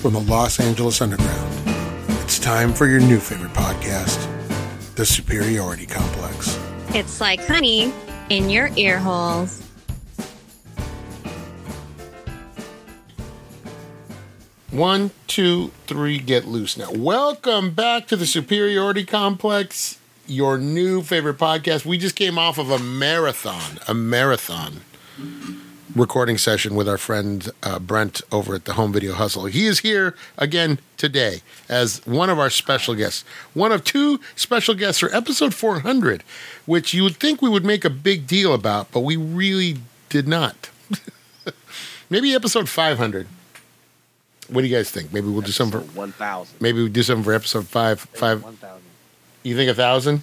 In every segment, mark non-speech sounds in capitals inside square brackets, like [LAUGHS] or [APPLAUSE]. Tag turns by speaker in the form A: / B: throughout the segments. A: from the Los Angeles Underground. It's time for your new favorite podcast, The Superiority Complex.
B: It's like honey in your ear holes.
A: One, two, three, get loose now. Welcome back to the Superiority Complex, your new favorite podcast. We just came off of a marathon, a marathon recording session with our friend uh, Brent over at the Home Video Hustle. He is here again today as one of our special guests, one of two special guests for episode 400, which you would think we would make a big deal about, but we really did not. [LAUGHS] Maybe episode 500. What do you guys think? Maybe we'll do something for
C: One thousand.
A: Maybe we do something for episode five. Five.
C: One thousand.
A: You think a thousand?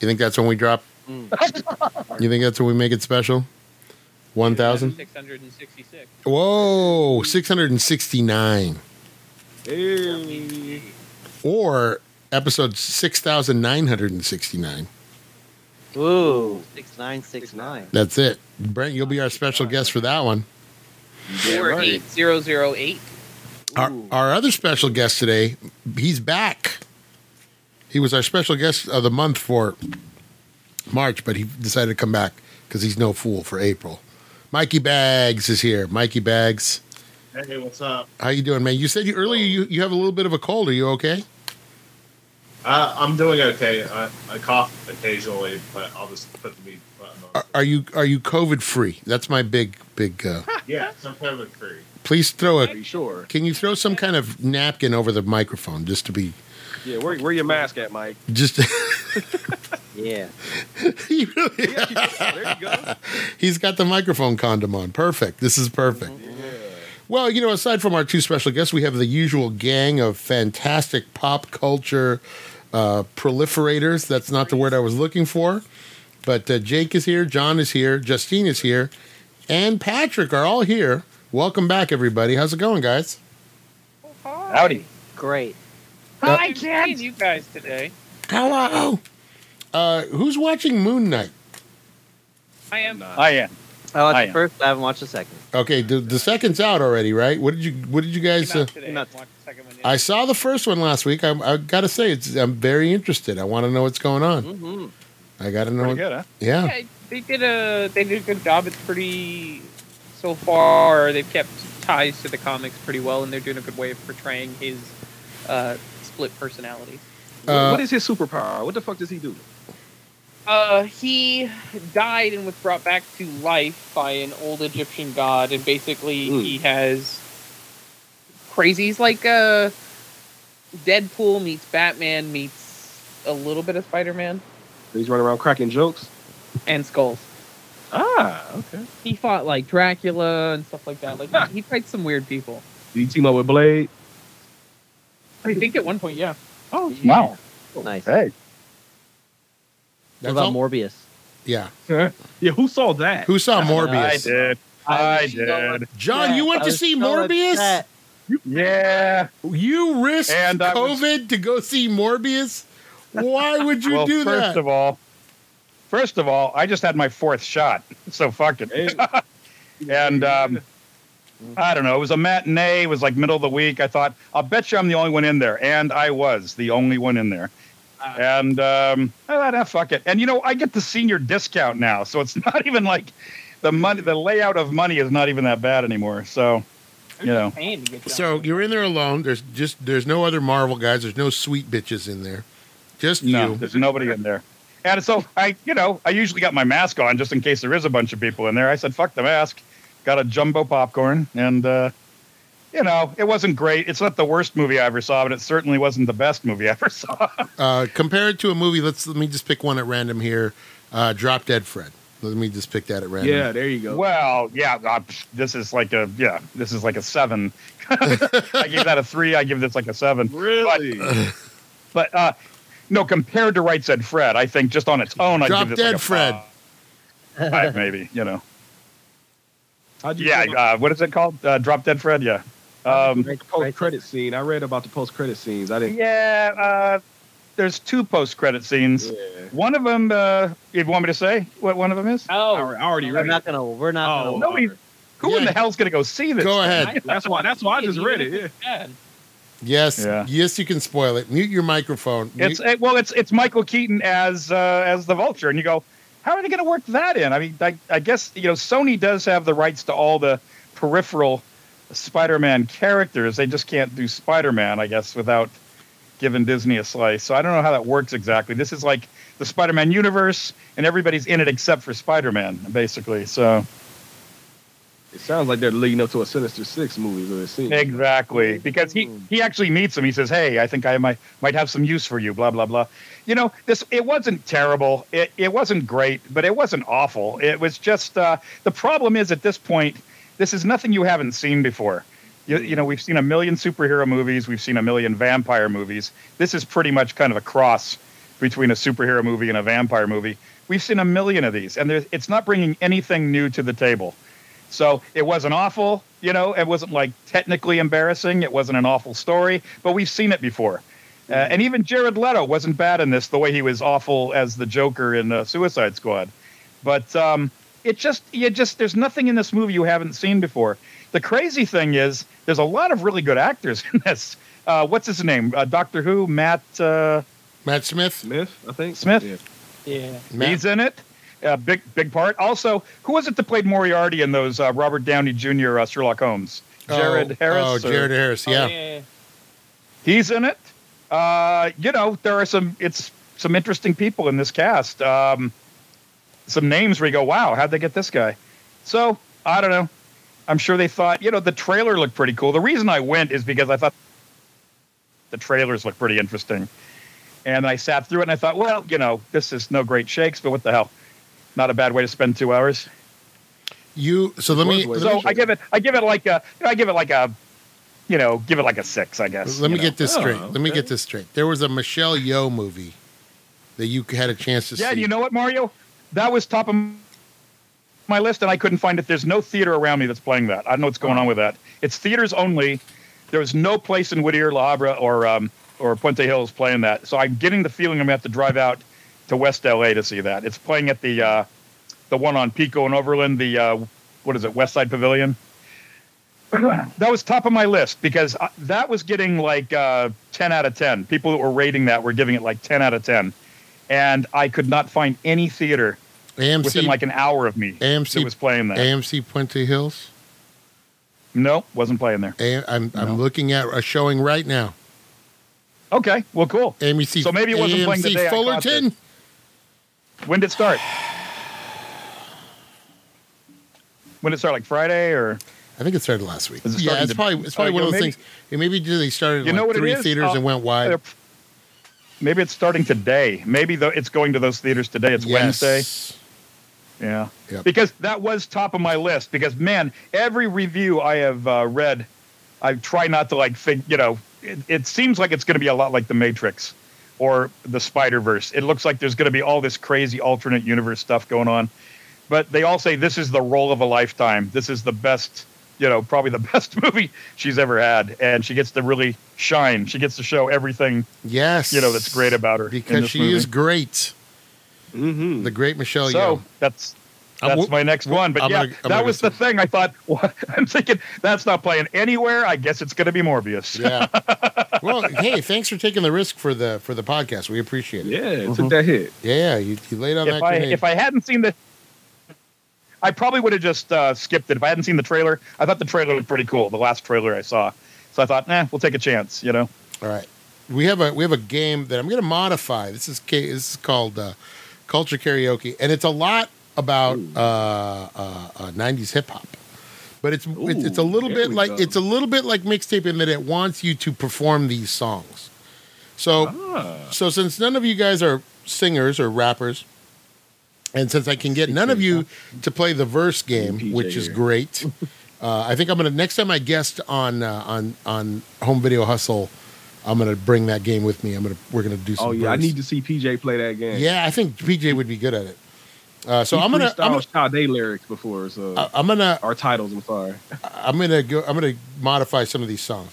A: You think that's when we drop? you think that's when we make it special? One thousand.
D: 666.
A: Whoa, six hundred and sixty-nine. Or episode six thousand nine hundred and sixty-nine.
C: Ooh, six nine six nine.
A: That's it, Brent. You'll be our special guest for that one.
D: Or 8008.
A: Our, our other special guest today, he's back. He was our special guest of the month for March, but he decided to come back because he's no fool for April. Mikey Bags is here. Mikey Bags,
E: Hey, what's up?
A: how you doing, man? You said you earlier you, you have a little bit of a cold. Are you okay?
E: Uh, I'm doing okay. I, I cough occasionally, but I'll just put the meat button
F: [LAUGHS]
E: on.
A: Are, are you are you COVID free? That's my big big. Uh,
E: yeah, some kind of free.
A: please throw
C: Are
A: a.
C: you sure?
A: Can you throw some kind of napkin over the microphone just to be
G: Yeah, where, where your mask at, Mike?
A: just? [LAUGHS]
C: Yeah.
A: he really,
G: Yeah, there you go.
A: He's got the microphone condom on. Perfect. This is perfect. Well, you know, aside from our two special guests, we have the usual gang of fantastic pop culture uh, proliferators. That's not the word I was looking for. But uh, Jake is here, John is here, Justine is here, and Patrick are all here. Welcome back, everybody. How's it going, guys?
G: Howdy.
C: Great.
A: Uh,
D: Hi, Jen. you guys today.
A: Hello. Uh, who's watching Moon Knight?
D: I am.
H: I am.
C: Oh,
H: I
C: that's the
H: am.
C: first. I haven't watched the second.
A: Okay, the, the second's out already, right? What did you What did you guys? Uh,
D: Came out today.
C: not-
D: Watch the second one.
A: I saw the first one last week. I, I got to say, it's, I'm very interested. I want to know what's going on.
C: Mm-hmm.
A: I got to know.
H: Pretty
A: what-
H: good, huh?
A: Yeah.
D: yeah, they did a they did a good job. It's pretty so far. They've kept ties to the comics pretty well, and they're doing a good way of portraying his uh, split personality.
A: Uh,
G: what is his superpower? What the fuck does he do?
D: Uh, he died and was brought back to life by an old Egyptian god, and basically
G: Mm.
D: he has crazies like uh, Deadpool meets Batman meets a little bit of Spider Man
G: He's running around cracking jokes.
D: and Skulls.
G: Ah, okay.
D: He fought like Dracula and stuff like that. Like he fights some weird people.
G: Did he team up with Blade?
D: I think at one point, yeah.
G: Oh,
H: Wow.
C: Nice.
H: Hey.
A: that's
C: what about
A: all-
C: Morbius?
A: yeah.
G: Yeah, who saw that?
A: Who saw
H: I
A: Morbius?
H: did.
D: Uh,
C: I
H: I did.
A: John, you went
C: I
A: to
C: was
A: see
C: so
A: Morbius?
C: upset.
H: Yeah.
A: You risked
H: And I was-
A: COVID to go see Morbius? Why would you
H: well,
A: do
H: first
A: that?
H: of all, first of all, I just had my fourth shot, [LAUGHS] so fuck it.
G: Hey.
H: [LAUGHS] And um, I don't know. It was a matinee. It was like middle of the week. I thought, I'll bet you I'm the only one in there, and I was the only one in there.
A: Ah.
H: and um, I thought, ah, fuck it. And you know, I get the senior discount now, so it's [LAUGHS] not even like the money. The layout of money is not even that bad anymore. So, you know,
D: Paying to get done.
A: so you're in there alone. There's just there's no other Marvel guys. There's no sweet bitches in there. Just
H: No,
A: you.
H: there's nobody in there. And so I, you know, I usually got my mask on just in case there is a bunch of people in there. I said, fuck the mask. Got a jumbo popcorn. And, uh, you know, it wasn't great. It's not the worst movie I ever saw, but it certainly wasn't the best movie I ever [LAUGHS] saw.
A: Uh, compare it to a movie. Let's let me just pick one at random here. Uh, Drop Dead Fred. Let me just pick that at random.
G: Yeah, there you go.
H: well, yeah, uh, psh, this is like a, yeah, this is like a seven. [LAUGHS] I gave that a three. I give this like a seven.
G: Really?
H: [LAUGHS] But, uh, no, compared to Right Said Fred, I think just on its own, I
A: Drop
H: give this
A: Dead
H: like a
A: Fred.
H: five, five maybe, you know.
G: How'd you
H: Yeah,
G: feel about
H: uh, what is it called? Uh, Drop Dead Fred. Yeah. Um,
G: the post-credit scene. I read about the post-credit scenes. I didn't.
H: yeah. Uh, there's two post-credit scenes.
G: Yeah.
H: One of them. Uh, you want me to say what one of them is?
G: I
D: Oh,
G: [LAUGHS] already- I already
C: We're
G: read
C: not
G: it.
C: gonna. We're not.
G: Oh,
C: gonna
H: no, we- Who in
A: Yeah.
H: the hell's gonna go see this?
A: Go ahead.
D: I-
G: That's why. That's why I just read it. Yeah.
D: bad.
A: Yes,
H: Yeah.
A: yes, you can spoil it. Mute your microphone. Mute-
H: It's it, well, it's it's Michael Keaton as uh, as the Vulture, and you go, how are they going to work that in? I mean, I, I guess you know Sony does have the rights to all the peripheral Spider-Man characters. They just can't do Spider-Man, I guess, without giving Disney a slice. So I don't know how that works exactly. This is like the Spider-Man universe, and everybody's in it except for Spider-Man, basically. So
G: It sounds like they're leading up to a Sinister Six movie. Really, scene.
H: exactly because he he actually meets him. He says, "Hey, I think I might might have some use for you." Blah blah blah. You know, this it wasn't terrible. It it wasn't great, but it wasn't awful. It was just uh, the problem is at this point, this is nothing you haven't seen before. You, you know, we've seen a million superhero movies. We've seen a million vampire movies. This is pretty much kind of a cross between a superhero movie and a vampire movie. We've seen a million of these, and there's- it's not bringing anything new to the table. So it wasn't awful, you know, it wasn't like technically embarrassing. It wasn't an awful story, but we've seen it before. Uh, and even Jared Leto wasn't bad in this, the way he was awful as the Joker in uh, Suicide Squad. But um, it just, you just, there's nothing in this movie you haven't seen before. The crazy thing is, there's a lot of really good actors [LAUGHS] in this. Uh, what's his name? Uh, Doctor Who, Matt. Uh,
A: Matt Smith.
G: Smith, I think.
H: Smith?
G: Yeah.
D: Yeah.
A: Matt,
H: He's in it. Uh, big, big part. Also, who was it that played Moriarty in those uh, Robert Downey Jr. Uh, Sherlock Holmes? Jared
A: oh,
H: Harris.
A: Oh,
H: or-
A: Jared Harris.
D: Oh,
A: Yeah.
D: yeah.
H: He's in it. Uh, you know, there are some. It's some interesting people in this cast. Um, some names where you go, wow, how'd they get this guy? So I don't know. I'm sure they thought, you know, the trailer looked pretty cool. The reason I went is because I thought the trailers looked pretty interesting. And I sat through it and I thought, well, you know, this is no great shakes, but what the hell? Not a bad way to spend two hours.
A: You. So let me.
G: Wait,
H: So
G: sure.
H: I give it, I give it like a, you know, I give it like a, you know, give it like a six, I guess.
A: Let
H: you
A: me
H: know.
A: get this
G: Oh,
A: straight. Let me
G: okay.
A: get this straight. There was a Michelle Yeoh movie that you had a chance to
H: Yeah,
A: see.
H: you know what, Mario? That was top of my list, and I couldn't find it. There's no theater around me that's playing that. I don't know what's going on with that. It's theaters only. There was no place in Whittier, La Habra, or um, or Puente Hills playing that. So I'm getting the feeling I'm going to have to drive out to West LA to see that. It's playing at the uh, the one on Pico and Overland, the uh, what is it, West Side Pavilion. that was top of my list because uh, that was getting like uh, 10 out of 10. People that were rating that were giving it like 10 out of 10. And I could not find any theater
A: AMC.
H: within like an hour of me
A: AMC
H: that was playing that.
A: AMC Puente Hills.
H: no, wasn't playing there.
A: A, I'm
H: No.
A: I'm looking at a showing right now. E
H: Okay, well, cool.
A: AMC.
H: So maybe it wasn't playing the
A: AMC
H: day I caught
A: Fullerton.
H: When did it start? When did it start? Like Friday or?
A: I think it started last week.
H: Is it
A: yeah,
H: starting
A: it's
H: to-
A: probably it's
H: Oh,
A: probably
H: you
A: one
H: know,
A: of those
H: maybe-
A: things. It maybe just they started in
H: You know
A: like
H: what it
A: three
H: is?
A: theaters
H: Uh,
A: and went wide.
H: They're- Maybe it's starting today. Maybe though it's going to those theaters today. It's
A: Yes.
H: Wednesday. Yeah.
A: Yep.
H: Because that was top of my list. Because man, every review I have uh, read, I try not to like think. You know, it, it seems like it's going to be a lot like the Matrix or the Spider Verse. It looks like there's going to be all this crazy alternate universe stuff going on. But they all say this is the role of a lifetime. This is the best, you know, probably the [LAUGHS] best movie she's ever had, and she gets to really shine. She gets to show everything
A: Yes.
H: you know that's great about her in
A: because
H: this
A: she
H: movie.
A: is great.
G: Mm-hmm.
A: The great Michelle
H: so
A: Yeoh.
H: that's
A: I'm
H: that's
A: w-
H: my next one. But
A: I'm
H: yeah,
A: gonna- I'm gonna
H: that was the
A: see.
H: thing. I thought [LAUGHS] what? I'm thinking that's not playing anywhere. I guess it's going to be Morbius.
A: Yeah.
H: [LAUGHS]
A: well, hey, thanks for taking the risk for the for the podcast. We appreciate it.
G: Yeah, it took that hit.
A: Yeah, you, you laid on that
H: if I
A: grenade.
H: if I hadn't seen the, I probably would have just uh, skipped it. If I hadn't seen the trailer, I thought the trailer looked pretty cool. The last trailer I saw, so I thought, nah, we'll take a chance. You know,
A: All right, we have a we have a game that I'm going to modify. This is ca- this is called uh, Culture Karaoke, and it's a lot about uh, uh, uh, '90s hip hop. But it's it's it's a
G: Ooh,
A: little
G: there
A: bit
G: we
A: like
G: go.
A: it's a little bit like mixtape in that it wants you to perform these songs. So
G: Uh-huh.
A: so since none of you guys are singers or rappers, and since I can get none of
G: [LAUGHS]
A: you to play the verse game,
G: PJ
A: which is
G: here.
A: great, uh, I think I'm gonna next time I guest on uh, on on Home Video Hustle, I'm gonna bring that game with me. I'm gonna we're gonna do some.
G: Oh yeah, I
A: verse.
G: need to see PJ play that game.
A: Yeah, I think PJ would be good at it. Uh, so
G: He
A: I'm gonna I'm
G: freestyled Sade lyrics before, so
A: gonna I'm gonna
G: our titles. I'm sorry. [LAUGHS]
A: I'm gonna go I'm gonna modify some of these songs.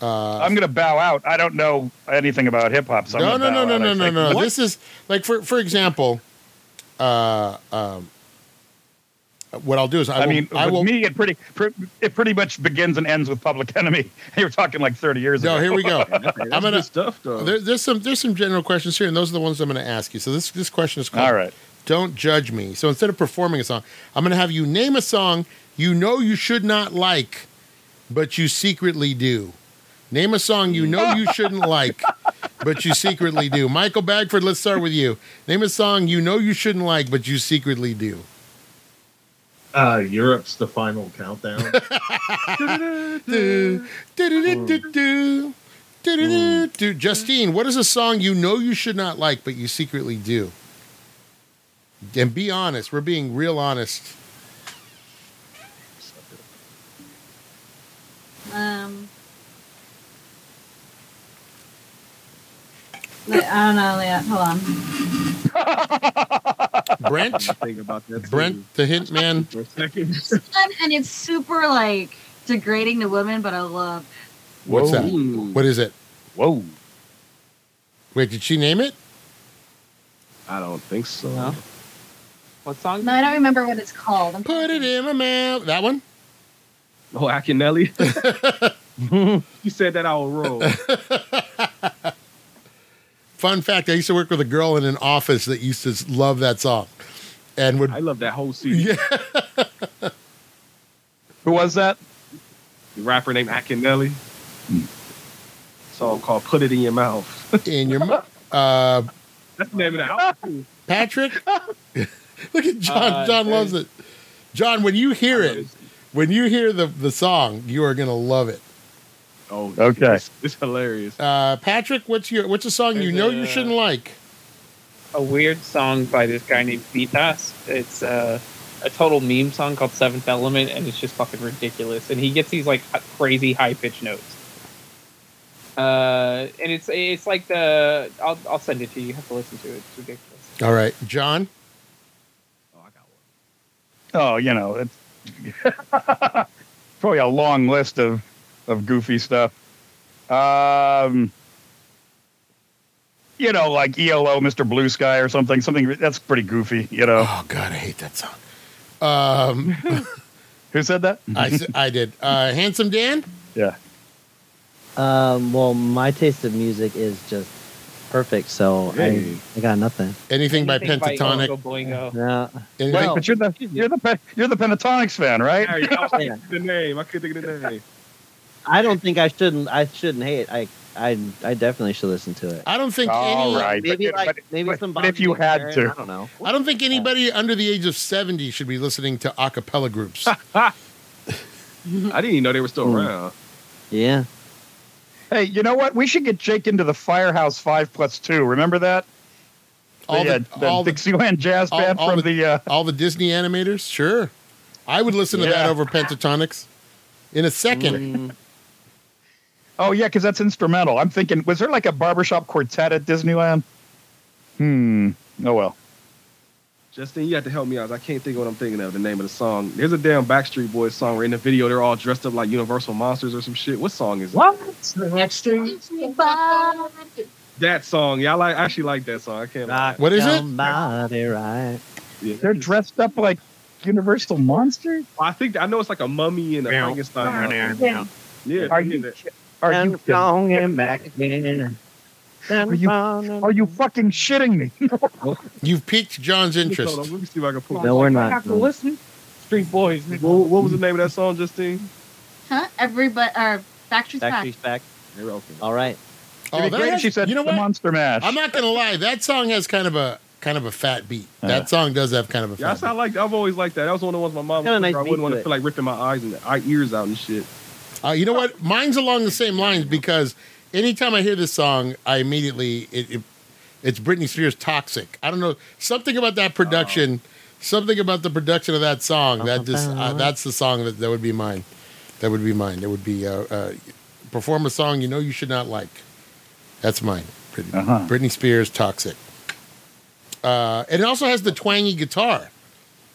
A: Uh,
H: I'm going to bow out. I don't know anything about hip hop. So
A: no,
H: I'm
A: no, no,
H: gonna bow
A: no,
H: out,
A: no,
H: I
A: no,
H: think.
A: no,
H: What?
A: This is like for for example, uh, um, What I'll do is I,
H: I,
A: will,
H: mean,
A: I
H: with
A: will.
H: me, it pretty pre- it pretty much begins and ends with Public Enemy. [LAUGHS] You're talking like 30
A: [LAUGHS]
H: years
A: no,
H: ago.
A: here we
H: [LAUGHS]
A: go.
G: That's
A: I'm gonna.
G: good stuff though.
A: There, there's some there's some general questions here, and those are the ones I'm going to ask you. So this this question is called
H: All right.
A: Don't Judge Me. So instead of performing a song, I'm going to have you name a song you know you should not like, but you secretly do. Name a song you know you
H: [LAUGHS]
A: shouldn't like, but you secretly do. Michael Bagford, let's start with you. Name a song you know you shouldn't like, but you secretly do.
E: Uh, Europe's the final
H: [LAUGHS]
E: countdown.
A: Do, do-do-do-do-do, do-do-do-do. Justine, what is a song you know you should not like, but you secretly do? And be honest. We're being real honest.
F: Um, wait, I don't know, Leah. Hold on.
A: Brent,
G: Think about that. too.
A: Brent, the hint man.
G: For a second.
F: Fun, And it's super like degrading to women, but I love.
A: What's that?
G: Ooh.
A: What is it?
H: Whoa.
A: [LAUGHS] Wait, did she name it?
G: I don't think so.
D: No? What song?
F: No, I don't remember what it's called. I'm
A: Put it in my mouth. That one?
G: [LAUGHS] Oh, Akinelli. [LAUGHS] you said that I will roll.
A: Fun fact I used to work with a girl in an office that used to love that song and
H: [LAUGHS]
A: would.
G: I love that whole CD.
A: Yeah.
H: Who was that?
G: The rapper named Akinelli. Song called "Put It in Your Mouth." [LAUGHS]
A: In your. mou- Uh,
G: That's the name of the album.
A: Patrick? Look at John.
D: Uh,
A: John loves
D: there's-
A: it. John, when you hear
G: I love
A: it,
G: it.
A: when you hear the, the song, you are gonna love it.
G: Oh,
H: Okay.
G: It's, it's hilarious.
A: Uh, Patrick, what's your what's a song you
D: There's
A: know
D: a-
A: you shouldn't like?
D: a weird song by this guy named Vitas. It's uh, a total meme song called Seventh Element, and it's just fucking ridiculous. And he gets these like h- crazy high pitched notes. Uh, and it's it's like the I'll I'll send it to you. You have to listen to it. It's ridiculous.
A: All right, John.
G: Oh, I got one.
H: Oh, you know, it's [LAUGHS] probably a long list of, of goofy stuff. Um, you know, like E ELO, Mr. Blue Sky, or something. Something that's pretty goofy.
A: [GASPS]
H: You know,
A: Oh God, I hate that song. Um,
H: who said that? [LAUGHS]
A: I s- I did. Uh, Handsome Dan.
H: Yeah.
C: Um, well, my taste of music is just perfect, so
G: Hey.
C: I, I got nothing.
A: Anything, by
D: Anything
A: Pentatonic.
D: Oingo Boingo.
C: Yeah.
A: anything-
H: Wait,
C: Well-
H: but you're the you're the Pe- you're the Pentatonics fan, right?
G: Harry, I was
C: Yeah.
G: thinking the name. I couldn't think of the name.
C: I don't think I shouldn't. I shouldn't hate. I I I definitely should listen to it.
A: I don't think
H: All
A: any.
H: right,
C: Maybe
H: but-
C: like
H: but-
C: maybe
H: but-
C: some.
H: but if
C: Bobby
H: you had
C: McFerrin,
H: to.
C: I don't know.
A: I don't think anybody under the age of seventy should be listening to a cappella groups.
G: I didn't even know they were still
C: Hmm.
G: around.
C: Yeah.
H: Hey, you know what? We should get Jake into the Firehouse Five Plus Two. Remember that?
A: All
H: the,
A: the,
H: uh, the
A: all the
H: Dixieland jazz
A: all-
H: band
A: all
H: from
A: the-
H: the, uh,
A: all the Disney animators. Sure, I would listen to that
H: Yeah.
A: over
H: [LAUGHS]
A: Pentatonics in a second.
H: oh yeah, because that's instrumental. I'm thinking, was there like a barbershop quartet at Disneyland? Hmm. Oh well.
G: Justin, you have to help me out. I can't think of what I'm thinking of. The name of the song. There's a damn Backstreet Boys song where in the video they're all dressed up like Universal monsters or some shit. What song is
C: What?
G: it? That song. Yeah, I like. I actually like that song. I can't. lie.
A: What is it?
C: Mm-hmm. Somebody right.
G: Yeah.
H: They're dressed up like Universal monsters.
G: I think I know it's like a mummy and a Frankenstein. Yeah.
H: Are
G: I hear
H: you?
G: that.
H: ki- Are you? kidding? Are you? Are you fucking shitting me? [LAUGHS] Mm.
A: You've piqued John's
G: Hold on,
A: interest.
G: let me see if I can pull.
D: I
C: No,
G: it.
D: was
C: we're
D: like,
C: not.
D: I have to listen. Street Boys.
G: What, what was the name of that song, Justine?
F: Huh? Everybody, or Backstreet's Back.
C: Backstreet's back.
G: You're okay.
C: All right.
A: Oh,
H: It'd be
A: that
H: great if
A: has,
H: she said
A: you know
H: the
A: what?
H: Monster Mash.
A: I'm not gonna lie. That song has kind of a kind of a fat beat.
H: Yeah.
A: That song does have kind of a
G: Yeah, that's
A: fat.
G: how I
A: beat.
G: like. I've always liked that. That was one of the ones my mom.
C: Got a
G: cooked.
C: nice
G: I
C: beat
G: wouldn't want
C: to
G: to
C: it.
G: feel like ripping my eyes and eye ears out and shit.
A: Uh, you know what? Mine's along the same lines because anytime I hear this song, I immediately it, it it's Britney Spears "Toxic." I don't know something about that production, something about the production of that song. That just uh, that's the song that that would be mine. That would be mine. It would be uh, uh, perform a song you know you should not like. That's mine. Britney,
H: Uh-huh.
A: Britney Spears "Toxic." Uh, and it also has the twangy guitar.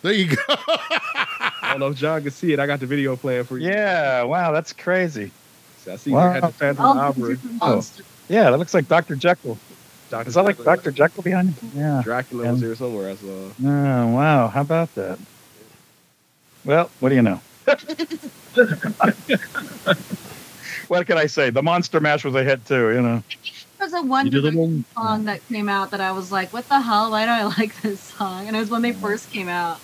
A: There you go. [LAUGHS]
G: I don't know if John could see it. I got the video playing for you.
H: Yeah. Wow. That's crazy.
G: I see
H: Wow.
G: you had the Phantom
F: Oh,
G: Opera.
H: Yeah. That looks like Dr. Jekyll.
G: Dr.
H: Is that like
G: Jekyll.
H: Dr. Jekyll behind you? Yeah.
G: Dracula was here somewhere. I saw.
H: Oh, wow. How about that? Well, what do you know? [LAUGHS] what can I say? The Monster Mash was a hit too, you know.
F: There was a One Direction song that came out that I was like, what the hell? Why do I [LAUGHS] like this song? And it was when they first came out.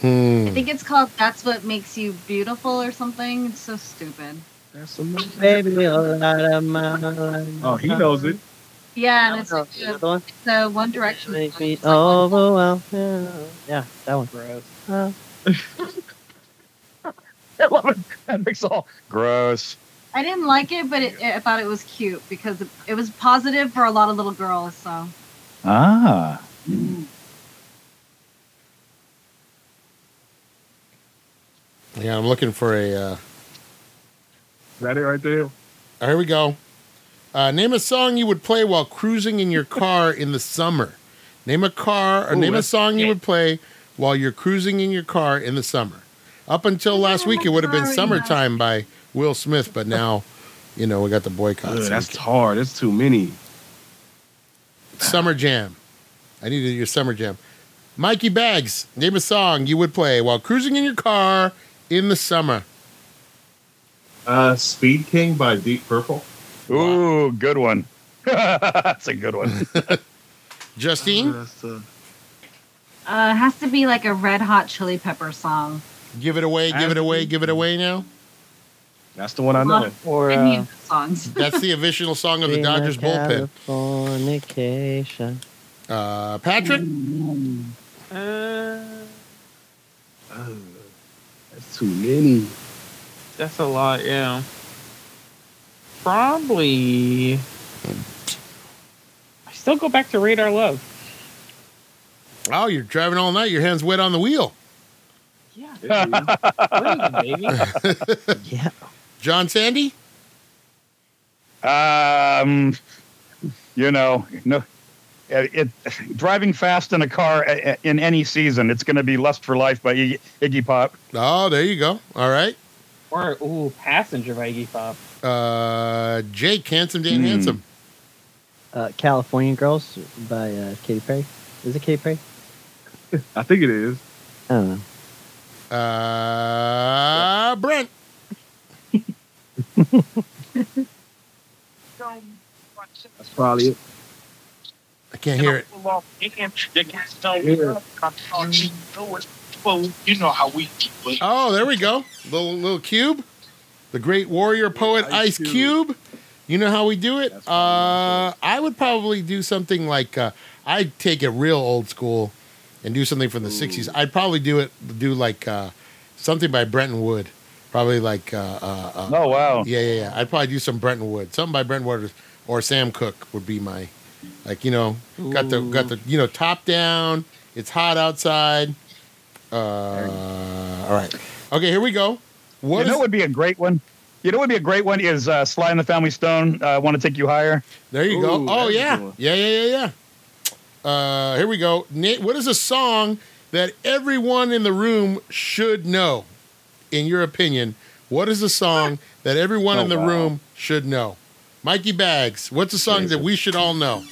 A: Hmm.
H: Mm.
F: I think it's called That's What Makes You Beautiful or something. It's so stupid.
G: That's amazing.
C: Baby, a lot of my life.
G: Oh, he knows it.
F: Yeah, and
C: That
F: it's
C: was
F: like
C: the
F: the,
C: other one.
F: the One Direction.
C: Make
F: song.
C: me
F: It's like,
C: overwhelmed. Yeah, that one. Gross.
H: [LAUGHS] I love it. That makes all gross.
F: I didn't like it, but it, I thought it was cute because it, it was positive for a lot of little girls. So
H: Ah.
A: Yeah, I'm looking for a. Uh,
G: Is that it right there?
A: oh, here we go. Uh, name a song you would play while cruising in
G: [LAUGHS]
A: your car in the summer. Name a car or
G: Ooh,
A: name a
G: that's-
A: song you
D: yeah.
A: would play while you're cruising in your car in the summer. Up until last week, it would have been
F: Sorry,
A: "Summertime" by Will Smith, but now, you know, we got the boycott.
G: Ugh,
A: so we
G: that's
A: can't-
G: hard. That's too many.
A: [LAUGHS] Summer Jam. I needed your Summer Jam. Mikey Bags, name a song you would play while cruising in your car in the summer.
E: Uh, Speed King by Deep Purple.
H: Ooh, good one. [LAUGHS] That's a good one.
A: Justine,
G: That's, uh,
F: uh, it has to be like a Red Hot Chili Pepper song.
A: give it away, give it away, give it away now.
G: that's the one I know.
C: Or
F: I mean,
C: uh,
F: songs.
A: That's
G: [LAUGHS]
A: the official song of the
C: Dream
A: Dodgers bullpen.
C: Californication.
A: Uh, Patrick,
D: Uh,
G: Ugh, That's too many.
D: that's a lot, yeah. Probably. I still go back to Radar Love.
A: oh, you're driving all night. Your hands wet on the wheel.
D: Yeah,
G: Hey,
A: [LAUGHS]
D: baby.
C: Yeah.
A: John Sandy,
H: Um, you know, no, it, it- driving fast in a car a- a- in any season, it's going to be "Lust for Life" by Iggy, Iggy Pop.
A: oh, there you go. All right,
D: Or ooh, Passenger by Iggy Pop.
A: uh, Jake, handsome Dan,
H: Hmm.
A: handsome.
C: Uh, California Girls by uh, Katy Perry. Is it Katy Perry?
G: I think it is.
C: I don't know.
A: Uh, Brent,
G: That's probably it.
A: I can't hear it.
I: You know how we keep it.
A: Oh, there we go. Little little cube. The great warrior poet Ice
G: Ice
A: Cube.
G: Cube.
A: You know how we do it?
G: That's
A: Uh,
G: right.
A: I would probably do something like uh, I'd take it real old school and do something from the
G: Ooh.
A: 60s. I'd probably do it do like uh, something by Brenton Wood. Probably like uh, uh, uh,
H: Oh wow!
A: yeah, yeah, yeah. I'd probably do some Brenton Wood. Something by Brenton Wood or Sam Cooke would be my like, you know, got the got the you know, top down, it's hot outside. Uh, all right. Okay, here we go. What
H: you know
A: is-
H: what would be a great one? You know what would be a great one is uh, Sly and the Family Stone. Uh, Want to take you higher?
A: There you go.
G: Ooh,
A: Oh
G: that's a
A: yeah.
G: good one.
A: yeah, yeah, yeah, yeah. Uh, here we go. Nate, what is a song that everyone in the room should know? In your opinion, what is a song that everyone
H: Oh,
A: in the
H: wow.
A: room should know? Mikey Bags, what's a song that we should all know?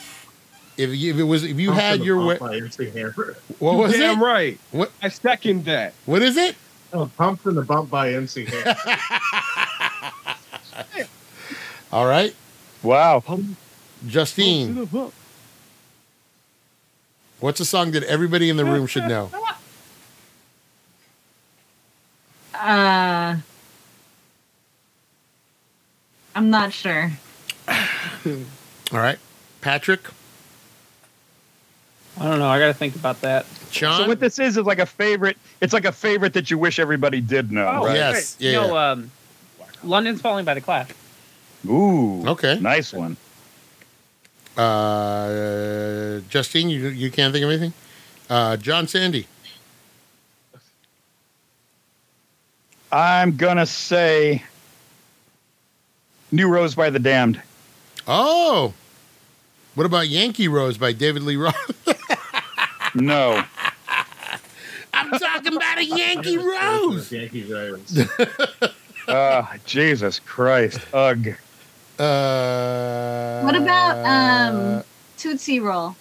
A: If, you- if it was if you had your way,
E: Pump in the bump by MC Hammer. [LAUGHS]
A: what Oh, was it?
G: Damn right.
A: What-
G: I second that.
A: What is it?
E: Oh, Pump in the bump by MC Hammer.
A: All right,
H: Wow!
A: Justine, what's a song that everybody in the room should know?
F: Uh, I'm not sure.
A: All right, Patrick,
D: I don't know. I gotta think about that.
A: John.
H: So what this is is like a favorite. It's like a favorite that you wish everybody did know.
D: Oh,
H: right?
A: Yes,
D: great.
A: yeah,
D: No, um, London's Falling by the Clash.
H: Ooh.
A: Okay.
H: Nice one.
A: Uh, Justine, you you can't think of anything. Uh, John Sandy.
H: I'm gonna say New Rose by the Damned.
A: Oh, what about Yankee Rose by David Lee Roth? [LAUGHS]
H: No. [LAUGHS]
A: I'm talking about a Yankee Rose.
E: Yankee Rose.
H: Uh, Jesus Christ. Ugh.
A: Uh,
F: What about um Tootsie Roll?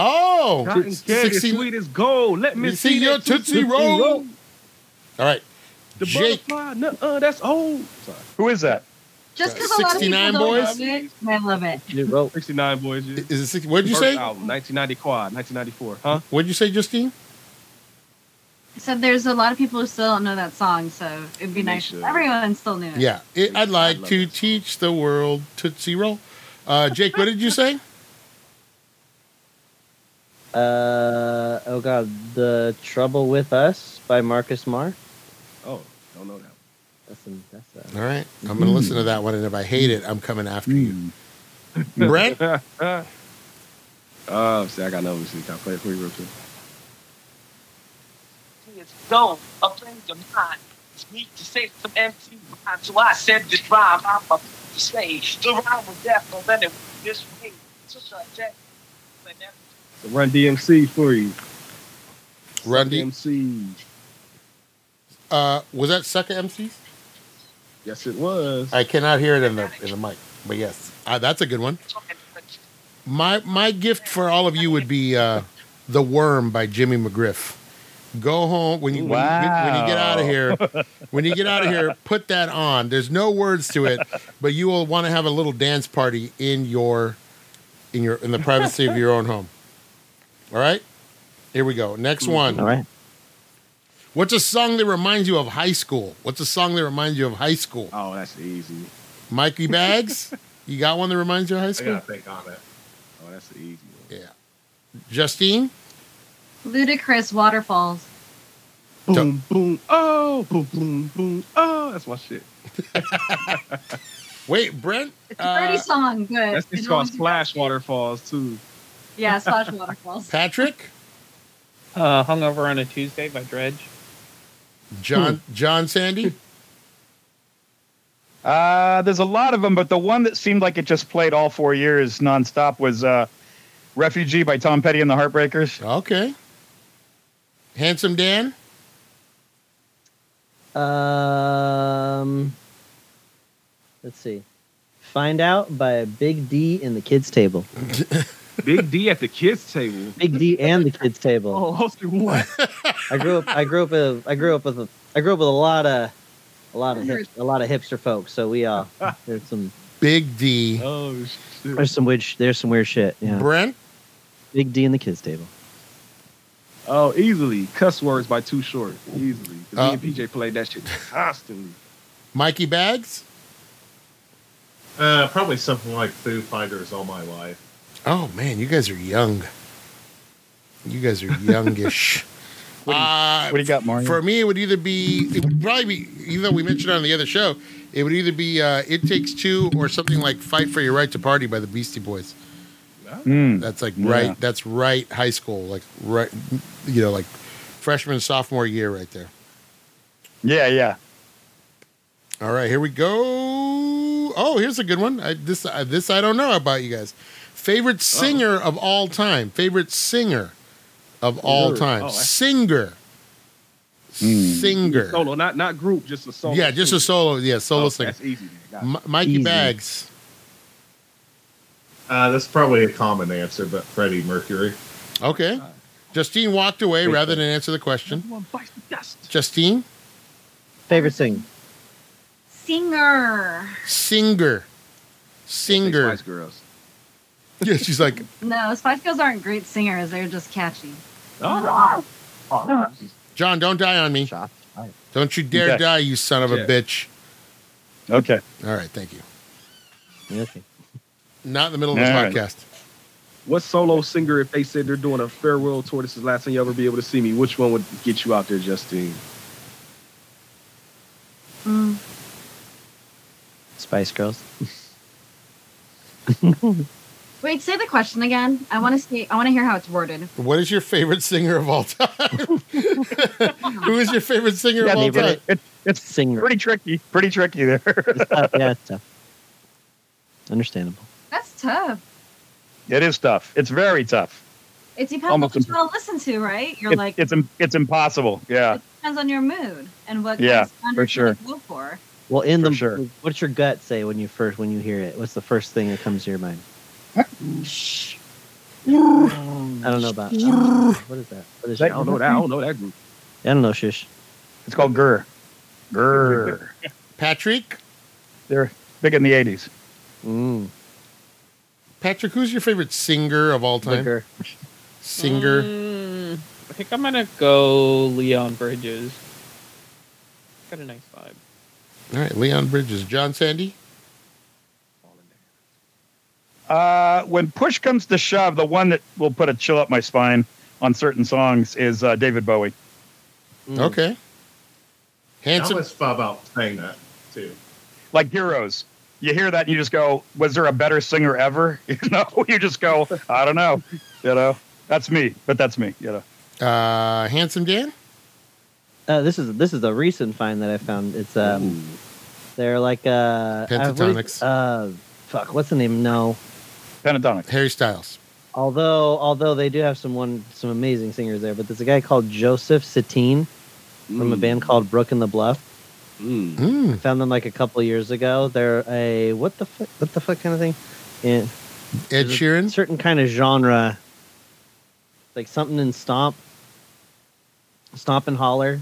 A: Oh,
G: Cotton candy,
A: 16
G: sweet as gold. Let me
A: You see your
G: that
A: Tootsie Roll. All right.
G: The
A: Jake.
G: butterfly, nuh-uh, that's old. Sorry.
H: Who is that?
F: Just
A: Uh,
F: because a lot of people
A: 69
F: don't
A: boys?
F: like it, I love it.
C: You wrote
G: 69 boys. Yeah.
A: Is it six, what'd you
G: First
A: say?
G: Album, 1990 quad, 1994, huh?
A: What'd you say, Justine?
F: So there's a lot of people who still don't know that song, so it'd be
G: They
F: nice
G: should.
F: if everyone still knew it.
A: Yeah. It, I'd like
G: I love
A: to
G: that song.
A: teach the world Tootsie Roll. Uh, Jake, what did you say?
C: uh oh god, The Trouble with Us by Marcus Marr.
G: Oh, don't know that.
C: That's an, that's uh,
A: All right. I'm going to listen to that one. And if I hate it, I'm coming after you. Brent?
G: One. Oh, see, I got no music. Can I play it for you real quick?
I: is gone, a friend of mine. Need to save some empty rhyme, so I said this rhyme I'm about to say. The rhyme was death, but then it was this way. Such a jack, but never
G: So run DMC for you.
A: Run D-
G: DMC.
A: uh, was that Sucker MCs?
G: Yes, it was.
A: I cannot hear it in the, in the mic. But yes, uh, that's a good one.
I: talking but
A: My my gift for all of you would be uh, "The Worm" by Jimmy McGriff. Go home when you when, you- when you get out of here. When you get out of [LAUGHS] here, put that on. There's no words to it, but you will want to have a little dance party in your in your in the privacy of your own home. All right, here we go. Next
C: All
A: one.
C: right.
A: What's a song that reminds you of high school? What's a song that reminds you of high school?
G: Oh, that's easy.
A: Mikey Bags, you got one that reminds you of high
E: I
A: school?
E: gotta think on it.
G: Oh, that's the easy one.
A: Yeah. Justine.
F: Ludicrous waterfalls.
G: Boom,
A: Dun-
G: boom, oh, boom, boom, boom, oh, that's my shit.
A: Wait, Brent.
F: It's a pretty
A: uh,
F: song, but
G: That's
F: it
G: it's called
F: always-
G: Splash Waterfalls [LAUGHS] too.
F: Yeah, splash [LAUGHS] waterfalls.
A: Patrick,
D: Uh, Hungover on a Tuesday by Dredge.
A: John, John Sandy.
H: Uh, there's a lot of them, but the one that seemed like it just played all four years nonstop was uh, "Refugee" by Tom Petty and the Heartbreakers.
A: Okay. Handsome Dan.
C: Um, let's see. Find out by Big D and the kids table.
G: Big D at the kids table.
C: Big D and the kids table.
G: Oh, hosted what?
C: I grew up. I grew up. With, I grew up with. A, I grew up with a lot of, a lot of, hip, a lot of hipster folks. So we uh, there's some,
A: Big D.
G: oh
C: there's
G: shit.
C: some weird, sh- there's some weird shit. Yeah.
A: Brent.
C: Big D and the kids table.
G: Oh, easily. Cuss words by Too Short. Easily. 'Cause
A: Uh,
G: me and PJ played that shit
A: [LAUGHS]
G: constantly.
A: Mikey Bags.
E: Uh, probably something like Foo Fighters all my life.
A: Oh man, you guys are young. You guys are youngish.
H: What do you-
A: Uh,
H: What do you got, Mario?
A: for me, it would either be, it would probably be, even though we mentioned it on the other show, it would either be uh, "It Takes Two or something like "Fight for Your Right to Party" by the Beastie Boys.
H: Hmm.
A: That's like
H: Yeah.
A: right. That's right. High school, like right. You know, like freshman sophomore year, right there.
H: Yeah, yeah.
A: All right, here we go. Oh, here's a good one. I, this I, this I don't know about you guys.
G: Oh.
A: Favorite singer of all time. Favorite singer of all
G: Singer.
A: time.
G: Oh, I-
A: singer.
G: Hmm.
A: Singer.
G: Solo, not not group, just a solo.
A: yeah, just a solo. Yeah, solo
G: Oh,
A: singer.
G: That's easy. then. Got it.
A: M- Mikey
C: Easy.
A: Bags.
E: Uh, that's probably a common answer, but Freddie Mercury.
A: Okay. Justine walked away
G: Great
A: rather than answer the question.
G: One bites the dust.
A: Justine,
C: Favorite thing.
F: Singer.
A: singer. Singer.
G: Spice Girls.
A: [LAUGHS] Yeah, she's like,
F: No, Spice Girls aren't great singers. They're just catchy.
G: Oh,
A: John, don't die on me.
C: Shop.
A: Don't you dare
H: Okay.
A: die, you son of a
G: Yeah.
A: bitch.
H: Okay.
A: All right, thank you.
C: Okay.
A: Not in the middle of this
H: All right.
A: podcast.
G: What solo singer, if they said they're doing a farewell tour, this is the last time you ever be able to see me, which one would get you out there, Justine?
F: Mm.
C: Spice Girls.
F: Wait, say the question again. I want to see. I want to hear how it's worded.
A: What is your favorite singer of all time? [LAUGHS] Who is your favorite singer
H: Yeah,
A: of all
H: it's-
A: time?
C: favorite.
H: it- it's
A: [LAUGHS]
C: Singer.
H: pretty tricky. Pretty tricky there. [LAUGHS]
C: It's tough. Yeah, it's tough. Understandable.
F: That's tough.
H: it is tough. It's very tough.
F: It depends
H: Almost
F: on what you want to listen to, right? You're
H: It's
F: like
H: it's, im- it's impossible. Yeah.
F: it depends on your mood and what
H: Yeah,
F: kind of sound
H: for
F: you're
H: sure.
F: gonna go for.
C: Well, in
H: For
C: the
H: sure.
C: what's your gut say when you first when you hear it? What's the first thing that comes to your mind? I don't know about. I don't know. What is that? What is
H: That-
G: I don't know that. I
F: [LAUGHS]
G: don't know that group.
C: I don't know. Shush.
H: It's called Gur. Gur.
A: Patrick,
H: They're big in the 80s.
C: Mm.
A: Patrick, who's your favorite singer of all time?
C: Liquor.
A: Singer.
D: Mm, I think I'm gonna go Leon Bridges. Got a nice vibe.
A: All right, Leon Bridges, John Sandy.
H: Uh, when push comes to shove, the one that will put a chill up my spine on certain songs is uh, David Bowie.
C: Mm.
A: Okay.
E: That
A: Handsome.
E: was fun about saying that too.
H: Like Heroes. You hear that and you just go, was there a better singer ever? [LAUGHS] You know, you just go, I don't know. You know, that's me, but that's me. You know,
A: Uh, handsome Dan.
C: Uh, this is this is a recent find that I found. It's um, they're like uh, I- what is-
A: Pentatonics.
C: Uh, fuck. What's the name? No.
H: Pentatonic.
A: Harry Styles.
C: Although although they do have some one some amazing singers there, but there's a guy called Joseph Satine from a band called Brook in the Bluff.
G: Mm.
A: Hmm.
C: Found them like a couple years ago. They're a what the fuck what the fuck kind of thing. Yeah,
A: Ed
C: There's a
A: Sheeran.
C: certain kind of genre, like something in stomp, stomp and holler.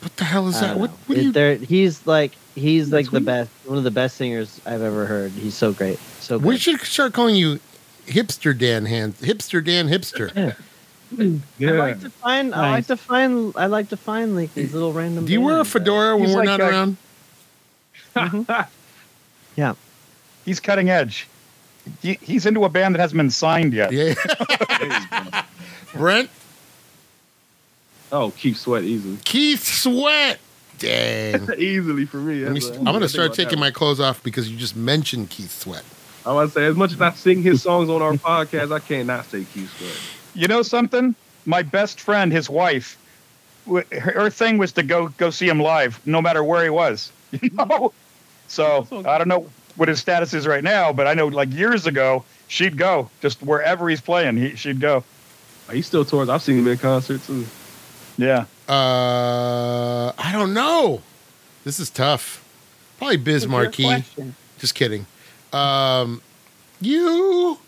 A: What the hell is
C: I
A: that?
C: don't
A: What?
C: know.
A: What do you?
C: They're- he's like he's like
G: That's
C: the
G: weird.
C: best, one of the best singers I've ever heard. He's so great, so
A: We
C: good.
A: should start calling you Hipster Dan. Hand. Hipster Dan. Hipster.
G: Yeah.
C: I like to find I like
B: Nice.
C: to find I like to find like these little random.
A: Do you wear a
C: bands Mm-hmm. that-
A: fedora when
H: He's
A: we're
H: like
A: not
H: a-
A: around?
H: He's cutting edge. He, he's into a band that hasn't been signed yet.
A: Yeah. [LAUGHS] Brent
G: Oh, keep sweat easily.
A: Keith Sweat. Dang.
G: easily for me.
A: Let me,
G: That's
A: I'm
G: what-
A: gonna
G: think
A: start
G: about that
A: taking
G: one.
A: my clothes off because you just mentioned Keith Sweat.
G: I want to say, as much as I sing his songs on our podcast, I cannot say Keith Sweat.
H: You know something? My best friend, his wife, w- her her thing was to go go see him live, no matter where he was. [LAUGHS]
A: Mm-hmm.
H: You know, so I don't know what his status is right now, but I know like years ago she'd go just wherever he's playing, he, she'd go.
G: He still tours. I've seen him in concert too.
H: Yeah,
A: Uh, I don't know. This is tough. Probably Biz Marquee. Just kidding. Um, you,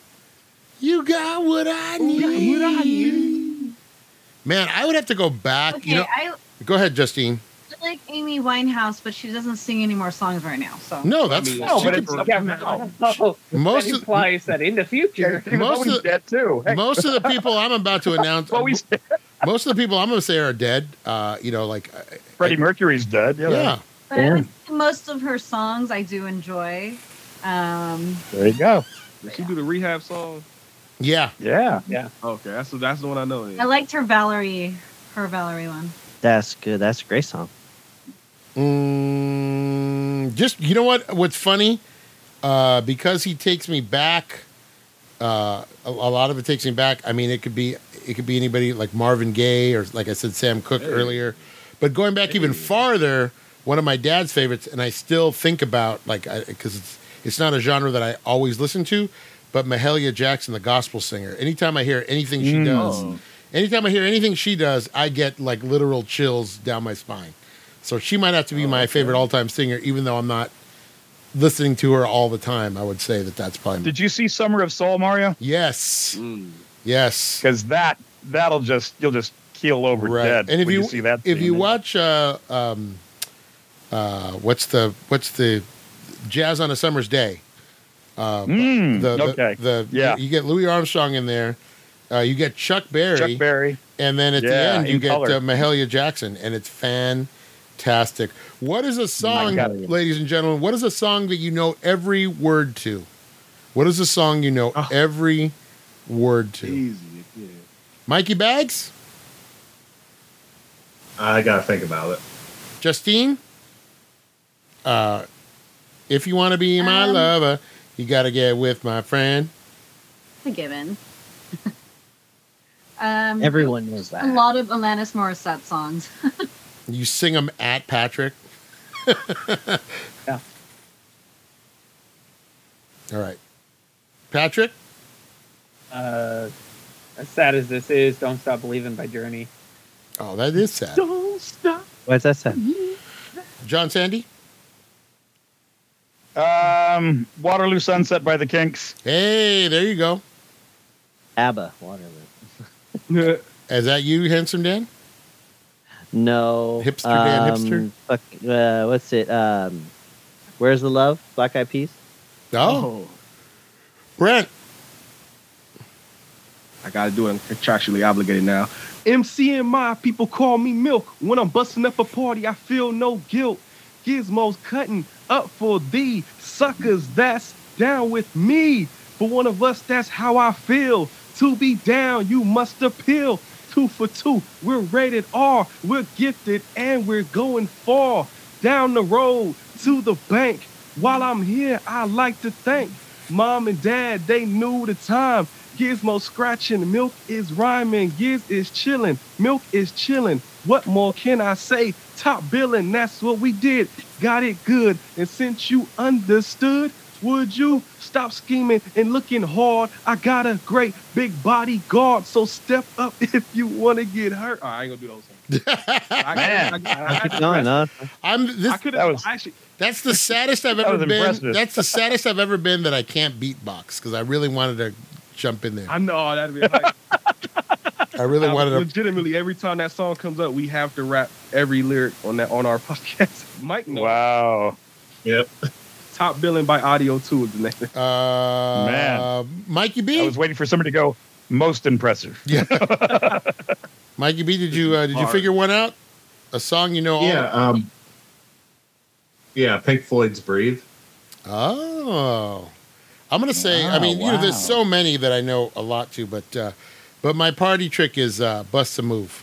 A: you got what I need. Man, I would have to go back.
F: Okay,
A: you know,
F: I
A: go ahead, Justine.
F: I like Amy Winehouse, but she doesn't sing any more songs right now. So
A: No, that's
G: mean,
H: no,
A: she
H: but
A: could-
H: it's
D: Yeah, no. Oh, [LAUGHS] that [LAUGHS]
A: most of
D: implies that in the future.
H: he was
A: Most
H: always
A: of-
H: dead too. Heck,
A: most of the people I'm about to announce.
H: always dead.
A: most of the people I'm going to say are dead. Uh, you know, like uh,
H: Freddie Mercury's dead. Yeah,
A: yeah.
F: but I like most of her songs I do enjoy. Um,
H: there you go.
G: Did she do the rehab song?
A: Yeah.
H: Yeah,
G: Okay, that's the, that's the one I know. then.
F: I liked her Valerie, her Valerie one.
C: That's good. That's a great song.
A: Mm, just you know what? What's funny? Uh, because he takes me back. Uh, a, a lot of it takes me back. I mean, it could be it could be anybody like Marvin Gaye or like I said, Sam Cooke
G: Hey.
A: earlier. But going back even
G: Hey.
A: farther, one of my dad's favorites, and I still think about like because it's it's not a genre that I always listen to. But Mahalia Jackson, the gospel singer, anytime I hear anything she
G: Hmm.
H: Mm.
A: does,
G: Oh.
A: anytime I hear anything she does, I get like literal chills down my spine. So she might have to
G: Oh,
A: be my favorite all time singer, even though I'm not listening to her all the time. I would say that that's probably.
H: Did you see Summer of Soul, Mario?
A: yes.
H: Hmm.
G: Mm.
A: Yes.
H: Because that that'll just you'll just keel over dead.
A: And if
H: when
A: you,
H: see that,
A: if
H: scene.
A: you watch, uh, um, uh, what's the what's the jazz on a summer's day? Uh,
H: Mm,
A: the, the-
H: okay,
A: The,
H: Yeah.
A: You get Louis Armstrong in there. Uh, you get Chuck Berry.
H: Chuck Berry.
A: And then at the
H: Yeah,
A: end, you
H: in
A: get
H: color.
A: uh, Mahalia Jackson, and it's fantastic. What is a song,
H: Oh God.
A: ladies and gentlemen? What is a song that you know every word to? What is a song you know
G: Oh.
A: every word to?
G: Easy. Yeah.
A: Mikey Bags,
E: I gotta think about it.
A: Justine. Uh, if you want to be my
F: Um.
A: lover, you got to get with my friend.
F: It's a given. [LAUGHS] um,
C: Everyone knows
F: a
C: that.
F: lot of Alanis Morissette songs.
A: You sing them at Patrick.
D: Yeah.
A: All right, Patrick.
D: Uh, as sad as this is, "Don't Stop Believing" by Journey.
A: Oh, that is sad.
D: Don't stop.
C: What's that said?
F: Mm-hmm.
A: John Sandy.
H: Um, Waterloo Sunset by the Kinks.
A: Hey, there you go.
C: ABBA Waterloo.
G: [LAUGHS]
A: Is that you, handsome Dan?
C: No. um,
A: Hipster Dan, hipster?
C: Fuck, uh, what's it? Um, Where's the Love? Black Eyed Peas?
G: Oh.
A: No, Brent.
G: I gotta do it. I'm contractually obligated now. MCMI, people call me milk. When I'm busting up a party, I feel no guilt. Gizmos cutting up for thee. Suckers, that's down with me. For one of us, that's how I feel. To be down, you must appeal. Two for two, we're rated R. We're gifted and we're going far. Down the road to the bank. While I'm here, I like to thank mom and dad. They knew the time. Gizmo scratching, milk is rhyming, Giz is chilling, milk is chilling. What more can I say? Top billing, that's what we did. Got it good, and since you understood, would you stop scheming and looking hard? I got a great big bodyguard, so step up [LAUGHS] if you want to get hurt. All right, I ain't gonna do those. things. I,
H: Man.
G: I, I, I,
A: Ah,
C: Keep going, huh?
A: I'm this,
G: I could
H: That
G: have
H: was-
G: actually.
A: that's the saddest I've
H: [LAUGHS] That
A: ever
H: was
A: been.
H: impressive.
A: That's the saddest I've ever been that I can't beatbox because I really wanted to jump in there.
G: I know that'd be like,
A: I really wanted to.
G: legitimately every time that song comes up, we have to rap every lyric on that on our [LAUGHS] podcast. Mike knows.
H: Wow.
E: Yep.
G: Top billing by Audio Two is the name. [LAUGHS]
A: Uh,
H: Man.
A: Mikey
H: I
A: B.
H: was waiting for somebody to go most impressive.
A: Mikey B. Did you uh, did you
G: Hard.
A: figure one out? A song you know
H: Oh.
A: all.
E: Yeah. Um, yeah. Pink Floyd's "Breathe."
A: Oh, I'm gonna say. I
H: Wow,
A: mean, you know,
H: wow.
A: there's so many that I know a lot to, but uh, but my party trick is uh, "Bust a Move"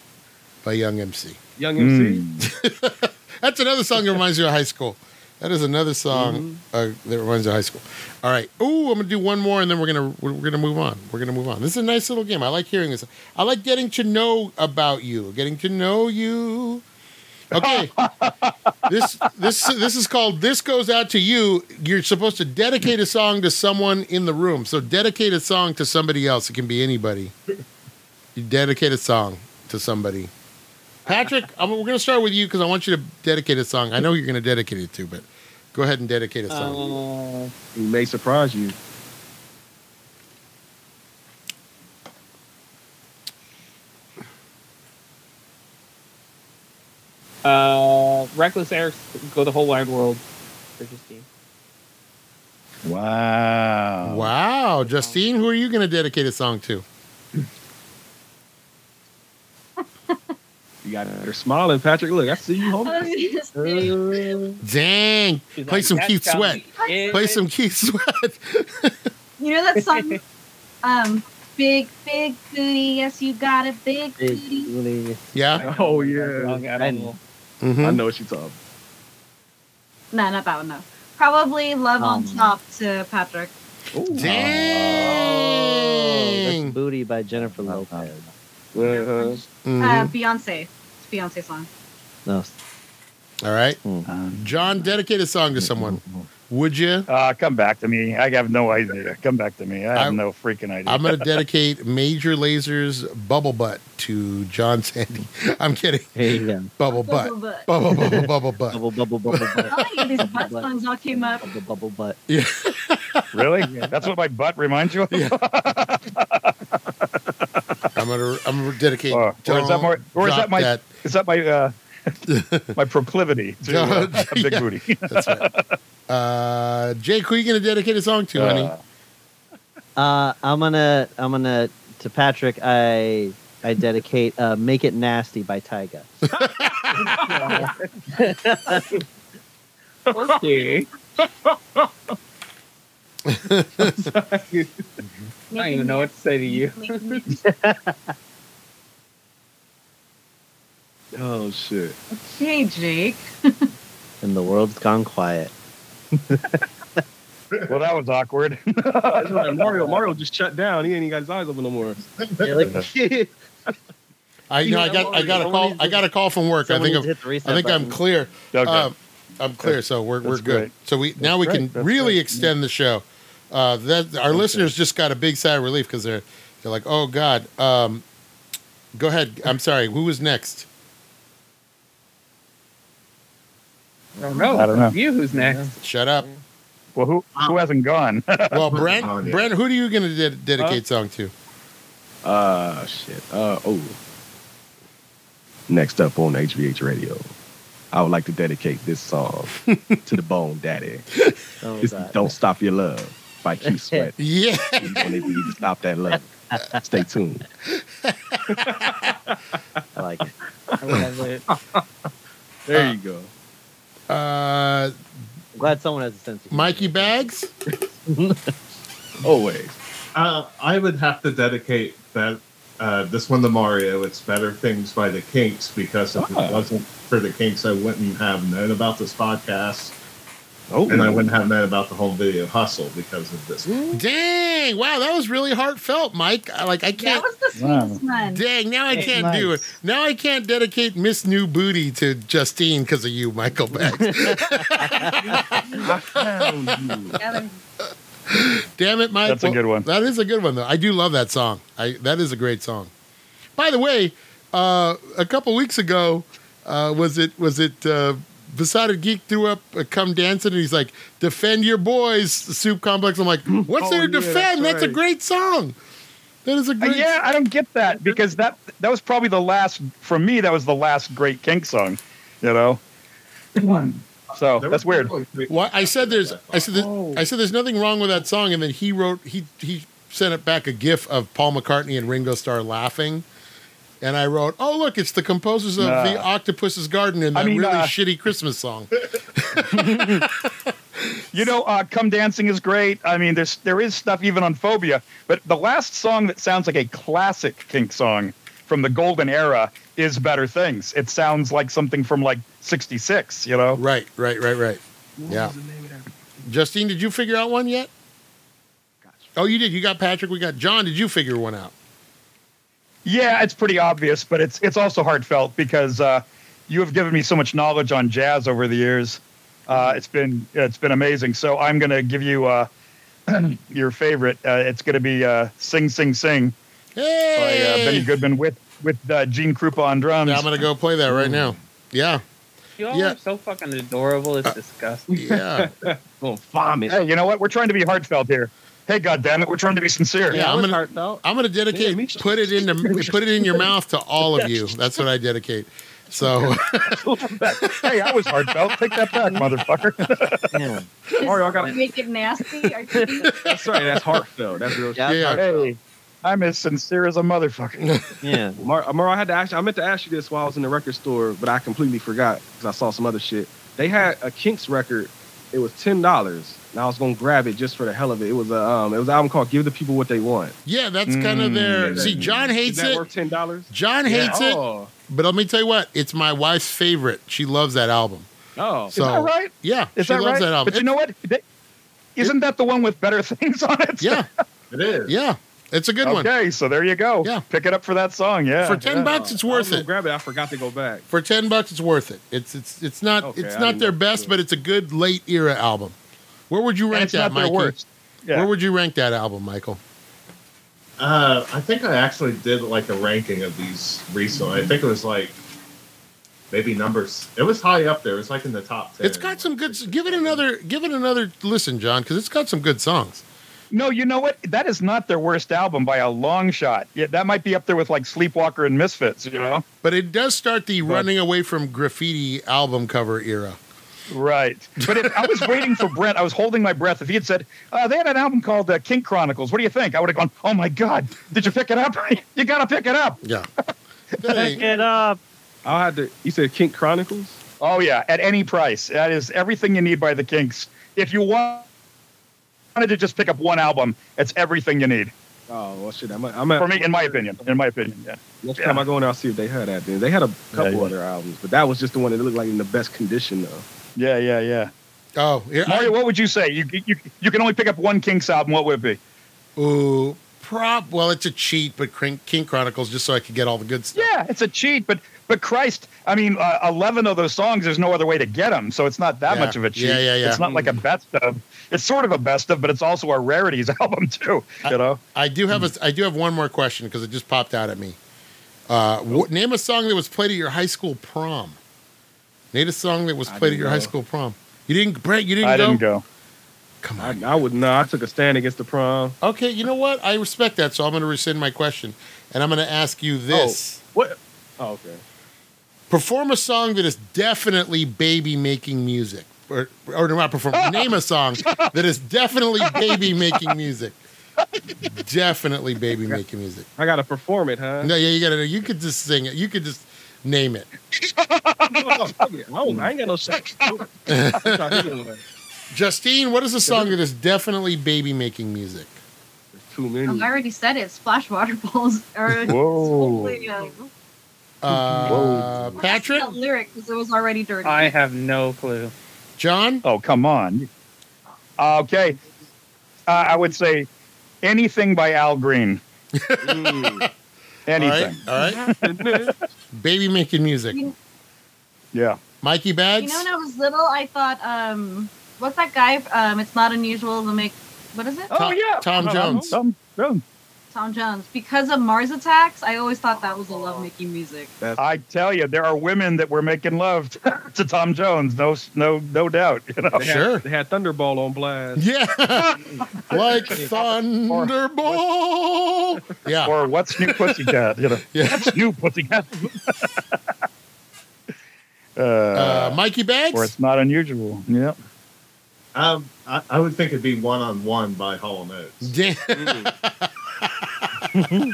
A: by Young MC.
G: Young MC.
H: Mm.
A: That's another song that reminds you of high school. That is another song uh, that reminds you of high school. All right. Ooh, I'm gonna do one more, and then we're gonna we're, we're gonna move on. We're gonna move on. This is a nice little game. I like hearing this. I like getting to know about you, getting to know you. Okay. this this this is called "This Goes Out to You." You're supposed to dedicate a song to someone in the room. So dedicate a song to somebody else. It can be anybody. You dedicate a song to somebody. Patrick, I'm, we're going to start with you because I want you to dedicate a song. I know you're going to dedicate it to, but go ahead and dedicate a song.
D: Uh,
G: He may surprise you.
D: uh, Reckless Air, go the whole wide world. For Justine.
H: Wow.
A: wow, Justine, who are you going to dedicate a song to?
G: You got her smiling, Patrick. Look, I see you,
F: I
G: homie.
F: was gonna
G: [LAUGHS]
F: say,
G: Uh,
A: Dang,
D: She's
A: Play some
D: "That's
A: Keith
D: got
A: Sweat.
D: me in
A: play
D: it."
A: some Keith [LAUGHS] Sweat.
F: you know that song, um, big big booty, yes you got it, big
C: Big
F: booty.
C: booty.
A: yeah.
G: Oh
D: Wrong
G: yeah.
D: animal.
G: I
H: Mm-hmm,
A: Mhm.
G: know what you talking. about.
F: No, not that one. No, probably love on
C: Um,
F: top to Patrick.
C: That's
A: Dang.
C: Booty by Jennifer Lopez.
G: Uh-huh.
H: mm-hmm.
F: Uh,
A: Mhm.
F: Beyonce, it's a Beyonce song.
C: No.
A: All right.
H: Uh,
A: John, dedicate a song to someone. Would you?
H: uh, come back to me. I have no idea. Come back to me. I have
A: I'm-
H: no freaking idea.
A: I'm going to dedicate Major Laser's Bubble Butt to John Sandy. [LAUGHS] I'm kidding.
C: There you
A: [LAUGHS]
C: go.
A: Bubble Butt.
F: Bubble butt.
A: Bubble, bubble, bubble butt.
C: Bubble, bubble, bubble,
F: I
C: butt.
F: want to get these butt
C: Bubble.
F: songs all came up.
C: Bubble, bubble, butt.
H: really? That's what my butt reminds you of?
A: I'm gonna I'm gonna dedicate.
H: Or- Uh, or is that more- or is
A: drop
H: that my- Is that my
A: [LAUGHS]
H: uh, my proclivity to uh, a big
A: Yeah.
H: booty?
A: That's right. Uh, Jake, who are [LAUGHS] you gonna dedicate a song to, honey?
H: Uh,
C: Uh, I'm gonna, I'm gonna to Patrick. I, I dedicate uh, "Make It Nasty"
A: [LAUGHS]
C: by Tyga.
D: Okay. [LAUGHS] I don't even know what to say to you.
G: [LAUGHS] Oh shit.
F: Okay, Jake.
C: And the world's gone quiet.
H: well, that was awkward. [LAUGHS]
G: That's right. [LAUGHS] Mario. Mario just shut down. He ain't even got his eyes open no more.
A: I know I
C: Yeah,
A: got I got a
C: someone
A: call
C: needs to-
A: I got a call from work. I [LAUGHS]
C: [LAUGHS] Someone
A: think
C: needs
A: I'm,
C: to hit the reset
A: I think I'm
C: button.
A: clear.
H: Okay.
A: Um, I'm clear, so we're we're
H: That's
A: good.
H: great.
A: So we now we
H: great.
A: can
H: That's
A: really
H: great.
A: extend the show. Uh, that our listeners just got a big sigh of relief because they're they're like, oh god. Um, go ahead. I'm sorry. Who was next?
D: I don't know.
H: I don't know.
D: You who's next?
A: Shut
H: [LAUGHS]
A: up.
H: well, who who hasn't gone?
A: Well, Brent,
E: Oh, yeah.
A: Brent, who are you going to ded dedicate song to?
G: Uh, shit. Uh, oh. Next up on HVH Radio, I would like to dedicate this song to the Bone Daddy.
C: Oh,
G: It's
C: God.
G: Don't Stop Your Love by Keith Sweat.
A: Yeah.
G: you don't even need to stop that love. Stay tuned.
C: I
A: [LAUGHS]
C: like it. I'm glad- I'm
G: There you go.
A: Uh,
C: glad someone has a sense of humor.
A: Mikey Bags?
G: Always.
E: Uh, I would have to dedicate that uh, this one to Mario. It's Better Things by the Kinks because if
G: Ah.
E: it wasn't for the Kinks, I wouldn't have known about this podcast
G: Oh,
E: and I wouldn't have known about the home video hustle because of this.
A: Dang. Wow, that was really heartfelt, Mike. I, like, I
F: That
A: can't.
F: was the
H: [LAUGHS] Wow.
F: sweetest one.
A: Dang, now I
C: Hey,
A: can't do it.
C: Mike's.
A: Now I can't dedicate Miss New Booty to Justine because of you, Michael Bags.
G: I found you.
F: Together.
A: Damn it, Mike.
H: That's a
A: Well,
H: good one.
A: That is a good one, though. I do love that song. I That is a great song. By the way, uh, a couple weeks ago, uh, was it, was it, uh, Besotted Geek threw up a Come Dancing, and he's like, Defend your boys, Soup Complex. I'm like, What's
G: Oh,
A: there to
G: yeah, that's
A: defend? That's, a
G: right.
A: great song. That is a
H: Uh,
A: great
H: yeah, I don't get that because that that was probably the last for me. That was the last great Kink song, you know. So
E: There was
H: that's weird.
E: one Kinks
A: Why I said there's
E: that
A: I said there-
H: Oh.
A: I said there's nothing wrong with that song, and then he wrote he he sent it back a gif of Paul McCartney and Ringo Starr laughing, and I wrote, oh look, it's the composers of
H: Nah.
A: the Octopus's Garden and
H: I
A: that
H: mean,
A: really
H: uh,
A: shitty Christmas song.
H: You know, uh, "Come Dancing" is great. I mean, there's there is stuff even on Phobia, but the last song that sounds like a classic Kink song from the golden era is "Better Things." It sounds like something from like '66, you know.
A: right, right, right, right. Yeah. Justine, did you figure out one yet? Oh, you did. You got Patrick. We got John. Did you figure one out?
H: Yeah, it's pretty obvious, but it's it's also heartfelt because uh, you have given me so much knowledge on jazz over the years.
A: Mm-hmm.
H: Uh, it's been it's been amazing. So I'm going to give you uh, [CLEARS THROAT] your favorite. Uh, it's going to be uh, "Sing Sing Sing" by uh,
A: Hey,
H: Benny Goodman with with uh, Gene Krupa on drums.
A: I'm gonna go play that
H: Hmm.
A: right now. Yeah,
D: You all
A: Yeah. Uh,
D: are so fucking adorable. It's disgusting.
H: [LAUGHS]
A: yeah,
G: Gonna vomit.
H: hey, you know what? We're trying to be heartfelt here. Hey, goddammit, we're trying to be sincere.
A: Yeah,
C: Yeah,
A: I'm
C: it was
A: gonna- [LAUGHS]
C: heartfelt.
A: I'm gonna
G: Yeah,
A: dedicate.
G: me too.
A: put it in
H: [LAUGHS]
A: the, put it in your mouth to all of you. That's what I dedicate. So
H: hey, I was heartfelt. Take
A: [LAUGHS]
H: that back, motherfucker.
C: Yeah.
G: Mario, I gotta-
F: make it nasty.
A: [LAUGHS]
F: Are you kidding?
G: That's right. That's heartfelt. That's real.
C: Yeah.
G: shit.
A: yeah,
H: hey, I'm as sincere as a motherfucker.
C: yeah.
G: Mar- uh, Mario, I had to ask. I meant to ask you this while I was in the record store, but I completely forgot because I saw some other shit. They had a Kinks record. It was ten dollars, and I was gonna grab it just for the hell of it. It was a um, it was an album called "Give the People What They Want."
A: yeah, that's kind of their.
E: Mm.
A: Uh, See, John
G: Is
A: hates
G: that
A: it.
G: worth ten dollars?
A: John hates it.
G: Oh,
A: But let me tell you what, it's my wife's favorite. She loves that album.
G: oh.
A: So
H: is that right?
A: yeah,
H: Is
A: she
H: that
A: loves
H: right?
A: that album.
H: But you know what? They- Isn't that the one with better [LAUGHS] things on it?
A: yeah,
E: It is.
A: yeah, it's a good one.
H: okay, so there you go.
A: Yeah.
H: Pick it up for that song. Yeah.
A: For ten
H: yeah.
A: bucks, it's
G: I was
A: worth
G: gonna
A: it.
G: Grab it. I forgot to go back.
A: For ten bucks, it's worth it. It's it's it's not
G: Okay,
A: it's
G: I
A: not
G: didn't
A: their
G: know.
A: best, but it's a good late era album. Where would you
H: And
A: rank
H: it's
A: that,
H: not their
A: Michael?
H: worst. Yeah.
A: Where would you rank that album, Michael?
E: Uh, I think I actually did like a ranking of these recently. I
A: Mm-hmm.
E: think it was like maybe numbers. It was high up there. It was like in the top ten.
A: It's got some good. Give it another. Give it another listen, John, because it's got some good songs.
H: No, you know what? That is not their worst album by a long shot. Yeah, that might be up there with like Sleepwalker and Misfits. You know.
A: But it does start the
H: But-
A: running away from graffiti album cover era.
H: Right. But if I was waiting for Brent, I was holding my breath. If he had said, uh, they had an album called uh, Kink Chronicles, what do you think? I would have gone, oh my God, did you pick it up? [LAUGHS] you got to pick it up. [LAUGHS]
A: Yeah. That ain't-
C: Get up.
G: I'll have to. You said Kink Chronicles.
H: Oh, yeah, at any price. That is everything you need by the Kinks. If you wa- wanted to just pick up one album, it's everything you need.
G: Oh well, shit. I'm. I'm at,
H: For me, in my opinion. In my opinion, yeah.
G: Next time I go in there, I'll see if they had that. Then they had a couple
H: yeah.
G: other albums, but that was just the one that looked like in the best condition though.
H: Yeah, yeah, yeah.
A: Oh, yeah.
H: Mario, what would you say? You, you, you can only pick up one Kinks album. What would it be?
A: Ooh, prop. Well, it's a cheat, but King, King Chronicles just so I could get all the good stuff.
H: Yeah, it's a cheat, but but Christ, I mean, uh, eleven of those songs. There's no other way to get them, so it's not that
A: Yeah.
H: much of a cheat.
A: Yeah, yeah, yeah.
H: It's not like a best of. It's sort of a best of, but it's also a rarities [LAUGHS] album too. You know,
A: I do have a. I do have one more question because it just popped out at me. Uh, wh- name a song that was played at your high school prom. Name a song that was
G: I
A: played at
G: didn't
A: your high
G: go.
A: school prom. You didn't, Brent. You didn't,
H: I didn't go.
A: Come
G: I,
A: on.
G: I would no. I took a stand against the prom.
A: Okay, you know what? I respect that, so I'm going to rescind my question, and I'm going to ask you this:
G: What? Oh, okay.
A: perform a song that is definitely baby-making music, or or not perform. name a song that is definitely baby-making music. definitely baby-making music.
G: I gotta perform it, huh?
A: No, yeah, you got to. You could just sing it. You could just name it.
G: [LAUGHS] Oh, fuck it. I, don't, I ain't got no sex. There's
A: Justine, what is a song that is definitely baby-making music?
G: too
F: Um,
G: many.
F: I already said it. Splash water balls. Or
H: Whoa.
F: Hopefully, um,
A: Uh,
F: what's
A: Patrick,
F: that lyric because it was already dirty.
D: I have no clue.
A: John.
H: Oh, come on. Okay. Uh, I would say anything by Al Green.
G: Mm.
H: Anything.
A: All right, all right. Baby-making music.
F: You,
H: Yeah.
A: Mikey Bags.
F: you know, when I was little, I thought, um, what's that guy? Um, it's not unusual to make. What is it?
H: Oh,
A: Tom-
H: yeah.
A: Tom
F: Uh-huh. [LAUGHS]
G: Oh,
A: Jones.
H: Tom Jones.
F: Tom Jones. Because of Mars attacks, I always thought that was a love making music.
H: I tell you, there are women that were making love [LAUGHS] to Tom Jones. No, no, no doubt. You know.
G: They
H: [LAUGHS]
G: had-
A: Sure.
G: They had Thunderball on
F: [LAUGHS]
G: blast.
A: Yeah. like Thunderball. Yeah.
H: Or what's new pussycat? You know.
A: [LAUGHS] Yeah.
H: What's new
A: [LAUGHS]
H: pussycat? uh,
A: Uh, Mikey
H: or
A: Bags?
H: it's not unusual. Yeah.
E: Um, I, I would think it'd be one on one by Hollow Notes.
A: Da-
H: Mm-hmm.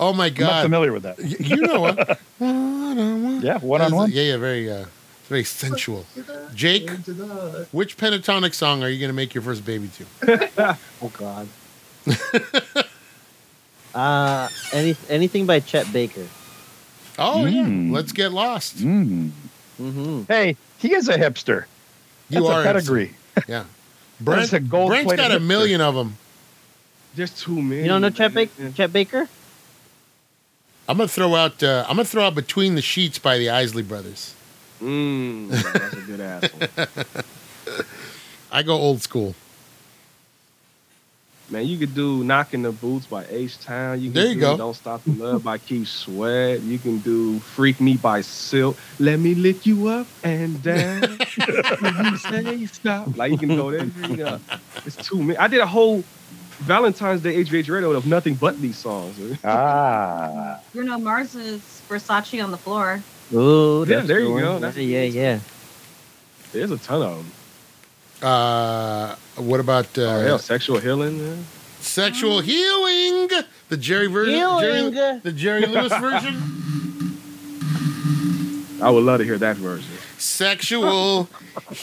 A: oh my
H: I'm not
A: God.
H: familiar with that.
A: Y- You know what? One-on-one.
H: Yeah, one on one.
A: Yeah, yeah, very, uh, very sensual. Jake,
E: Into the-
A: which pentatonic song are you going to make your first baby to?
C: Oh God. uh, any anything by Chet Baker.
A: Oh,
H: Mm.
A: yeah. Let's get lost.
H: Mm.
C: Mm-hmm.
H: Hey, he is a hipster.
A: You
H: That's
A: are.
H: a pedigree.
A: Yeah.
H: That's
A: Brent,
H: a gold
A: Brent's
H: plated
A: got a
H: hipster.
A: million of them.
G: There's too many.
C: You don't know Chet,
G: man.
C: Baker? Chet Baker?
A: I'm gonna throw out. Uh, I'm gonna throw out "Between the Sheets" by the Isley Brothers.
G: Mm, that's a good ass one.
A: I go old school.
G: Man, you could do Knocking the Boots by H Town. You can
A: There you
G: do
A: go.
G: Don't Stop the Love by Keith Sweat. You can do Freak Me by Silk. Let me lick you up and down. When you say stop. Like you can go there. You know, it's too many. I did a whole Valentine's Day HVH radio of nothing but these songs. [LAUGHS]
H: Ah.
F: Bruno Mars is Versace on the floor.
C: Ooh,
G: Yeah,
C: that's
G: there you
C: the one.
G: go. That's-
C: yeah, yeah.
G: There's a ton of them.
A: Uh, what about uh,
G: Oh, hell, sexual healing. Man.
F: Mm-hmm.
A: sexual healing? The Jerry version.
C: Healing.
A: Jerry, the Jerry Lewis version.
G: I would love to hear that version.
A: sexual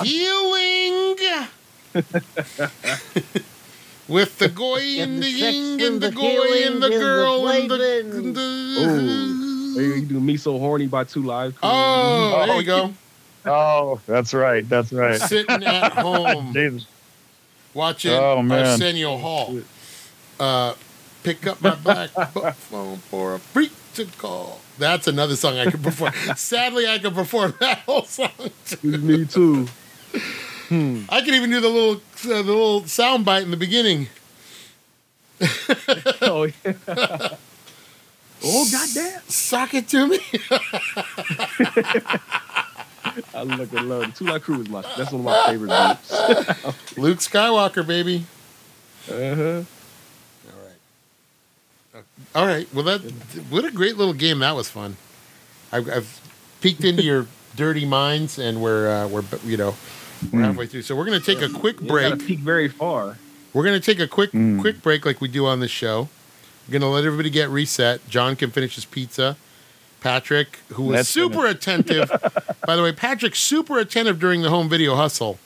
A: healing. With the goy and the ying and the goy and the girl and
G: Or you
A: the.
G: can do Me So Horny by Two Live. Crew.
A: Oh, there you go.
H: Oh, that's right. That's right.
A: Sitting
H: [LAUGHS]
A: at home.
H: Jesus.
A: watching
H: Oh, man.
A: Arsenio Hall. Uh, pick up my [LAUGHS] black book phone for a preacher call. That's another song I could
H: [LAUGHS]
A: perform. Sadly, I could perform [LAUGHS] that whole song. [LAUGHS]
G: Me too.
A: I could even do the little uh, the little sound bite in the beginning.
G: Oh, yeah. [LAUGHS] oh, goddamn.
A: Sock it to me. [LAUGHS]
G: I look at love. Two Live Crew is my that's one of my
A: [LAUGHS]
G: favorite groups. uh
A: Luke Skywalker, baby.
G: huh.
A: All right. All right. Well, that what a great little game that was fun. I've, I've peeked into [LAUGHS] your dirty minds, and we're uh, we're you know we're halfway through, so we're gonna take a quick break.
G: Gotta peek very far.
A: We're gonna take a quick
H: Mm.
A: quick break like we do on the show. We're gonna let everybody get reset. John can finish his pizza. Patrick, who was
H: Let's
A: super attentive, by the way, Patrick super attentive during the home video hustle,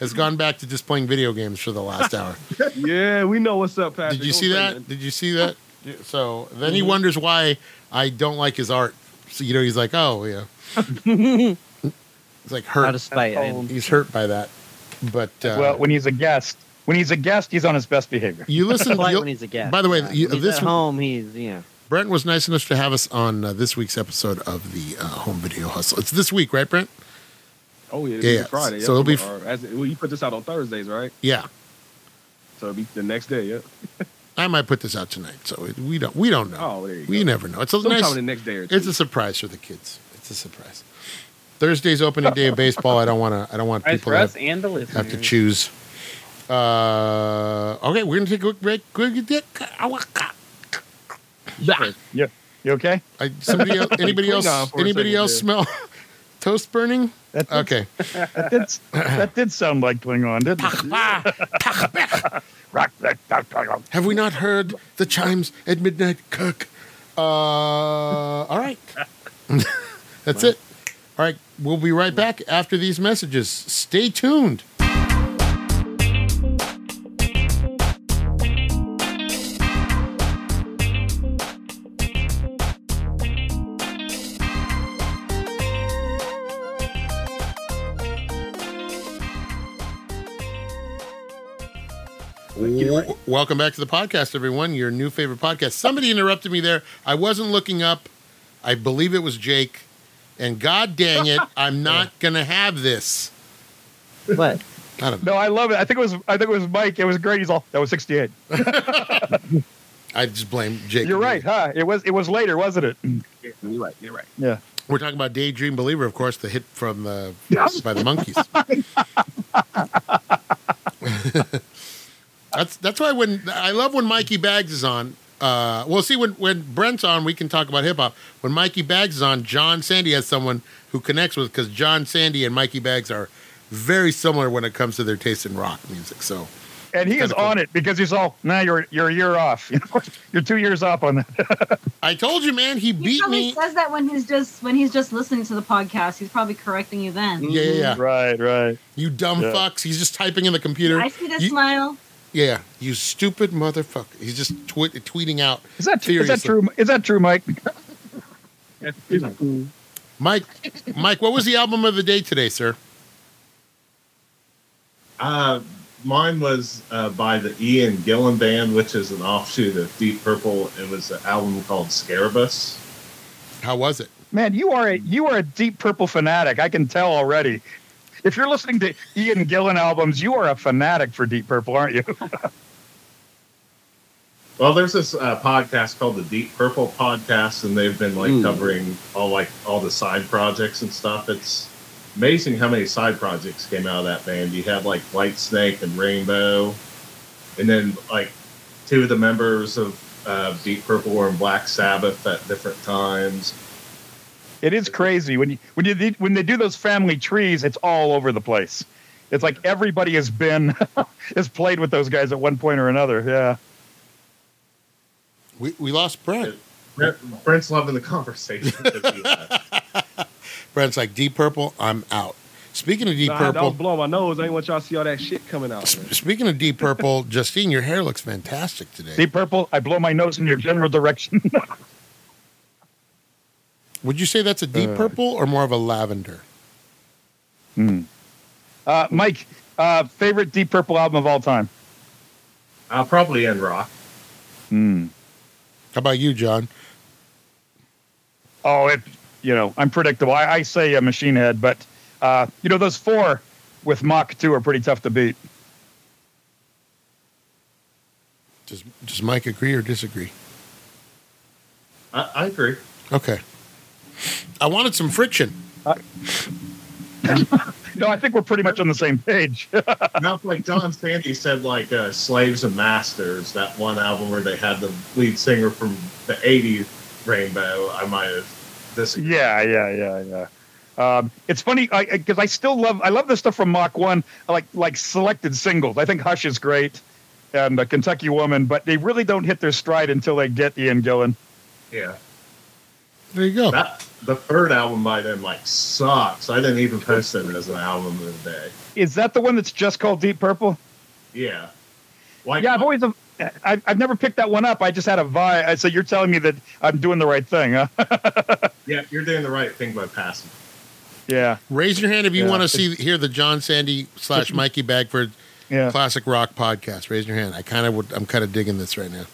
A: has gone back to just playing video games for the [LAUGHS] last hour.
G: Yeah, we know what's up, Patrick.
A: Did you
G: Don't
A: see
G: say
A: that? Did you see that? Oh, Yeah, Mm-hmm. So then he wonders why I don't like his art. So you know he's like, oh yeah, he's like
C: Out of
A: hurt.
C: spite. I-
D: Oh.
A: He's hurt by that. But uh,
H: Well, when he's a guest, when he's a guest, he's on his best behavior.
A: you listen.
C: Polite
A: you'll-
C: when he's a guest.
A: by the way,
C: When
A: you-
C: he's
A: this
C: at
A: one-
C: home, he's yeah.
A: Brent was nice enough to have us on uh, this week's episode of the uh, Home Video Hustle. It's this week, right, Brent?
G: Oh yeah,
A: Yeah,
G: it'll
A: yeah.
G: be Friday.
A: So it'll be-
G: Or as, well, you put this out on Thursdays, right?
A: Yeah,
G: So it'll be the next day. Yeah.
A: I might put this out tonight, so it, we don't we don't know.
G: Oh, there you
A: we
G: go.
A: never know. It's a
G: Sometime
A: nice.
G: the next day or two.
A: It's a surprise for the kids. It's a surprise. Thursday's opening day of baseball. I don't want to. I don't want
D: Right
A: people
D: for
A: to
D: us
A: have,
D: and the listeners.
A: have to choose. Uh, okay, we're gonna take a quick break. Quick-
H: You okay?
A: I, somebody
G: [LAUGHS]
A: else, anybody
G: Clean
A: else?
G: off for a
A: Anybody
G: second
A: else
G: there.
A: smell [LAUGHS] toast burning?
H: That did,
A: Okay.
H: that did, that did sound like Klingon, didn't it? [LAUGHS] Rock that. rock, rock, rock.
A: Have we not heard the chimes at midnight, Kirk? Uh, all right. [LAUGHS] That's it. All right. We'll be right back after these messages. Stay tuned. W- Welcome back to the podcast, everyone. Your new favorite podcast. Somebody interrupted me there. I wasn't looking up. I believe it was Jake. And god dang
H: [LAUGHS]
A: it, I'm not going to have this. [LAUGHS]
C: What?
A: I don't know.
H: No, I love it. I think it was. I think it was Mike. It was great. He's all that was sixty eight.
A: I just blame Jake.
H: You're right, huh? It was. It was later, wasn't it?
G: Mm. You're right. You're right.
H: Yeah.
A: We're talking about Daydream Believer, of course, the hit from the by the
H: [LAUGHS]
A: monkeys. that's that's why when I love when Mikey Bags is on. Uh, well, see when when Brent's on, we can talk about hip hop. When Mikey Bags is on, John Sandy has someone who connects with because John Sandy and Mikey Bags are very similar when it comes to their taste in rock music. So
H: And he
A: Kinda
H: is
A: cool.
H: on it because he's all. Now you're you're a year off. [LAUGHS] You know, you're two years off on that.
A: I told you, man,
F: He
A: he beat
F: probably
A: me.
F: says that when he's just when he's just listening to the podcast. He's probably correcting you then.
A: Yeah, yeah, yeah.
H: Right, right.
A: You dumb
H: Yeah.
A: fucks. He's just typing in the computer.
F: I see the
A: You-
F: smile.
A: Yeah, you stupid motherfucker. He's just twi- tweeting out.
H: Is that is that
A: Seriously.
H: true? Is that true, Mike?
A: Mike, Mike, what was the album of the day today, sir?
E: Uh, mine was uh, by the Ian Gillan Band, which is an offshoot of Deep Purple. It was an album called Scarabus.
A: How was it?
H: Man, you are a you are a deep purple fanatic. I can tell already. If you're listening to Ian Gillan albums, you are a fanatic for Deep Purple, aren't you? [LAUGHS]
E: Well, there's this uh, podcast called the Deep Purple Podcast, and they've been like
G: Mm.
E: covering all like all the side projects and stuff. It's amazing how many side projects came out of that band. You had like White Snake and Rainbow, and then like two of the members of uh, Deep Purple were in Black Sabbath at different times.
H: It is crazy when you when you when they do those family trees. It's all over the place. It's like everybody has been [LAUGHS] has played with those guys at one point or another. Yeah,
A: We, we lost Brent.
E: Brent- Brent's loving the [LAUGHS] conversation.
A: Brent's like Deep Purple. I'm out. Speaking of Deep
G: Nah,
A: Purple,
G: Don't blow my nose. I ain't want y'all to see all that shit coming out.
A: s- [LAUGHS]
G: man.
A: speaking of Deep Purple, [LAUGHS] Justine, your hair looks fantastic today.
H: Deep Purple. I blow my nose in your general direction. [LAUGHS]
A: Would you say that's a Deep
G: Uh.
A: Purple or more of a lavender?
H: Hmm. Uh, Mike, uh, favorite Deep Purple album of all time?
E: I'll probably end rock.
H: Hmm.
A: How about you, John?
H: Oh, it. You know, I'm predictable. I, I say a Machine Head, but uh, you know those four with Mach two are pretty tough to beat.
A: Does does Mike agree or disagree?
E: I, I agree.
A: Okay. I wanted some friction.
H: No, I think we're pretty much on the same page. [LAUGHS]
E: Not like John Sandy said, like uh, "Slaves and Masters," that one album where they had the lead singer from the '80s, Rainbow. I might have this.
H: Yeah, yeah, yeah, yeah. Um, it's funny because I, still love I love the stuff from Mach One, I like like selected singles. I think Hush is great and uh, Kentucky Woman, but they really don't hit their stride until they get Ian Gillan.
E: Yeah,
A: There you go.
E: that the third album by them like sucks. I didn't even post it as an album of the day.
H: Is that the one that's just called Deep Purple?
E: Yeah, like
H: yeah, I've always I've, I've never picked that one up. I just had a vibe. So you're telling me that I'm doing the right thing, huh?
E: yeah, you're doing the right thing by passing.
H: yeah,
A: Raise your hand if you
H: Yeah.
A: want to see hear the John Sandy slash Mikey Bagford
H: yeah.
A: classic rock podcast. Raise your hand. I kind of would. I'm kind of digging this right now.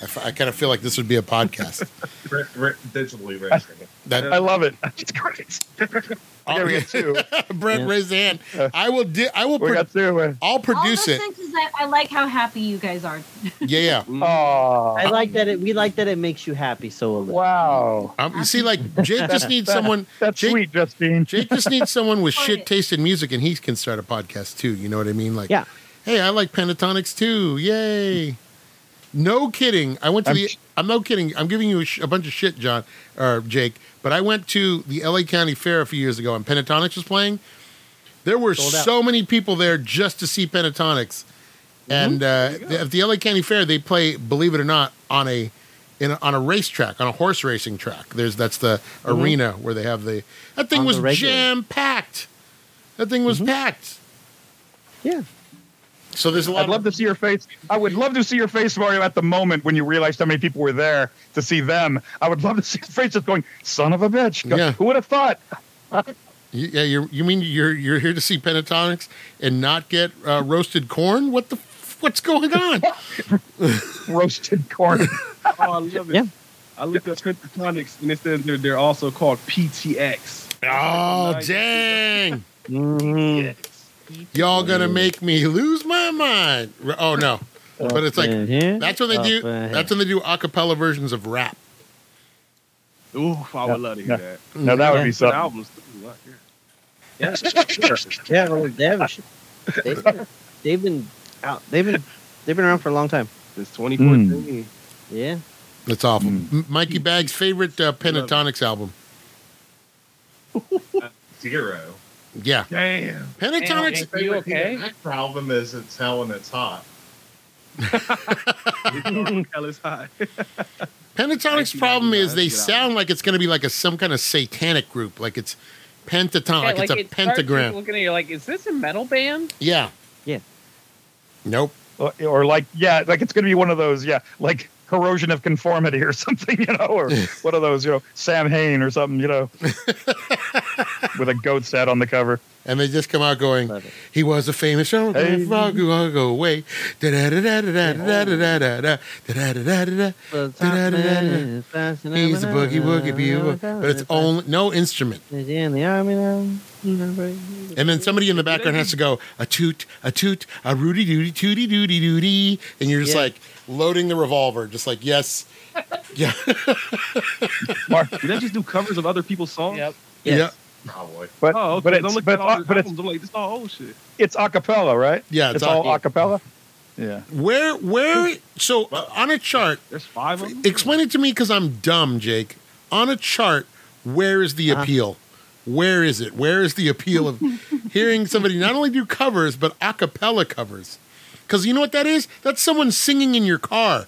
A: I, f- I kind of feel like this would be a podcast.
E: Re- re- digitally raising it.
A: That
H: I love it. It's great. we got two. [LAUGHS]
A: Brent raised the hand. I will. Di- I will.
H: We
A: pro-
H: got two.
A: I'll produce
F: I'll
A: it.
F: listen because I, I like how happy you guys are.
A: Yeah, yeah.
H: Oh,
C: I like that it. We like that it makes you happy. So a little.
H: wow.
A: Um, you see, like Jake just needs
H: That-
A: someone.
H: That's
A: Jake,
H: sweet, Justine.
A: Jake just needs someone with
F: Right.
A: shit taste in music, and he can start a podcast too. You know what I mean? Like,
C: Yeah.
A: Hey, I like pentatonics too. Yay! No kidding. I went to
H: I'm
A: the.
H: sh-
A: I'm no kidding. I'm giving you a, sh- a bunch of shit, John or Jake. But I went to the L.A. County Fair a few years ago, and pentatonics was playing. There were
C: Sold out.
A: so many people there just to see pentatonics,
C: Mm-hmm.
A: and uh, the- at the L.A. County Fair they play, believe it or not, on a in a, on a racetrack, on a horse racing track. There's that's the arena where they have the that thing
C: Mm-hmm. On the
A: was
C: regular. Mm-hmm.
A: jam packed. That thing was packed.
C: Yeah.
A: So there's a lot.
H: I'd love to see your face. I would love to see your face, Mario, at the moment when you realized how many people were there to see them. I would love to see your face just going, "Son of a bitch!" Go,
A: Yeah.
H: Who would have thought?
A: You- yeah, you're, you mean you're you're here to see pentatonics and not get uh, roasted corn? What the f- what's going on?
H: Roasted [LAUGHS] corn.
G: Oh, I love it.
C: Yeah.
G: I looked up pentatonics and it says they're, they're also called PTX.
A: oh dang!
C: Mhm.
A: Y'all gonna make me lose my mind. R- Oh no! But it's like
C: Up in here,
A: that's when they do.
C: up in
A: That's when they do a cappella versions of rap.
G: Ooh, I would love to hear that.
H: now that would
C: Yeah.
H: be
G: That
H: something.
G: album's ooh, I hear
C: here. Yeah, well, they have
A: [LAUGHS]
C: a shit- they've, been- they've been out. They've been they've been around for a long time.
G: it. Since 2014.
A: [LAUGHS]
C: Yeah.
A: That's awful.
H: Mm.
A: M- Mikey Bag's favorite uh, pentatonics album.
E: Zero.
A: Yeah,
G: [LAUGHS] Damn.
A: pentatonics.
D: Are you okay?
E: My problem is it's hell and it's hot.
G: Hell is high.
A: Pentatonix'
G: 1999
A: problem is they
G: is a good album.
A: sound like it's going to be like a some kind of satanic group, like it's pentatonic,
D: Yeah,
A: Oh, like, it's a
D: it starts,
A: pentagram.
D: you're Looking at you like, is this a metal band?
A: yeah,
C: Yeah.
A: Nope.
H: Or, or like, yeah, like it's going to be one of those, yeah, like corrosion of conformity or [LAUGHS] something, you know, or one of those, you know, Sam Hain or something, you [LAUGHS] know, with a goat's head on the cover.
A: And they just come out going,
C: Love it.
A: "He was a famous frog
H: Hey.
A: who will go away." Da da da da da da da da da da da da da da. He's a boogie woogie boo, but it's only no instrument.
C: in the army now.
A: And then somebody in the background has to go a toot, a toot, a rooty dooty, tooty dooty dooty, and you're just
C: Yeah.
A: like loading the revolver, just like yes, yeah,
H: Mar-
G: Do they just do covers of other people's
H: Oh,
G: songs?
D: Yep.
A: yeah,
C: Yes.
E: Probably.
H: but
G: Oh, okay.
H: but
G: 'cause
H: it's
G: I'm looking
H: but,
G: at all
H: uh,
G: these
H: but it's
G: albums, I'm like, this is all old shit.
H: it's acapella, right?
A: yeah.
H: it's, all
A: awkward.
H: acapella. Yeah.
A: Where where so uh, on a chart?
G: There's five of them. [LAUGHS]
A: Explain it to me because I'm dumb, Jake. On a chart, where is the
C: Uh-huh.
A: appeal? Where is it? Where is the appeal
C: [LAUGHS]
A: of hearing somebody not only do covers but a cappella covers? Because you know what that is? That's someone singing in your car,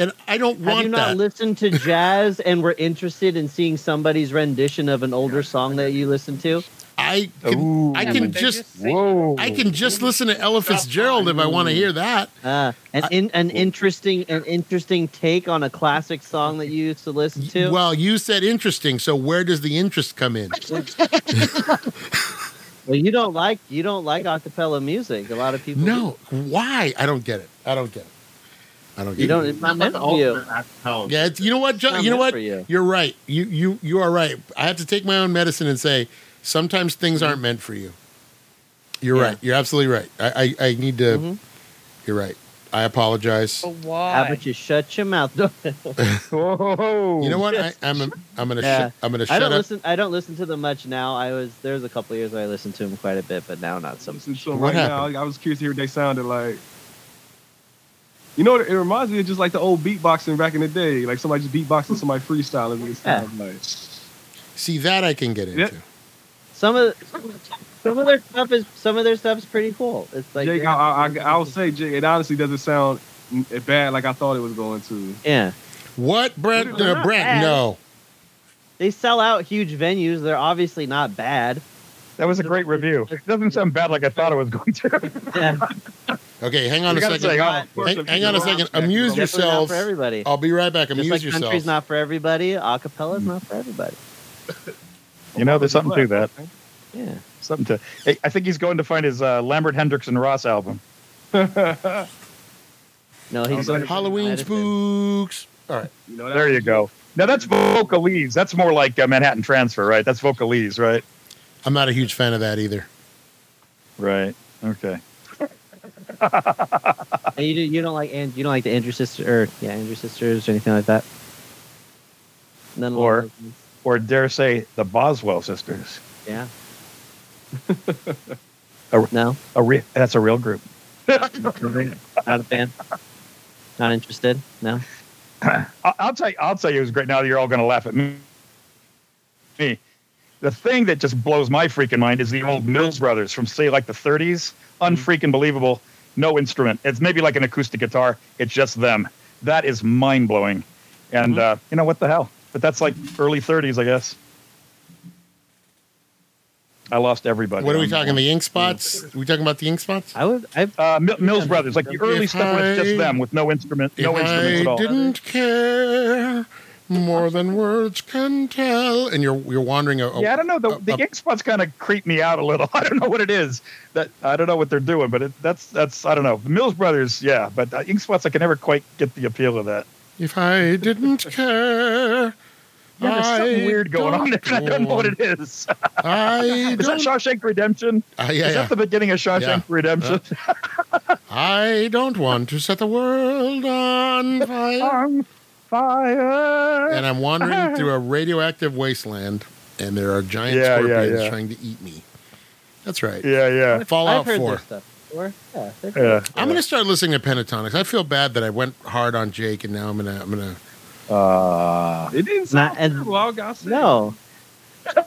A: and I don't
C: Have
A: want
C: you not
A: that. [LAUGHS]
C: listened to jazz and were interested in seeing somebody's rendition of an older song that you listened to?
A: I can,
H: Ooh.
A: I
D: Yeah,
A: can
D: but they're
A: just-
D: singing.
H: Whoa.
A: I can just listen to Ella Fitzgerald if I want to hear that.
C: Uh, an
A: I-
C: in, an interesting an interesting take on a classic song that you used to listen to.
A: Well, you said interesting, so where does the interest come in?
C: Well, you don't like you don't like acapella music. A lot of people
A: No, why? I don't get it. I don't get it. I don't get
C: do. You
A: it.
C: don't. It's not meant
E: the
C: for you.
E: ultimate acapella.
A: Yeah, it's, you know what,
C: It's
A: John,
C: not
A: you know
C: meant
A: what?
C: for you.
A: You're right. You you you are right. I have to take my own medicine and say sometimes things aren't meant for you. You're
C: Yeah.
A: right. You're absolutely right. I I, I need to.
C: Mhm.
A: You're right. I apologize.
H: Oh,
D: But why?
C: How about you shut your mouth? [LAUGHS]
H: Whoa.
A: you know what? I, I'm a, I'm gonna
C: Yeah.
A: shut I'm gonna
C: I
A: shut
C: don't
A: up.
C: listen. I don't listen to them much now. I was there's a couple years where I listened to them quite a bit, but now not so
G: Listen
C: much.
G: to 'em
A: What
G: right now. I was curious to hear what they sounded like. You know, it reminds me of just like the old beatboxing back in the day. Like somebody just beatboxing, somebody freestyling. It's kind of like,
A: See that I can get into.
G: Yeah.
C: Some of some of their stuff is some of their stuff is pretty cool. It's like
G: Jake, I, I, I, I'll say, Jake, it honestly doesn't sound n- bad like I thought it was going to.
C: yeah,
A: What Brett?
G: They're
A: Uh,
G: not
A: Brett?
C: bad.
A: No.
C: they sell out huge venues. They're obviously
A: [LAUGHS]
C: not bad.
H: That was a great
G: [LAUGHS]
H: review. It doesn't sound bad like I thought it was going to. [LAUGHS]
C: Yeah,
A: Okay, hang on
H: You
A: a
H: gotta
A: second.
H: say, oh,
G: Of course,
A: hang-
G: if
A: hang
G: you
A: on a
G: go
A: second.
G: out,
A: Amuse yourself.
C: definitely
G: Jack,
C: not
A: yourselves.
C: for everybody.
A: I'll be right back.
C: Just
A: Amuse
C: like country's
A: yourself.
C: not for everybody, acapella's not for everybody.
H: You know, there's something to that.
C: Yeah,
H: Something to. Hey, I think he's going to find his uh, Lambert Hendrickson Ross album.
C: no, he's going to
A: Halloween spooks. All right.
G: You know,
H: There you go. Now that's Vocalese. That's more like uh, Manhattan Transfer, right? That's Vocalese, right?
A: I'm not a huge fan of that either.
H: Right. Okay.
C: And you, do- you don't like and you don't like the Andrew sister or yeah Andrew sisters or anything like that. None along
H: Or-
C: those lines.
H: or dare say the Boswell sisters.
C: yeah.
H: A-
C: no,
H: A re- that's a real group.
C: not a fan. Not interested. No.
H: I- I'll tell you. I'll tell you. It was great. Now you're all going to laugh at me. Me. The thing that just blows my freaking mind is the old Mills Brothers from say like the 30s.
A: Mm-hmm.
H: Unfreaking believable. No instrument. It's maybe like an acoustic guitar. It's just them. That is mind blowing.
A: Mm-hmm.
H: And uh, you know what the hell? But that's like early 30s, I guess. I lost everybody.
A: What are we
H: on-
A: talking? The ink spots? we talking about the ink spots?
C: I would. I
H: Uh, Mil- Mills Brothers, like the early
A: If
H: stuff where it's
A: I-
H: just them with no instrument, no
A: if
H: instruments
A: I
H: at all.
A: didn't care more than words can tell, and you're you're wandering. A, a-
H: Yeah, I don't know. The,
A: uh,
H: the
A: uh,
H: ink spots kind of creep me out a little. [LAUGHS] I don't know what it is. That I don't know what they're doing, but it, that's that's I don't know. The Mills Brothers, yeah, but uh, ink spots I can never quite get the appeal of that.
A: If I
H: [LAUGHS]
A: didn't care,
H: Yeah, there's something
A: I
H: weird going on there. [LAUGHS] and I don't know what it is. [LAUGHS]
A: I
H: Is
A: don't.
H: that Shawshank Redemption?
A: Uh, yeah,
H: is
A: yeah.
H: that the beginning of Shawshank
A: Yeah.
H: Redemption?
A: I don't want to set the world
H: [LAUGHS]
A: on fire.
H: [LAUGHS] On fire.
A: and I'm
H: [LAUGHS]
A: wandering through a radioactive wasteland, and there are giant
H: Yeah, yeah,
A: scorpions
H: yeah.
A: trying to eat me. That's right.
H: yeah, yeah,
A: Fallout
C: I've heard
A: 4.
C: this stuff before. Yeah. they're-
H: yeah.
A: I'm gonna start listening to Pentatonics. I feel bad that I went hard on Jake, and now I'm gonna I'm gonna
H: Uh,
G: It didn't
C: Not-
G: sound
C: and-
G: terrible. I gotta say.
C: No.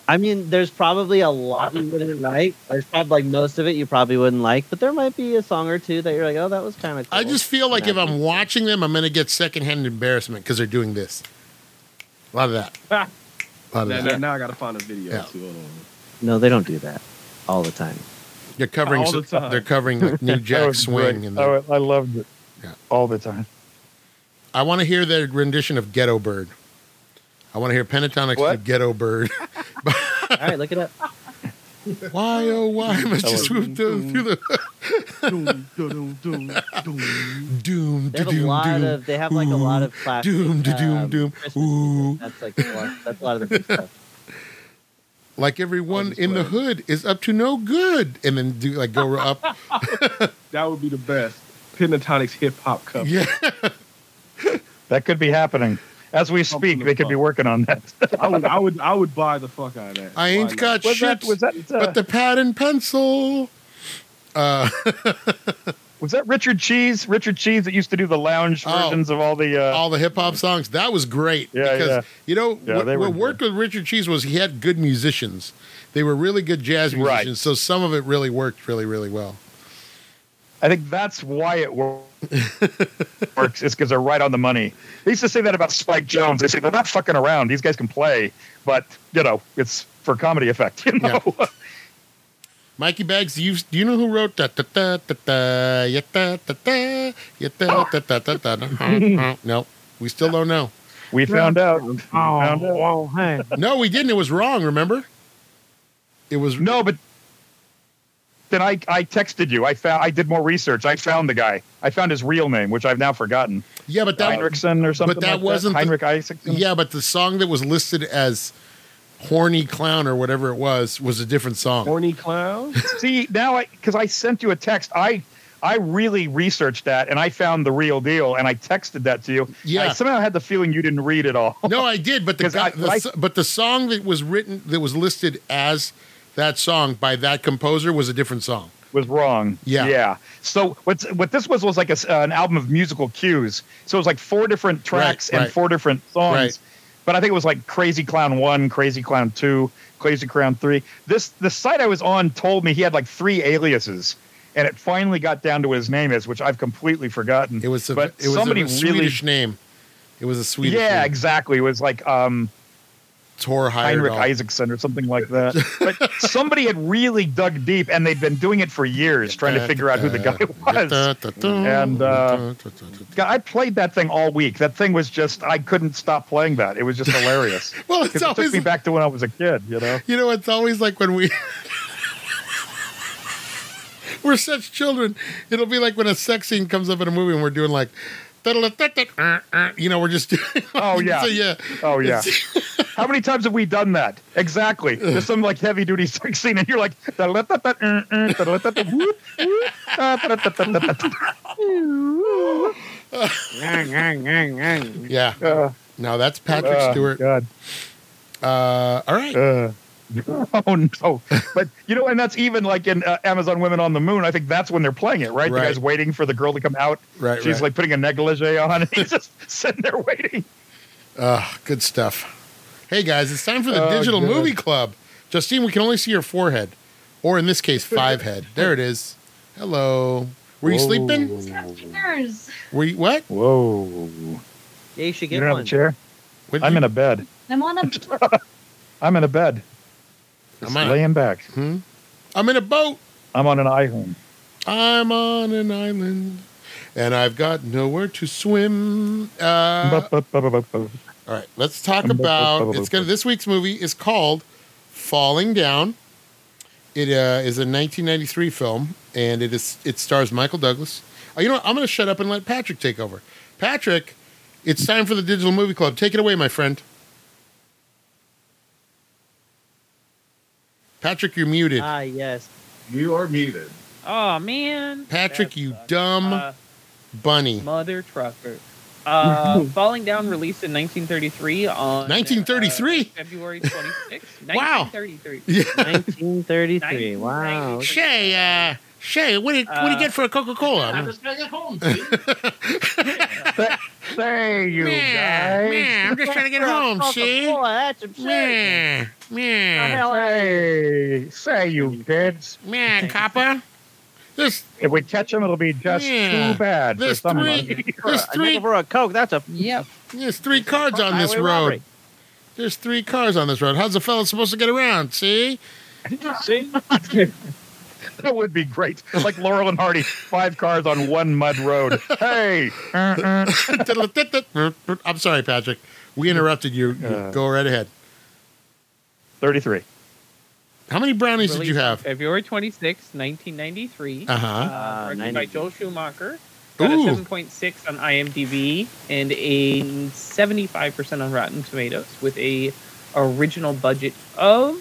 C: I mean, there's probably a lot you wouldn't like. There's probably like most of it you probably wouldn't like, but there might be a song or two that you're like, oh, that was kind of. Cool.
A: I just feel like if
C: Yeah.
A: I'm watching them, I'm going to get secondhand embarrassment because they're doing this. A lot of
G: [LAUGHS]
A: that. A
G: Ah.
A: lot of
G: Now,
A: that.
G: now- now I gotta find a video
A: Yeah.
G: too. Hold on.
C: No, they don't do that all
A: [LAUGHS]
C: the time.
A: They're covering.
G: All the time.
A: They're covering
H: [LAUGHS]
A: like New
H: that
A: Jack
H: was
A: Swing,
H: great. Oh,
A: and
H: I,
A: the-
H: I loved it
A: Yeah.
H: all the time.
A: I want to hear their rendition of Ghetto Bird. I want to hear Pentatonics
H: What?
A: do Ghetto
H: [LAUGHS]
A: Bird. [LAUGHS]
C: All right, look it up.
A: why oh why must you swoop
H: mm-hmm.
A: down through the
G: Doom, doom, doom, doom.
A: doom?
C: They have a
A: doom,
C: lot
A: doom.
C: of. They have like a lot of classic.
A: doom, doom,
C: um,
A: doom.
C: Christmas
A: Ooh.
C: music. That's like a lot, that's a lot of the good stuff.
A: like everyone
G: just
A: in the
G: wait.
A: hood is up to no good, and then do like go up.
H: [LAUGHS]
G: That would be the best. Pentatonics hip hop cover.
A: yeah,
H: That could be happening as we
G: Something
H: speak.
G: to
H: They could be
G: follow.
H: working on that. [LAUGHS]
G: I would, I would, I would buy the fuck out of that.
A: I
G: Why
A: ain't
G: not?
A: got
H: Was
A: shit.
H: that was that uh,
A: but the pad and pencil. Uh,
H: was that Richard Cheese? Richard Cheese that used to do the lounge
A: Oh.
H: versions of all the. Uh,
A: all the hip hop songs. That was great
H: Yeah,
A: because
H: yeah.
A: you know
H: Yeah,
A: what,
H: they were
A: what worked with Richard Cheese was he had good musicians. They were really good jazz
H: Right.
A: musicians, so some of it really worked really really well.
H: I think that's why
A: [LAUGHS]
H: it wor- works. Is because they're right on the money. They used to say that about Spike Jones. They say they're not fucking around. These guys can play, but you know it's for comedy effect. [LAUGHS] You know.
A: Mikey Bags, do you do you know who wrote da da da da da ya da da da ya da da da da da?
H: [LAUGHS]
A: da? No, we still don't know.
H: we found out. We
A: Oh.
H: found out.
C: hey.
A: No, we didn't. It was wrong. Remember? It was
H: No, but then I, I texted you. I found I did more research. I found the guy. I found his real name, which I've now forgotten.
A: yeah, but that
H: Heinrichsen or something.
A: but that
H: like
A: wasn't the-
H: Heinrich Isaacson.
A: Yeah, but the song that was listed as "Horny Clown" or whatever it was was a different song.
G: horny clown.
H: See now, I because I sent you a text. I I really researched that and I found the real deal and I texted that to you.
A: Yeah.
H: I somehow had the feeling you didn't read it all. [LAUGHS]
A: No, I did, but the,
H: 'Cause
A: guy,
H: I-
A: the
H: I-
A: s- but the song that was written that was listed as that song by that composer was a different song.
H: was wrong.
A: Yeah.
H: yeah. So what's what this was was like a s uh, an album of musical cues. So it was like four different tracks
A: Right,
H: and
A: right.
H: four different songs.
A: Right.
H: But I think it was like Crazy Clown One, Crazy Clown Two, Crazy Clown Three. This the site I was on told me he had like three aliases, and it finally got down to what his name is, which I've completely forgotten.
A: It was a,
H: but
A: it was
H: somebody
A: a
H: really
A: Swedish name. It was a Swedish
H: yeah,
A: name.
H: exactly. It was like um,
A: Tor
H: Heinrich
A: Heyerdahl.
H: Isaacson or something like that. But somebody had really dug deep, and they'd been doing it for years, trying to figure out who the guy was. And, uh, God, I played that thing all week. That thing was just—I couldn't stop playing that. It was just hilarious.
A: well, it's
H: 'Cause it took
A: always
H: me back to when I was a kid. You know,
A: you know it's always like when we we're such children it'll be like when a sex scene comes up in a movie and we're doing like [LAUGHS] you know we're just doing
H: Oh, yeah.
A: so yeah
H: Oh yeah.
A: It's-
H: How many times have we done that? Exactly. There's some like heavy duty sex scene, and you're like, "Da-la-da-da, uh, uh, da-la-da-da, whoop, whoop, da-da-da-da-da-da."
A: Yeah.
H: Uh,
A: No, that's Patrick
H: oh,
A: Stewart.
H: God.
A: Uh, all right.
H: Uh, [LAUGHS] oh no! But you know, and that's even like in uh, Amazon Women on the Moon. I think that's when they're playing it, right?
A: Right.
H: The guy's waiting for the girl to come out.
A: right.
H: She's
A: right.
H: like putting a negligee on. [LAUGHS] He's just sitting there waiting.
A: Ugh, good stuff. Hey guys, it's time for the
H: Oh,
A: Digital
H: good.
A: Movie Club. Justine, we can only see your forehead, or in this case, five head. There it is. Hello. Were you sleeping?
F: Who's got fingers?
A: Were you what?
H: Whoa!
C: Yeah, you should get
H: You don't have
C: one.
H: a chair.
A: What did
H: I'm
A: you-
H: in a bed.
F: I'm on
A: [LAUGHS]
F: a.
H: I'm in a bed. Just
A: I'm on a-
H: laying back.
A: Hmm? I'm in a boat.
H: I'm on an island.
A: I'm on an island, and I've got nowhere to swim. Uh,
H: Bup, bup, bup, bup, bup.
A: all right, let's talk about. It's gonna. This week's movie is called Falling Down. It uh, is a 1993 film, and it is it stars Michael Douglas. Oh, you know what? I'm gonna shut up and let Patrick take over. Patrick, it's time for the Digital Movie Club. Take it away, my friend. Patrick, you're muted.
C: Ah, yes.
E: You are muted.
D: Oh man.
A: Patrick,
D: That
A: you
D: sucks.
A: dumb
D: Uh,
A: bunny.
D: mother trucker.
H: [LAUGHS]
D: Uh, Falling Down released in 1933 on
A: 1933?
D: uh, February 26,
A: [LAUGHS] Wow.
D: 1933.
A: Yeah.
C: 1933. Wow.
A: Shay, uh, Shay, what did what did you get for a Coca
I: I'm
A: Cola?
I: just gonna get home. see?
H: Say you guys.
A: I'm just
C: [LAUGHS]
A: trying to get home. See,
C: Coca-Cola, that's absurd.
A: meh,
C: What the
A: meh,
C: hell are you?
H: Say, say you kids.
A: meh, copper. This
H: If we catch him, it'll be just
A: Yeah.
H: too bad
A: There's
H: for
A: three-
H: somebody.
A: [LAUGHS] there's
C: I nickel
A: three
C: for a Coke. That's a
D: Yep.
A: there's three cars on this
C: highway
A: road.
C: robbery.
A: There's three cars on this road. How's a fella supposed to get around? See, [LAUGHS]
H: See? that would be great. Like Laurel and Hardy, five cars on one mud road. Hey, uh, uh.
A: I'm sorry, Patrick. We interrupted you. You
H: Uh.
A: Go right ahead.
H: 33.
A: How many brownies did you
D: Released
A: have?
D: February 26, 1993.
A: Uh huh.
C: Ah,
D: Uh, directed by
C: 90.
D: Joel Schumacher. Got
A: Ooh.
D: a 7.6 on IMDb and a 75% on Rotten Tomatoes with a original budget of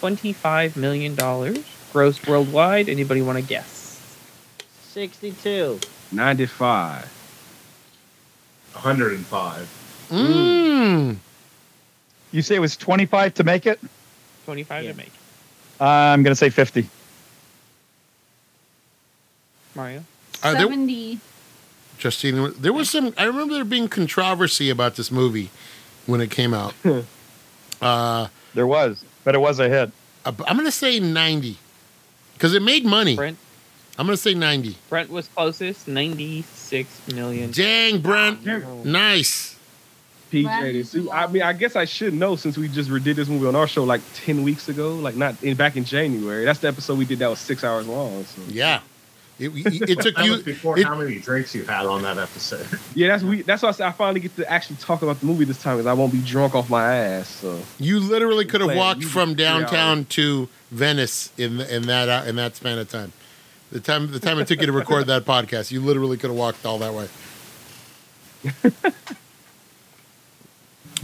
D: $25 million gross worldwide. Anybody want to guess?
C: 62.
G: 95.
E: 105.
A: Mm.
H: You say it was 25 to make it?
D: 25
C: Yeah.
D: to make.
H: I'm going to say 50.
D: Mario?
A: Are Uh, there-
F: 70.
A: Justine, there was some. I remember there being controversy about this movie when it came out. uh,
H: There was, but it was a hit.
A: ab- I'm going to say 90 because it made money.
D: Brent?
A: I'm going to say 90.
D: Brent was closest, 96 million.
A: Dang, Brent.
D: Oh.
A: Nice.
F: Wow.
G: PJ, to see. I mean, I guess I should know since we just redid this movie on our show like ten weeks ago, like not in, back in January. That's the episode we did that was six hours long. So.
A: Yeah. It, it, it took
E: That was
A: you.
E: before
A: it-
E: how many drinks you had on that episode. [LAUGHS]
G: Yeah, that's we. That's why I, said I finally get to actually talk about the movie this time because I won't be drunk off my ass. So
A: You literally could have
G: Wait,
A: walked
G: you-
A: from
G: three hours.
A: downtown to Venice in in that uh, in that span of time. The time the time it took you to record that podcast, you literally could have walked all that way.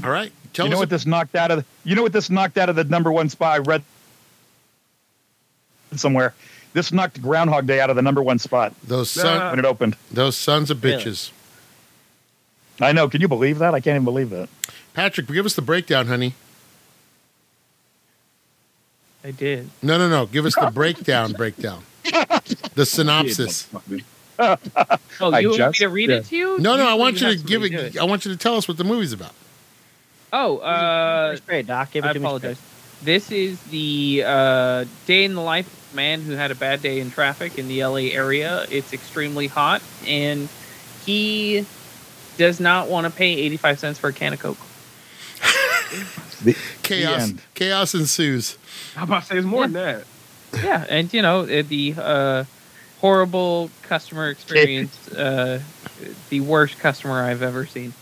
A: all right, tell
H: you know
A: us
H: what this knocked out of? You know what this knocked out of the number one spot? I read somewhere. This knocked Groundhog Day out of the number one spot
A: those son,
H: when it opened.
A: those sons of
C: Really?
A: bitches.
H: I know. Can you believe that? I can't even believe that.
A: Patrick, give us the breakdown, honey.
D: I did.
A: No, no, no. Give us
D: [LAUGHS]
A: the breakdown. Breakdown. The synopsis.
D: Oh,
H: I
D: you want me
H: just
D: to read
G: did.
D: it to you?
A: No, no. I
D: Usually
A: want you
D: have
A: to give
D: somebody do
A: it. I want you to tell us what the movie's about.
D: Oh, uh,
C: It's great, Doc. Give it
D: I
C: to me
D: apologize. This is the uh, day in the life of a man who had a bad day in traffic in the LA area. It's extremely hot, and he does not want to pay 85 cents for a can of
C: [LAUGHS]
D: Coke.
A: Chaos.
H: end.
A: Chaos ensues.
G: I'm about to say it's more than that.
D: yeah, and you know, it- the uh, horrible customer experience, uh, the worst customer I've ever seen.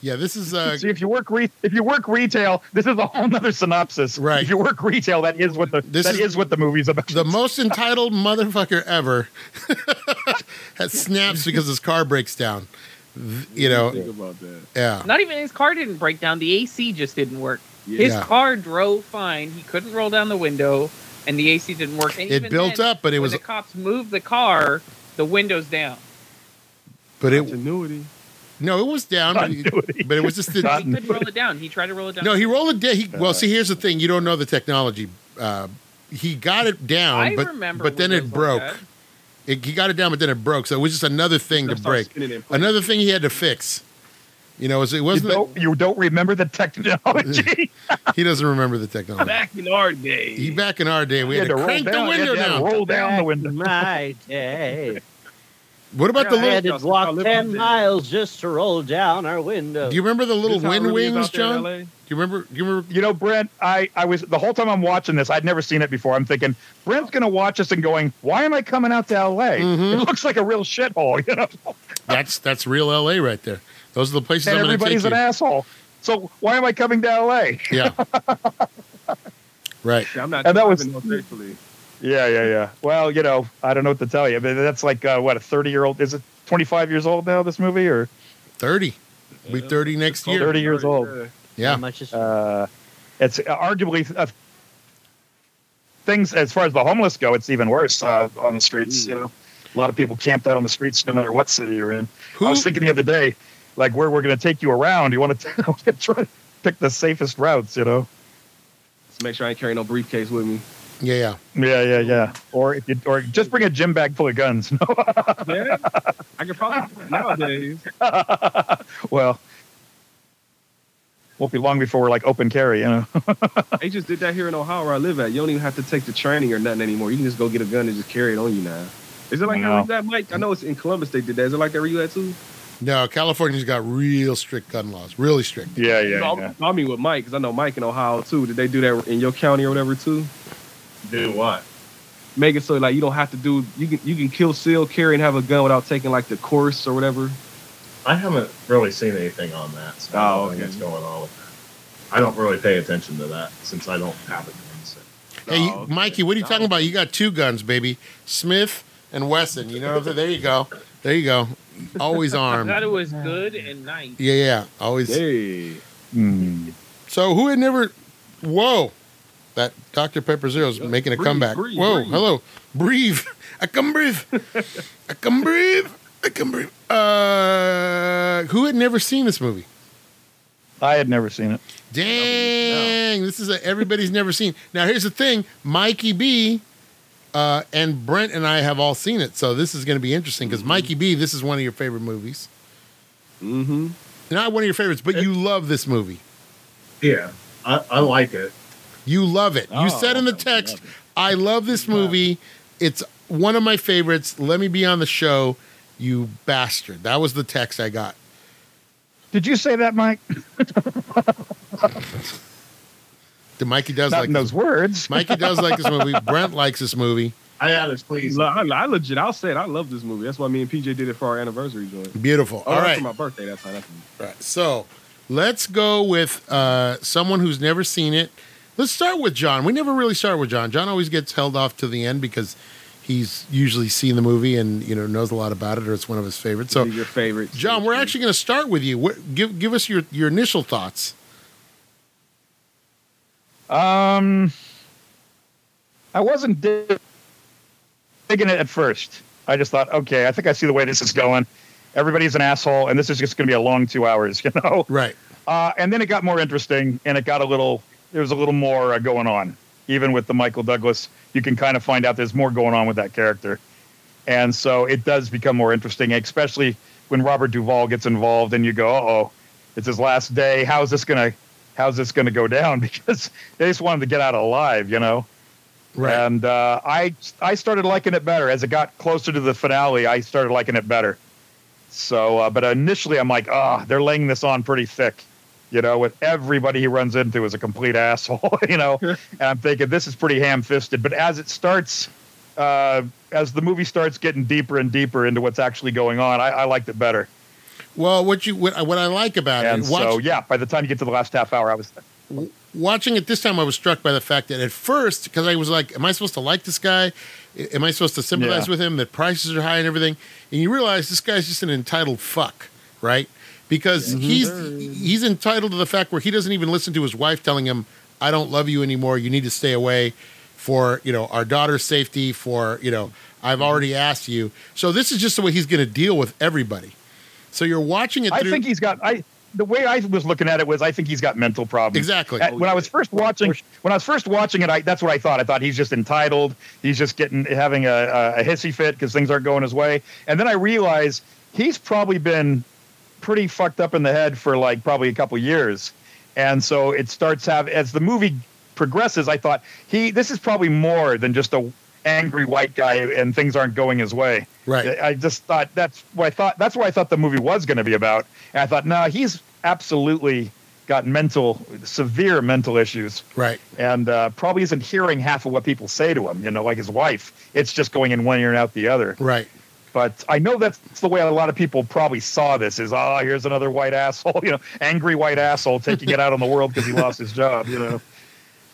A: Yeah, this is uh,
D: [LAUGHS]
H: See, if you work re- if you work retail, this is a whole nother synopsis.
A: Right.
H: If you work retail, that is what the
A: This
H: that
A: is-
H: is, what the movie's about.
A: the most entitled motherfucker ever [LAUGHS] has snaps because his car breaks down. Th- You know,
G: Think about that.
A: yeah,
D: Not even his car didn't break down, the AC just didn't work. His
A: Yeah.
D: car drove fine. He couldn't roll down the window, and the AC didn't work. And
A: It
D: even
A: built
D: then,
A: up, but it
D: when
A: was
D: the cops moved the car. The windows down.
A: but it
G: Continuity.
A: no, it was down, but it, but it was just
D: He
A: the,
D: couldn't roll it down. He tried to roll it down.
A: no. He rolled it down. He, well,
H: Uh,
A: see, here's the thing: you don't know the technology. Uh, he got it down,
D: I
A: but
D: remember
A: but then
D: windows
A: it
D: like
A: broke.
D: that.
A: it, he got it down, but then it broke. So it was just another thing to
G: Stuff starts
A: break.
G: spinning in place.
A: Another thing he had to fix. You know, it, was, it
H: You
A: wasn't. that-
H: don't, you don't remember the technology.
A: he doesn't remember the technology.
G: Back in our day.
A: He back in our day, we
H: You
A: had to crank the
H: down, you
A: window
H: had to
A: down.
H: Roll down the
C: Back
H: window.
C: in [LAUGHS] My day.
A: What about the
C: I had
A: little?
C: to
G: Justin, how
C: walk
G: liberal is
C: ten
G: it?
C: miles just to roll down our window.
A: Do you remember the little
G: This how it
A: wind
G: really is
A: wings,
G: out there in
A: John? Do
G: LA?
A: you remember? Do you remember?
H: [LAUGHS] You know, Brent, I, I was the whole time I'm watching this, I'd never seen it before. I'm thinking, Brent's going to watch us and going, why am I coming out to LA?
A: Mhm.
H: It looks like a real shithole, [LAUGHS] you know?
A: That's that's real LA right there. Those are the places
H: and
A: I'm going to take
H: everybody's
A: you.
H: an asshole. So why am I coming to LA?
A: Yeah. right.
G: Yeah, I'm not
H: And that was-
G: driving no safely.
H: Yeah, yeah, yeah. Well, you know, I don't know what to tell you, but that's like, uh, what, a 30 year old? Is it 25 years old now, this movie? Or,
A: Thirty. Be thirty next year.
H: 30 years old.
G: Yeah.
C: How
A: Yeah.
C: much is
H: uh, it's arguably uh, things as far as the homeless go, it's even worse uh, on the streets, you know? A lot of people camped out on the streets no matter what city you're in. I
A: Who?
H: was thinking the other day, like where we're going to take you around. [LAUGHS] You want to try to pick the safest routes, you know?
G: Just make sure I ain't carrying no briefcase with me.
A: Yeah, yeah.
H: Yeah, yeah, yeah. Or if you, or just bring a gym bag full of guns.
G: [LAUGHS]
H: [LAUGHS]
G: Yeah. I could probably do it nowadays.
H: well, won't be long before we're like open carry, you know?
G: They just did that here in Ohio where I live at. You don't even have to take the training or nothing anymore. You can just go get a gun and just carry it on you now. Is it like
H: Wow.
G: that, that, Mike? I know it's in Columbus they did that. Is it like that where you at too?
A: No, California's got real strict gun laws. Really strict.
H: Yeah, [LAUGHS]
G: I, I mean with Mike because I know Mike in Ohio too. Did they do that in your county or whatever too?
E: Do what?
G: Make it so like you don't have to do you can you can kill, seal, carry, and have a gun without taking like the course or whatever.
E: I haven't really seen anything on that. So I
G: Oh,
E: don't know
G: okay.
E: what's going on with that. I don't really pay attention to that since I don't have a gun. So.
A: Hey, you-
G: Oh, okay.
A: Mikey, what are you
G: No.
A: talking about? You got two guns, baby. Smith and Wesson. You know what I'm saying? There you go. There you go. Always
D: I
A: armed.
D: thought it was good and nice.
A: Yeah, yeah. Always.
G: Hey.
H: Hmm.
A: So who had never? Whoa, that Dr Pepper Zero is making a
G: breathe,
A: comeback.
G: breathe,
A: whoa,
G: breathe.
A: hello, breathe. [LAUGHS] I can breathe. I can breathe. I can breathe. Uh, who had never seen this movie?
H: I had never seen it.
A: Dang, this is a everybody's never seen. Now here's the thing, Mikey B. Uh, and Brent and I have all seen it, so this is going to be interesting because Mikey B, this is one of your favorite movies.
G: Mm-hmm.
A: Not one of your favorites, but you love this movie.
E: Yeah, I, I like it.
A: You love it. you
H: Oh,
A: said in the
H: okay,
A: text,
H: love
A: I love this movie. It's one of my favorites. Let me be on the show, you bastard. That was the text I got.
H: Did you say that, Mike?
A: The Mikey does
H: Not
A: like
H: in [LAUGHS] those words.
A: Mikey does like this movie. Brent likes this movie.
E: I had it please.
G: I, I legit, I'll say it. I love this movie. That's why me and PJ did it for our anniversary joint.
A: Beautiful.
G: Oh,
A: All
G: that's
A: right.
G: for my birthday. That's how that's
A: All right. So let's go with uh, someone who's never seen it. Let's start with John. We never really start with John. John always gets held off to the end because he's usually seen the movie and you know knows a lot about it, or it's one of his favorites. So
G: Be your favorite.
A: John, we're actually going to start with you. What, give give us your, your initial thoughts.
H: Um, I wasn't dig- digging it at first. I just thought, okay, I think I see the way this is going. Everybody's an asshole, and this is just going to be a long two hours, [LAUGHS] you know.
A: Right.
H: Uh, and then it got more interesting, and it got a little. There was a little more uh, going on, even with the Michael Douglas. You can kind of find out there's more going on with that character, and so it does become more interesting, especially when Robert Duvall gets involved, and you go, "Uh oh, it's his last day. How's this gonna, how's this gonna go down?" [LAUGHS] Because they just wanted to get out alive, you know.
A: Right.
H: And uh, I I started liking it better as it got closer to the finale. I started liking it better. So, uh, but initially, I'm like, ah, they're laying this on pretty thick. You know, with everybody he runs into is a complete [LAUGHS] asshole.
A: [LAUGHS]
H: You know, and I'm thinking this is pretty ham-fisted. But as it starts, uh, as the movie starts getting deeper and deeper into what's actually going on, I, I liked it better.
A: well, what you what, I- what I like about
H: And
A: it, watch,
H: so, yeah, by the time you get to the last half hour, I was
A: watching it this time, I was struck by the fact that at first, because I was like, "Am I supposed to like this guy? I- Am I supposed to sympathize
H: Yeah.
A: with him? That prices are high and everything?" And you realize this guy's just an entitled fuck, right? because
C: Mhm.
A: he's
H: Mm-hmm.
C: Sure.
A: he's entitled to the fact where he doesn't even listen to his wife telling him, "I don't love you anymore. You need to stay away for you know our daughter's safety. For you know,
H: Mm-hmm.
A: I've already asked you." So this is just the way he's going to deal with everybody. So you're watching it.
H: I
A: through,
H: think he's got. I the way I was looking at it was I think he's got mental problems.
A: exactly.
H: At- when I was first watching, when I was first watching it, I, that's what I thought. I thought he's just entitled. He's just getting having a, a, a hissy fit because things aren't going his way. And then I realized he's probably been pretty fucked up in the head for like probably a couple years. And so it starts have as the movie progresses. I thought he this is probably more than just a angry white guy and things aren't going his way.
A: right.
H: I just thought that's what I thought. That's what I thought the movie was going to be about. And I thought, no, he's absolutely got mental, severe mental issues,
A: Right.
H: and uh, probably isn't hearing half of what people say to him. You know, like his wife, it's just going in one ear and out the other.
A: Right.
H: But I know that's the way a lot of people probably saw this: is ah, here's another white asshole, [LAUGHS] you know, angry white asshole taking it out on the world because he lost his job.
A: [LAUGHS]
H: You know,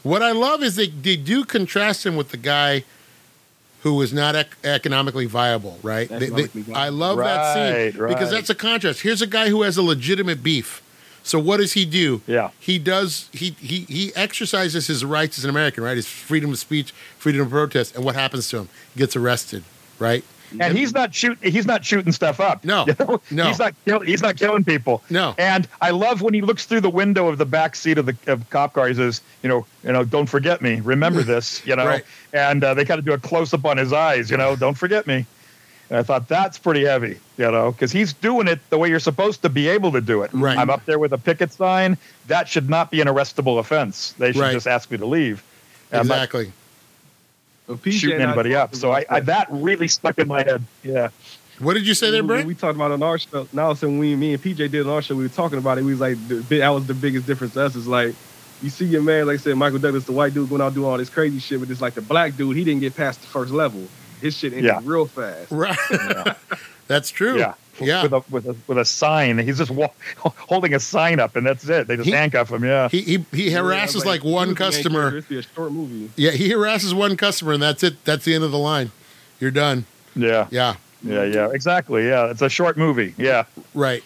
A: What I love is they, they do contrast him with the guy who was not ec- economically viable, right? They- they-
G: Economically viable.
A: I love that scene
H: Right, right.
A: because that's a contrast. Here's a guy who has a legitimate beef. So what does he do?
H: yeah,
A: He does he he he exercises his rights as an American, right? His freedom of speech, freedom of protest, and what happens to him? He gets arrested, right?
H: and he's not shoot, he's not shooting stuff up.
A: No.
H: [LAUGHS] You know?
A: No.
H: he's not kill, he's not killing people.
A: No.
H: And I love when he looks through the window of the back seat of the of cop car. He says, you know, you know, don't forget me. Remember
A: [LAUGHS]
H: this, you know.
A: Right.
H: And uh, they kind of do a close up on his eyes, you know, don't forget me. And I thought that's pretty heavy, you know, because he's doing it the way you're supposed to be able to do it.
A: Right.
H: I'm up there with a picket sign. That should not be an arrestable offense. They should
A: Right.
H: just ask me to leave. And I'm not
A: Exactly.
G: Well, PJ
H: shooting
G: and I
H: anybody
G: talked
H: up. So I,
G: about
H: I
G: that.
H: that really stuck in my head. Yeah.
A: What did you say there,
G: When
A: Brent?
G: We talked about it on our show. Now, so when we, me and PJ did it on our show, we were talking about it. We was like, the, big- that was the biggest difference to us. Is like, you see your man, like I said, Michael Douglas, the white dude going out doing all this crazy shit, but it's like the black dude, he didn't get past the first level. His shit ended
H: Yeah.
G: real fast.
A: Right. that's true.
H: Yeah.
A: Yeah.
H: With a, with a with a sign, he's just wa- [LAUGHS] holding a sign up, and that's it. They just
A: He-
H: handcuff him. Yeah,
A: He he he harasses
G: Yeah,
A: like one
G: he was the main
A: customer.
G: character. It'd be a short movie.
A: Yeah, he harasses one customer, and that's it. That's the end of the line. You're done.
H: yeah,
A: Yeah,
H: yeah, yeah. Exactly. Yeah, it's a short movie. Yeah,
A: right.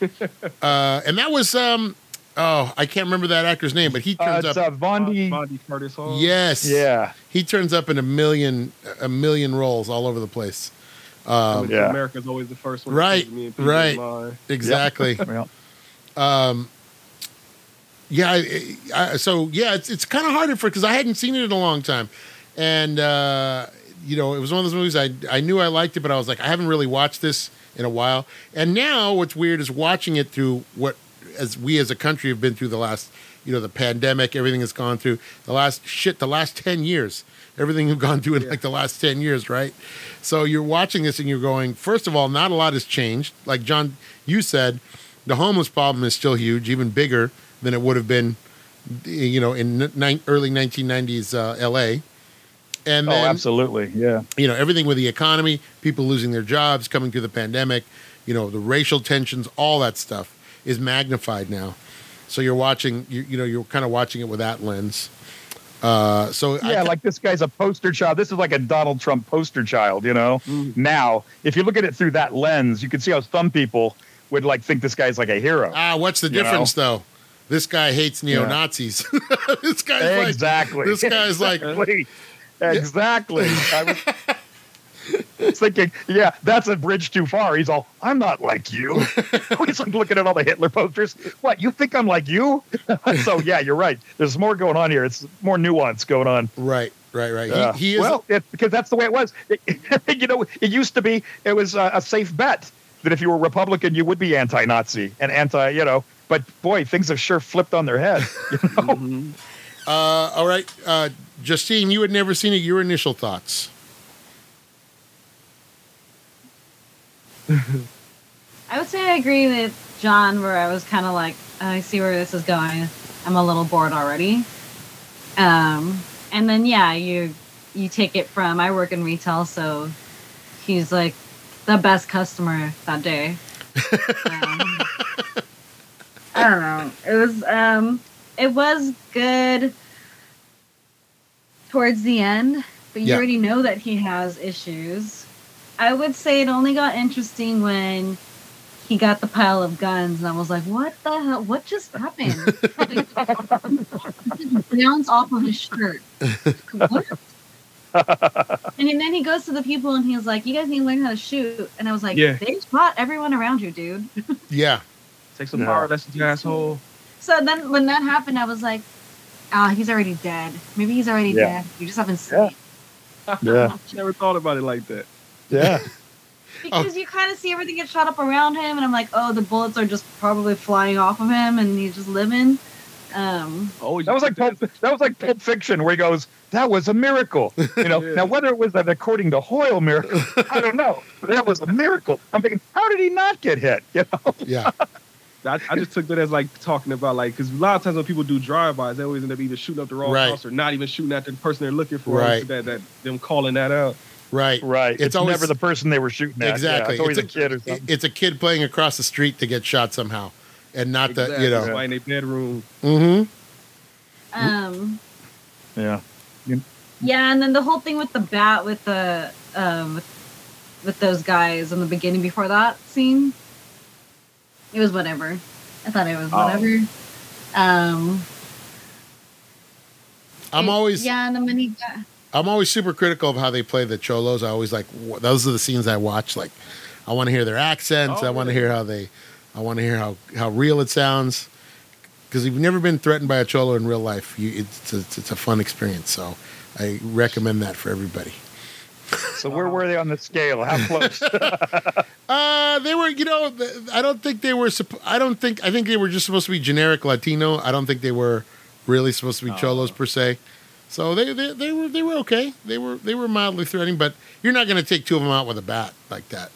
A: uh, and that was um. Oh, I can't remember that actor's name, but he
H: uh,
A: turns
H: it's
A: up.
H: uh, Bondi.
G: Bondi Curtis Hall.
A: yes.
H: Yeah,
A: He turns up in a million a million roles all over the place.
G: I
A: Um,
G: mean,
H: yeah.
G: America's always the first one.
A: Right,
G: Me and PJ
A: right.
G: line.
A: exactly.
H: [LAUGHS] well,
A: um, yeah. I, I, so yeah, it's it's kind of harder for because I hadn't seen it in a long time, and uh, you know it was one of those movies I I knew I liked it, but I was like I haven't really watched this in a while. And now what's weird is watching it through what as we as a country have been through the last you know the pandemic, everything has gone through the last shit, the last ten years. Everything you've gone through in like the last 10 years, right? So you're watching this and you're going, first of all, not a lot has changed. Like John, you said, the homeless problem is still huge, even bigger than it would have been, you know, in ni- early 1990s uh, LA. And
H: oh,
A: then,
H: absolutely. Yeah,
A: you know, everything with the economy, people losing their jobs, coming through the pandemic, you know, the racial tensions, all that stuff is magnified now. So you're watching, you, you know, you're kind of watching it with that lens. Uh, so I
H: yeah.
A: ca-
H: Like this guy's a poster child. This is like a Donald Trump poster child. You know.
A: Mm.
H: Now, if you look at it through that lens, you can see how some people would like think this guy's like a hero.
A: ah, what's the
H: You know?
A: difference though? This guy hates neo Nazis. [LAUGHS] this guy's
H: exactly.
A: like, this guy's like,
H: Exactly. Exactly. I was I was [LAUGHS] thinking, yeah, that's a bridge too far. He's all, I'm not like you. [LAUGHS] He's like looking at all the Hitler posters. What, you think I'm like you? [LAUGHS] so, yeah, you're right. There's more going on here. It's more nuance going on.
A: right, right, right.
H: Yeah.
A: He, he is
H: well, it, because that's the way it was. [LAUGHS] you know, it used to be, it was uh, a safe bet that if you were Republican, you would be anti Nazi and anti, you know, but boy, things have sure flipped on their head. [LAUGHS]
A: Uh, all right, uh, Justine, you had never seen it. Your initial thoughts?
F: I would say I agree with John, where I was kind of like, "Oh, I see where this is going. I'm a little bored already. Um, and then yeah, you you take it from I work in retail, so he's like the best customer that day. um, [LAUGHS] I don't know. It was um, it was good towards the end, but you
A: Yeah.
F: already know that he has issues. I would say it only got interesting when
D: he got the pile of guns, and I was like, "What the hell? What just happened?" Bounce off of his shirt. What? and then he goes to the people, and he's like, "You guys need to learn how to shoot." And I was like,
G: Yeah.
D: "They shot everyone around you, dude."
A: Yeah.
G: Take some
H: No.
G: power lessons, you asshole.
D: So then when that happened, I was like, "Ah, he's already dead. Maybe he's already
H: Yeah.
D: dead. You just haven't seen."
H: Yeah.
D: it."
H: Yeah.
G: Never thought about it like that.
H: Yeah.
D: Because you kind of see everything get shot up around him, and I'm like, oh, the bullets are just probably flying off of him, and he's just living. Um,
G: Oh,
H: That was like
A: [LAUGHS]
H: Pulp, that was like Pulp Fiction, where he goes, "That was a miracle."
A: [LAUGHS]
H: You know.
G: Yeah.
H: Now whether it was that according to Hoyle miracle, I don't know. But that was a miracle. I'm thinking, how did he not get hit? [LAUGHS] You know.
A: Yeah.
G: I, I just took that as like talking about like because a lot of times when people do drive-bys, they always end up either shooting up the wrong
A: Right.
G: house or not even shooting at the person they're looking for.
A: Right.
G: That that them calling that out.
A: Right.
H: Right.
A: It's
H: It's,
A: always-
H: never the person they were shooting at.
A: Exactly.
H: Yeah, it's always
A: It's
H: a, kid or
A: It-
H: something.
A: It's a kid playing across the street that gets shot somehow, and not the you know.
G: Somebody in their bedroom.
A: Mm-hmm.
D: um,
H: yeah.
D: yeah, and then the whole thing with the bat with the um, with, with those guys in the beginning before that scene, it was whatever. I thought it was
G: Oh.
D: whatever. Um,
A: I'm
D: it-
A: always
D: yeah, and then when he got,
A: I'm always super critical of how they play the cholos. I always like wh- those are the scenes I watch. Like, I want to hear their accents.
G: Oh,
A: I want to
G: really?
A: hear how they. I want to hear how how real it sounds. Because if you've never been threatened by a cholo in real life, you, it's, it's it's a fun experience. So I recommend that for everybody.
H: So where were they on the scale?
A: [LAUGHS]
H: How close?
A: Uh, they were, you know, th- I don't think they were. supp- I don't think. I think they were just supposed to be generic Latino. I don't think they were really supposed to be cholos per se. So they, they they were they were okay. They were they were mildly threatening, but you're not going to take two of them out with a bat like that.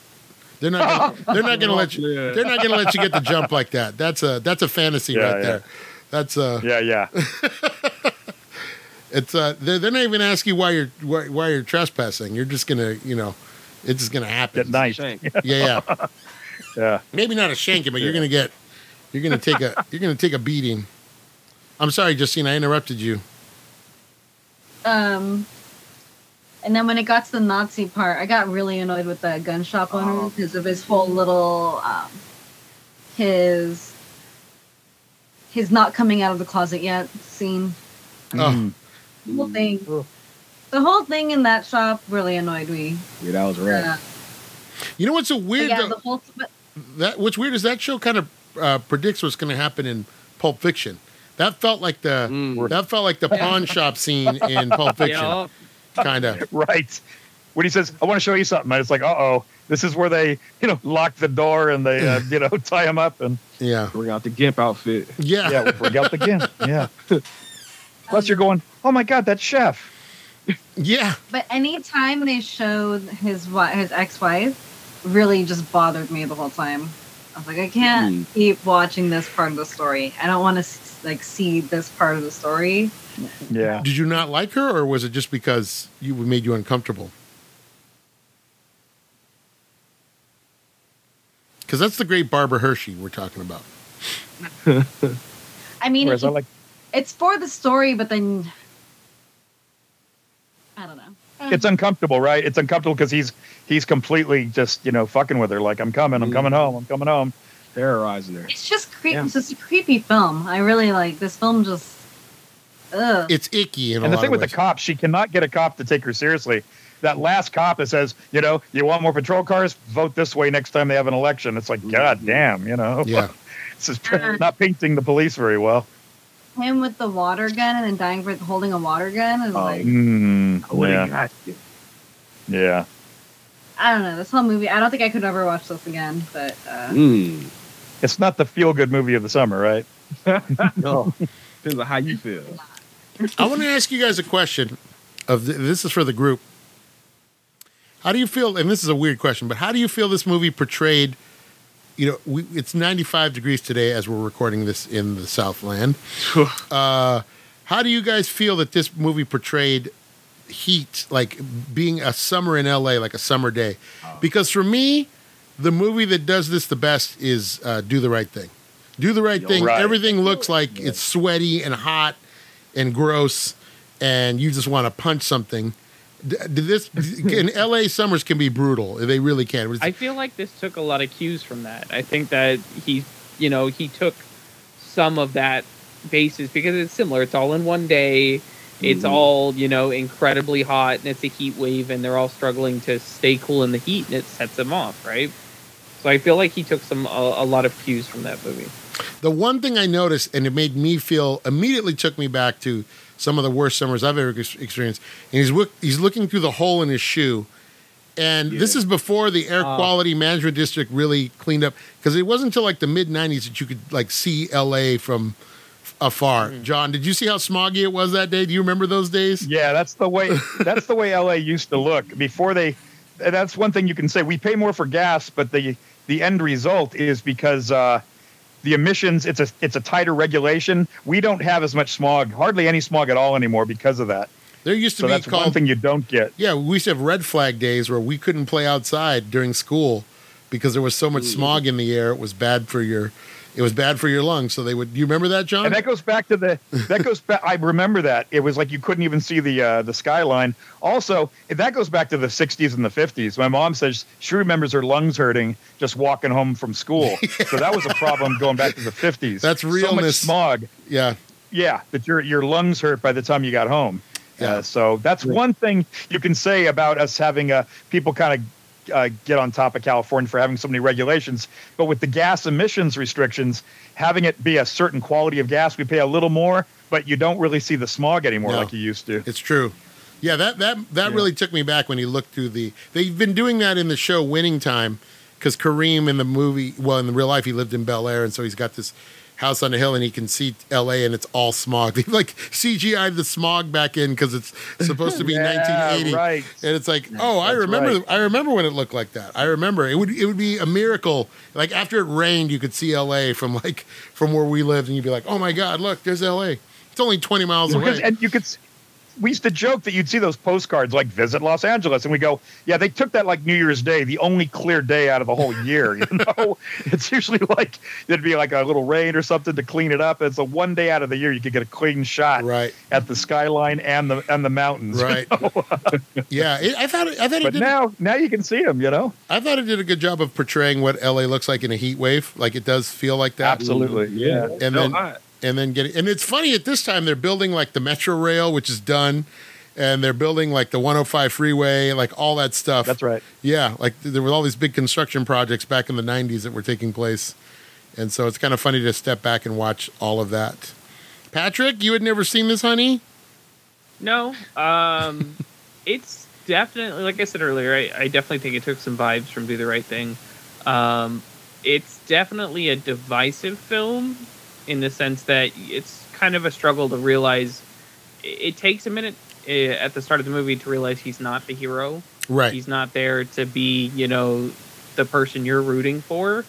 A: They're not.
H: [LAUGHS]
A: Gonna, they're not going to let you.
G: Yeah.
A: They're not going to let you get the jump like that. That's a that's a fantasy
H: Yeah,
A: right
H: yeah.
A: there. That's uh,
H: yeah. Yeah.
A: it's uh, they're, they're not even asking you why you're why, why you're trespassing. You're just gonna you know, it's just gonna
H: Get [LAUGHS]
A: happen.
H: nice.
G: Shank.
A: Yeah, yeah.
H: Yeah.
A: maybe not a shanking, but you're gonna get, you're gonna take
C: [LAUGHS]
A: a, you're gonna take a beating. I'm sorry, Justine, I interrupted you.
D: um, and then when it got to the Nazi part, I got really annoyed with the gun shop owner because of his whole little um, his his not coming out of the closet yet scene.
A: Oh,
D: The whole
G: Ugh.
D: thing, the whole thing in that shop really annoyed me.
G: Yeah, that was
D: Uh,
A: you know what's so
D: but
A: weird?
D: yeah,
A: though-
D: the whole but
A: that what's weird is that show kind of uh, predicts what's going to happen in Pulp Fiction. That felt like the
G: Mm.
A: that felt like the
D: [LAUGHS]
A: pawn shop scene in Pulp Fiction,
C: Yeah.
A: kind of.
H: Right. When he says, "I want to show you something," it's like, "Uh oh, this is where they, you know, lock the door and they, [LAUGHS] uh, you know, tie him up and
A: Yeah,
G: Bring out the gimp outfit.
A: yeah,
H: yeah, we bring out again." Yeah. Plus, you're going, "Oh my God, that chef."
A: yeah.
D: but anytime they showed his wi- his ex wife, really just bothered me the whole time. I was like, I can't
G: Mm.
D: keep watching this part of the story. I don't want to like see this part of the story.
H: Yeah.
A: Did you not like her, or was it just because you made you uncomfortable? Because that's the great Barbara Hershey we're talking about.
D: I mean,
H: Whereas I like,
D: it's for the story, but then I don't know.
H: it's uncomfortable, right? It's uncomfortable because he's he's completely just, you know, fucking with her. Like, I'm coming, I'm coming home, I'm coming home.
G: Terrorizing her.
D: It's just creepy.
G: Yeah.
D: It's just a creepy film. I really like this film. Just ugh.
A: It's icky in a
H: And the
A: lot
H: thing
A: of
H: with
A: ways.
H: the cop, she cannot get a cop to take her seriously. That last cop that says, you know, you want more patrol cars? Vote this way next time they have an election. It's like, God damn, you know,
A: yeah,
H: [LAUGHS] this is not painting the police very well.
D: Him with the water gun and then dying for holding a water gun is like
H: Mm,
G: I would've
H: yeah,
G: got you.
H: yeah.
D: I don't know. This whole movie, I don't think I could ever watch this again. But uh,
G: Mm.
H: It's not the feel good movie of the summer, right?
G: No. [LAUGHS] Depends on how you feel.
A: I want to ask you guys a question. Of th- this is for the group. How do you feel? And this is a weird question, but how do you feel this movie portrayed? You know, we, it's 95 degrees today as we're recording this in the
G: [SIGHS]
A: Southland. uh, how do you guys feel that this movie portrayed heat, like being a summer in LA, like a summer day?
G: Oh.
A: Because for me, the movie that does this the best is uh, Do the Right Thing. Do the Right
G: You're
A: Thing.
H: right.
A: Everything looks like it's sweaty and hot and gross, and you just want to punch something. D- Did this in L.A. summers can be brutal. They really can. It was-
D: I feel like this took a lot of cues from that. I think that he, you know, he took some of that basis because it's similar. It's all in one day. It's all, you know, incredibly hot and it's a heat wave and they're all struggling to stay cool in the heat and it sets them off, right? So I feel like he took some a, a lot of cues from that movie.
A: the one thing I noticed, and it made me feel immediately took me back to some of the worst summers I've ever ex- experienced. And he's look, he's looking through the hole in his shoe, and this is before the air
D: Oh.
A: quality management district really cleaned up because it wasn't until like the mid '90s that you could like see LA from f- afar. John, did you see how smoggy it was that day? Do you remember those days?
H: Yeah, that's the way. That's the way LA used to look before they. That's one thing you can say. We pay more for gas, but the the end result is because uh, the emissions. It's a it's a tighter regulation. We don't have as much smog, hardly any smog at all anymore because of that.
A: There used to
H: So
A: be
H: that's one
A: called
H: thing you don't get.
A: Yeah, we used to have red flag days where we couldn't play outside during school because there was so much smog in the air. It was bad for your, it was bad for your lungs. So they would. You remember that, John?
H: And that goes back to the that goes back. I remember that it was like you couldn't even see the uh, the skyline. Also, that goes back to the '60s and the '50s. My mom says she remembers her lungs hurting just walking home
A: [LAUGHS]
H: from school. So that was a problem going back to the '50s.
A: That's
H: So much
A: realness.
H: smog.
A: yeah,
H: Yeah, that your your lungs hurt by the time you got home.
A: Yeah.
H: Uh, so that's one thing you can say about us having uh, people kind of uh, get on top of California for having so many regulations. But with the gas emissions restrictions, having it be a certain quality of gas, we pay a little more, but you don't really see the smog anymore
A: No.
H: like you used to.
A: it's true. Yeah, that that that
H: Yeah.
A: really took me back when you looked through the. They've been doing that in the show Winning Time because Kareem in the movie, well, in the real life, he lived in Bel Air, and so he's got this house on a hill, and he can see L.A. and it's all smog. [LAUGHS] They like CGI the smog back in because it's supposed
H: [LAUGHS]
A: to be 1980.
H: right.
A: And it's like, oh, I
H: that's
A: remember.
H: right.
A: I remember when it looked like that. I remember it would. It would be a miracle. Like after it rained, you could see L.A. from like from where we lived, and you'd be like, oh my God, look, there's L.A. It's only 20 miles
H: Because,
A: away.
H: and you could, s- we used to joke that you'd see those postcards like "Visit Los Angeles," and we go, "Yeah, they took that like New Year's Day, the only clear day out of the whole year."
A: [LAUGHS]
H: You know, it's usually like there'd be like a little rain or something to clean it up. It's a one day out of the year you could get a clean shot
A: Right,
H: at the skyline and the and the mountains.
A: right. yeah, it, I thought it, I thought it
H: [LAUGHS] But
A: did.
H: now, now you can see them. You know,
A: I thought it did a good job of portraying what L.A. looks like in a heat wave. Like it does feel like that.
H: absolutely. Yeah.
A: And
E: No,
A: then
E: I-
A: and then getting and it's funny at this time they're building like the metro rail which is done and they're building like the 105 freeway like all that stuff
H: That's right.
A: yeah like th- there were all these big construction projects back in the 90s that were taking place and so it's kind of funny to step back and watch all of that patrick you had never seen this honey
D: No, um, it's definitely like I said earlier. I, I definitely think it took some vibes from Do the Right Thing. Um, it's definitely a divisive film in the sense that it's kind of a struggle to realize. It, it takes a minute uh, at the start of the movie to realize he's not the hero.
A: right
D: He's not there to be, you know, the person you're rooting for.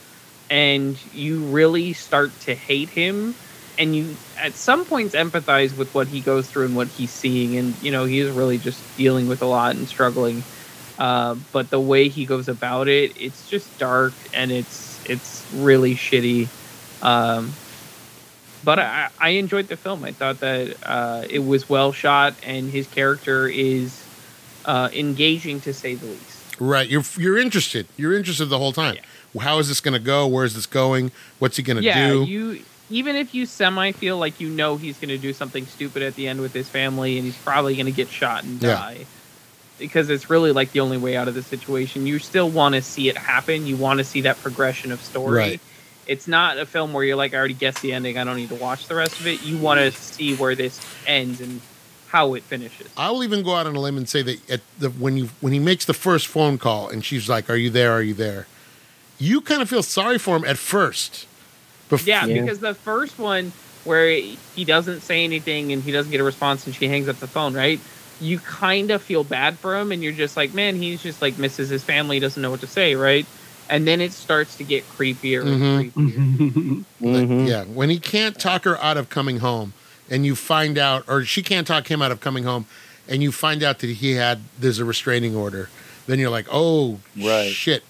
D: And you really start to hate him. And you, at some points, empathize with what he goes through and what he's seeing. And, you know, he is really just dealing with a lot and struggling. Uh, but the way he goes about it, it's just dark and it's it's really shitty. Um, but I, I enjoyed the film. I thought that uh, it was well shot, and his character is uh, engaging to say the least.
A: right you're you're interested you're interested the whole time how is this going to go where is this going what's he going to
D: yeah,
A: do
D: you even if you semi feel like you know he's going to do something stupid at the end with his family, and he's probably going to get shot and
A: Yeah.
D: die. Because it's really like the only way out of the situation. You still want to see it happen. You want to see that progression of story.
A: Right.
D: It's not a film where you're like, I already guessed the ending. I don't need to watch the rest of it. You want to see where this ends and how it finishes.
A: I will even go out on a limb and say that at the, when you when he makes the first phone call and she's like, "Are you there? Are you there?" You kind of feel sorry for him at first. Bef-
D: Yeah,
C: Yeah.
D: because the first one where he doesn't say anything and he doesn't get a response and she hangs up the phone, right? You kind of feel bad for him and you're just like, man, he's just like misses his family, doesn't know what to say, right? And then it starts to get creepier and
A: Mhm.
D: creepier.
A: Like,
C: Mhm.
A: yeah. When he can't talk her out of coming home, and you find out, or she can't talk him out of coming home, and you find out that he had there's a restraining order, then you're like, "Oh
H: Right.
A: shit!"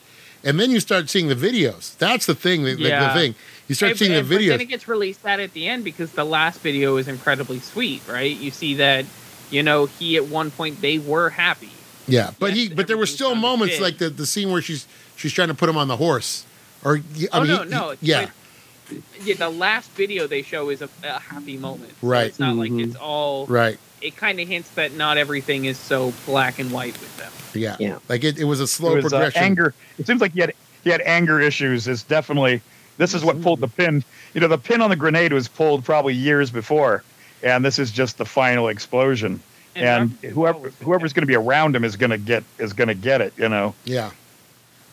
A: And then you start seeing the videos. That's the thing. The, the-
D: Yeah.
A: the thing you start
D: And-
A: seeing the
D: and- but
A: videos.
D: Then it gets really sad at the end because the last video is incredibly sweet, right? You see that You know, he at one point they were happy.
A: Yeah, but he
D: Yes,
A: but there were
D: everything
A: still
D: sounded
A: moments
D: big.
A: like the the scene where she's she's trying to put him on the horse, or I
D: oh
A: mean,
D: no,
A: he-
D: no,
A: he-
D: it's
A: yeah,
D: like- yeah, the last video they show is a, a happy moment. So
A: Right. Mm-hmm.
D: it's not
C: Mhm.
D: like it's all.
A: right,
D: It kind of hints that not everything is so black and white with them.
A: yeah,
C: Yeah.
A: Like it, it was a slow
H: It was, uh,
A: progression.
H: anger. It seems like he had he had anger issues. It's definitely this is what
A: Mm-hmm.
H: pulled the pin. You know, the pin on the grenade was pulled probably years before, and this is just the final explosion. And,
D: Robert
H: whoever
D: Powell's-
H: whoever's going to be around him is going to get is going to get it. You know,
A: Yeah,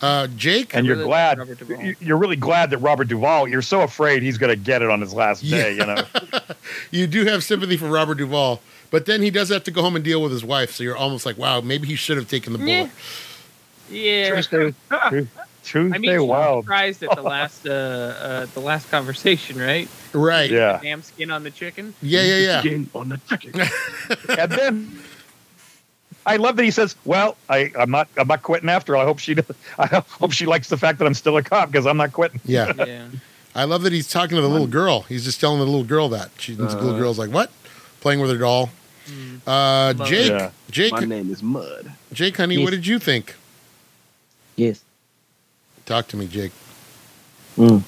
A: uh, Jake.
H: and
D: I
H: you're
D: really like
H: glad
D: Robert Duvall.
H: you- you're really glad that Robert Duvall. You're so afraid he's going to get it on his last
A: Yeah.
H: day.
D: [LAUGHS]
H: You know,
A: you do have sympathy for Robert Duvall, but then he does have to go home and deal with his wife. So you're almost like, wow, maybe he should have taken the bullet.
D: Yeah. Yeah.
H: Tuesday, Tu-
D: [LAUGHS]
H: Tuesday
D: I mean, he was
H: wild.
A: [LAUGHS]
D: surprised at the last uh, uh, the last conversation, right?
A: Right. Yeah.
H: Yeah,
D: Damn skin on
A: [LAUGHS]
D: the chicken.
A: [LAUGHS] Yeah. Yeah.
G: [LAUGHS]
A: Yeah.
G: Skin on the chicken.
H: and then I love that he says, "Well, I, I'm not, I'm not quitting after all. I hope she, does, I hope she likes the fact that I'm still a cop because I'm not quitting."
D: Yeah.
A: I love that he's talking to the little girl. He's just telling the little girl that. She, the little
G: Uh.
A: girl's like, what? Playing with her doll.
D: Hmm.
A: Uh,
D: Love
A: Jake.
H: Yeah.
A: Jake.
G: My name is Mud.
A: Jake, honey,
C: Yes.
A: what did you think?
C: Yes.
A: Talk to me, Jake.
C: Mm.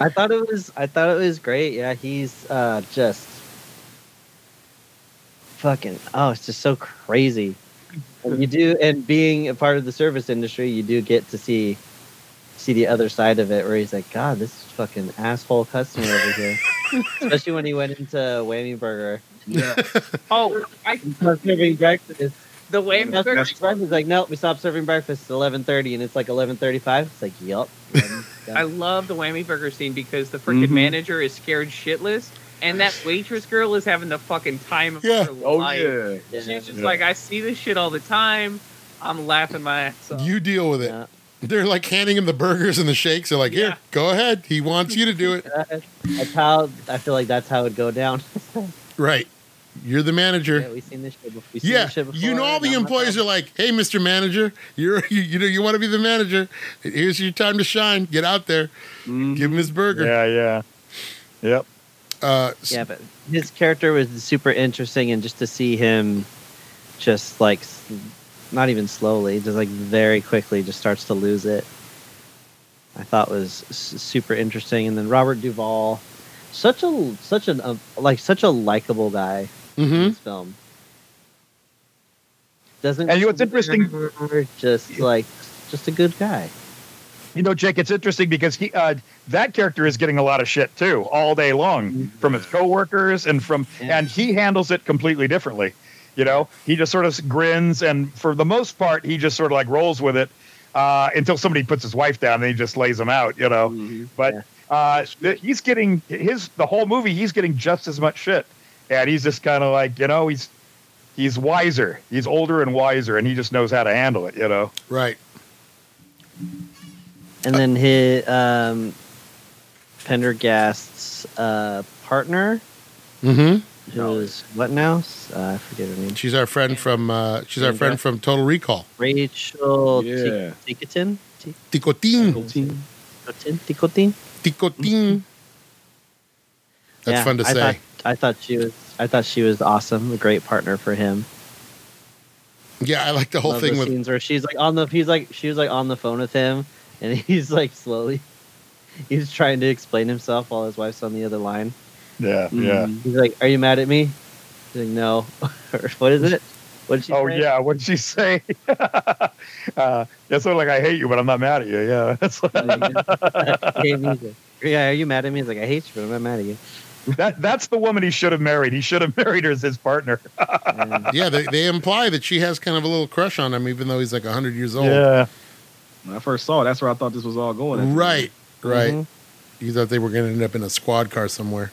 C: I thought it was I thought it was great. Yeah, he's uh just fucking oh, it's just so crazy. And you do and being a part of the service industry, you do get to see see the other side of it where he's like, God, this is fucking asshole customer over
D: [LAUGHS]
C: here. Especially when he went into Whammy Burger.
D: Oh, I
C: Serving breakfast.
D: the way
C: That's, breakfast. Like, nope, we stopped serving breakfast at eleven thirty, and it's like eleven thirty-five. It's like, yup.
D: [LAUGHS] I love the whammy burger scene because the freaking
A: Mm-hmm.
G: Mhm.
D: manager is scared shitless, and that waitress girl is having the fucking time of
A: Yeah.
D: her life. She's just like, I see this shit all the time. I'm laughing my ass off.
A: You deal with it.
C: Yeah.
A: They're like handing him the burgers and the shakes. They're like, here,
D: Yeah.
A: go ahead. He wants you to do it.
C: That's how I feel like that's how it'd go down.
A: Right. You're the manager.
C: yeah, we've seen this shit before. We've seen
A: Yeah,
C: this shit before.
A: you know all the
C: Not my
A: employees are
C: problem.
A: like, "Hey, Mr. Manager, you're [LAUGHS] you, you know you want to be the manager. Here's your time to shine. Get out there,
G: Mhm.
A: give him his burger."
H: Yeah, yeah, yep.
A: Uh, s-
C: Yeah, but his character was super interesting, and just to see him, just like, s- not even slowly, just like very quickly, just starts to lose it. I thought was s- super interesting, and then Robert Duvall, such a such an um, like such a likable guy. in
A: mhm.
C: this film. Doesn't
H: And you know, it's interesting-
C: Just like just a good guy.
H: You know, Jake, it's interesting because he uh, that character is getting a lot of shit too all day long from his coworkers and from
C: Yeah.
H: and he handles it completely differently. You know, he just sort of grins and for the most part he just sort of like rolls with it uh, until somebody puts his wife down and he just lays him out. You know, but uh, th- he's getting his the whole movie he's getting just as much shit and he's just kind of like you know he's he's wiser he's older and wiser and he just knows how to handle it you know
A: Right. Uh,
C: And then his um, Pendergast's uh, partner,
A: Mhm.
C: who is what now? S- Uh, I forget her name.
A: She's our friend from uh, she's our
C: And, uh,
A: friend from Total Recall.
C: Rachel
G: Yeah.
C: Ti- Ticotin. Ti-
A: Ticotin,
G: Team.
C: Ticotin. Ticotin.
A: ticotin. That's
C: Yeah,
A: fun to
C: I
A: say.
C: Thought, I thought she was. I thought she was awesome. A great partner for him.
A: yeah, I like the whole
C: Love
A: thing
C: the
A: with
C: scenes where she's like on the he's like she was like on the phone with him and [LAUGHS] he's like slowly he's trying to explain himself while his wife's on the other line.
H: yeah yeah
C: He's like, Are you mad at me? He's like, No. [LAUGHS] Or, what is it? What did she
H: oh
C: say?"
H: yeah what did she say [LAUGHS] uh, it's sort of like i hate you but i'm not mad at you yeah [LAUGHS] that's
C: Hey, he's like, yeah, are you mad at me? He's like, I hate you, but I'm not mad at you.
H: that, that's the woman he should have married he should have [LAUGHS] married her as his partner
C: And
A: yeah. They, they imply that she has kind of a little crush on him, even though he's like hundred years old.
G: When I first saw it, that's where I thought this was all going. at.
A: Right. Right.
C: Mhm.
A: You thought they were going to end up in a squad car somewhere.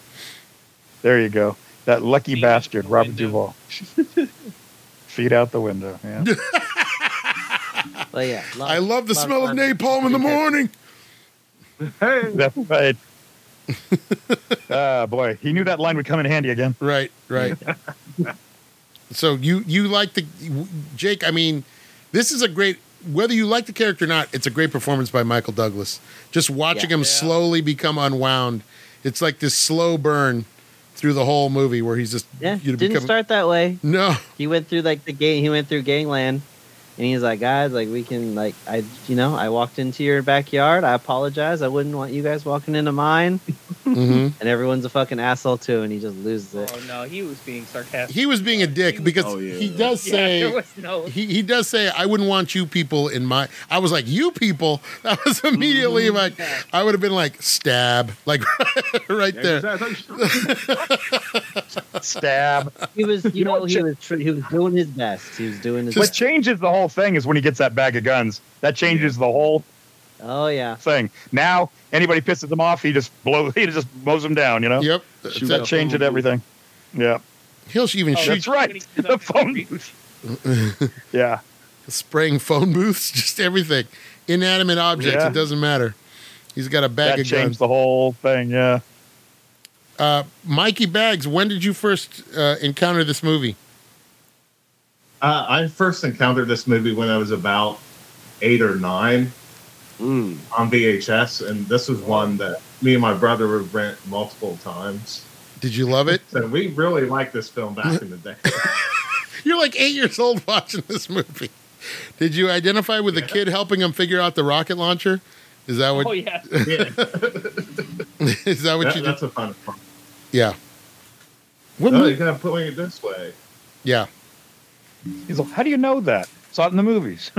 H: there you go that lucky
D: Feet out
H: bastard
D: the
H: robert
D: window.
H: duvall [LAUGHS] feet out the window yeah
C: But yeah, lot-
A: I love the
C: lot
A: smell of
C: fun.
A: napalm in the morning.
G: Hey.
H: [LAUGHS] That's right. Ah, boy, he knew that line would come in handy again.
A: Right,
C: [LAUGHS]
A: right. so you you like the Jake? I mean, this is a great whether you like the character or not. It's a great performance by Michael Douglas. Just watching
C: Yeah.
A: him
D: Yeah.
A: slowly become unwound. It's like this slow burn through the whole movie where he's just
C: Yeah,
A: you
C: didn't start that way.
A: no
C: [LAUGHS] He went through like the gang. He went through gangland, and he's like, guys, like we can like I you know I walked into your backyard. I apologize. I wouldn't want you guys walking into mine.
A: Mhm.
C: And everyone's a fucking asshole too, and he just loses it.
D: Oh no, he was being sarcastic.
A: he was being a dick because
G: Oh, yeah.
A: he does
D: [LAUGHS] Yeah,
A: say
D: there was no.
A: he, he does say I wouldn't want you people in my I was like you people [LAUGHS] that was immediately like I would have been like stab like [LAUGHS] right there
G: [LAUGHS]
A: [LAUGHS]
H: Stab.
C: He was, you,
H: You know
C: know,
H: what,
C: he
H: Ch-
C: was tr- he was doing his best. He was doing his
H: What
C: best.
H: changes the whole thing is when he gets that bag of guns. That changes the whole
C: Oh yeah,
H: thing. Now anybody pisses him off, he just blow. [LAUGHS] He just mows him down. You know.
A: yep
G: Shoot
H: That
A: That-
G: up.
H: changes everything. Yeah.
A: he'll even
D: Oh,
A: shoot
D: [LAUGHS]
H: That's right.
D: He's
H: The
D: up
H: phone [LAUGHS]
D: in the-
H: booth.
A: [LAUGHS]
H: yeah.
A: spraying phone booths just everything inanimate objects
H: Yeah.
A: it doesn't matter he's got a bag
H: That
A: of guns
H: changed the whole thing. Yeah.
A: uh, Mikey Bags when did you first uh, encounter this movie
E: Uh, I first encountered this movie when I was about eight or nine
G: Mm.
E: on VHS, and this was one that me and my brother would rent multiple times.
A: did you love it [LAUGHS]
E: So we really liked this film back in the day.
A: You're like eight years old watching this movie. Did you identify with the kid helping him figure out the rocket launcher? Is that what?
D: Oh yeah,
A: [LAUGHS]
E: yeah,
A: Is that what
E: that-
A: you did?
E: that's a fun part.
A: Yeah. What?
E: Oh,
A: mo-
E: you gotta put it this way.
A: yeah.
H: He's like, how do you know that? Saw it in
A: [LAUGHS]
H: the movies.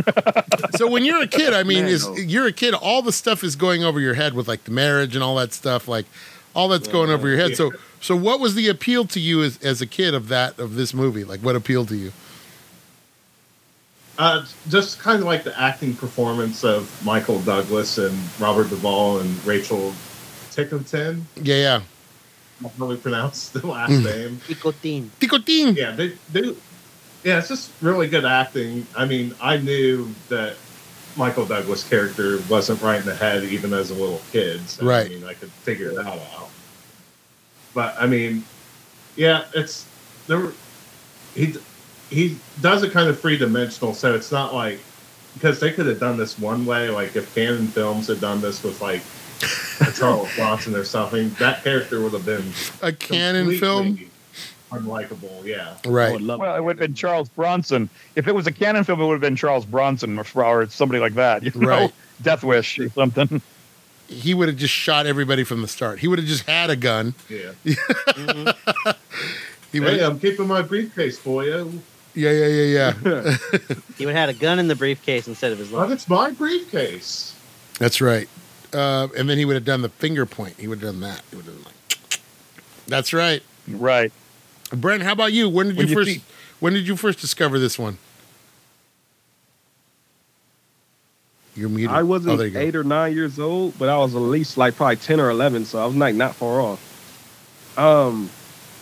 A: So when you're a kid, I mean,
G: Man,
A: is
G: no.
A: you're a kid, all the stuff is going over your head with like the marriage and all that stuff, like all that's going over your head. So, so what was the appeal to you as, as a kid of that of this movie? Like, what appealed to you?
E: Uh, just kind of like the acting performance of Michael Douglas and Robert Duvall and Rachel Tickerton.
A: Yeah, yeah.
E: I probably pronounce the last name.
C: Nicotine.
A: Ticotin.
E: Yeah, they, they, yeah, it's just really good acting. I mean, I knew that Michael Douglas' character wasn't right in the head even as a little kid. So,
A: Right.
E: I mean, I could figure that out. But I mean, yeah, it's there. were- He he does it kind of three dimensional, so it's not like because they could have done this one way. Like if Canon Films had done this
A: [LAUGHS]
E: with like a Charles Bronson or something, that character would have been
A: A canon film.
E: completely Unlikable, yeah.
G: I would
A: Right.
G: love
H: [LAUGHS] Well, it would have been Charles Bronson. If it was a canon film, it would have been Charles Bronson or, or somebody like that. You know?
A: Right.
H: Death Wish or something. [LAUGHS]
A: He would have just shot everybody from the start. He would have just had a gun.
E: Yeah.
A: He would.
E: Hey, I'm keeping my briefcase for you.
A: Yeah, yeah, yeah, yeah.
C: He would have had a gun in the briefcase instead of his
E: But
C: life.
E: it's my briefcase.
A: That's right. Uh, and then he would have done the finger point. He would have done that. He would have done like. That's right.
H: Right.
A: Brent, how about you? When did
H: When
A: you,
H: you
A: first?
H: see-
A: When did you first discover this one? You're muted.
G: I wasn't
A: Oh,
G: eight
A: there you go.
G: or nine years old, but I was at least like probably ten or eleven, so I was like not far off. Um,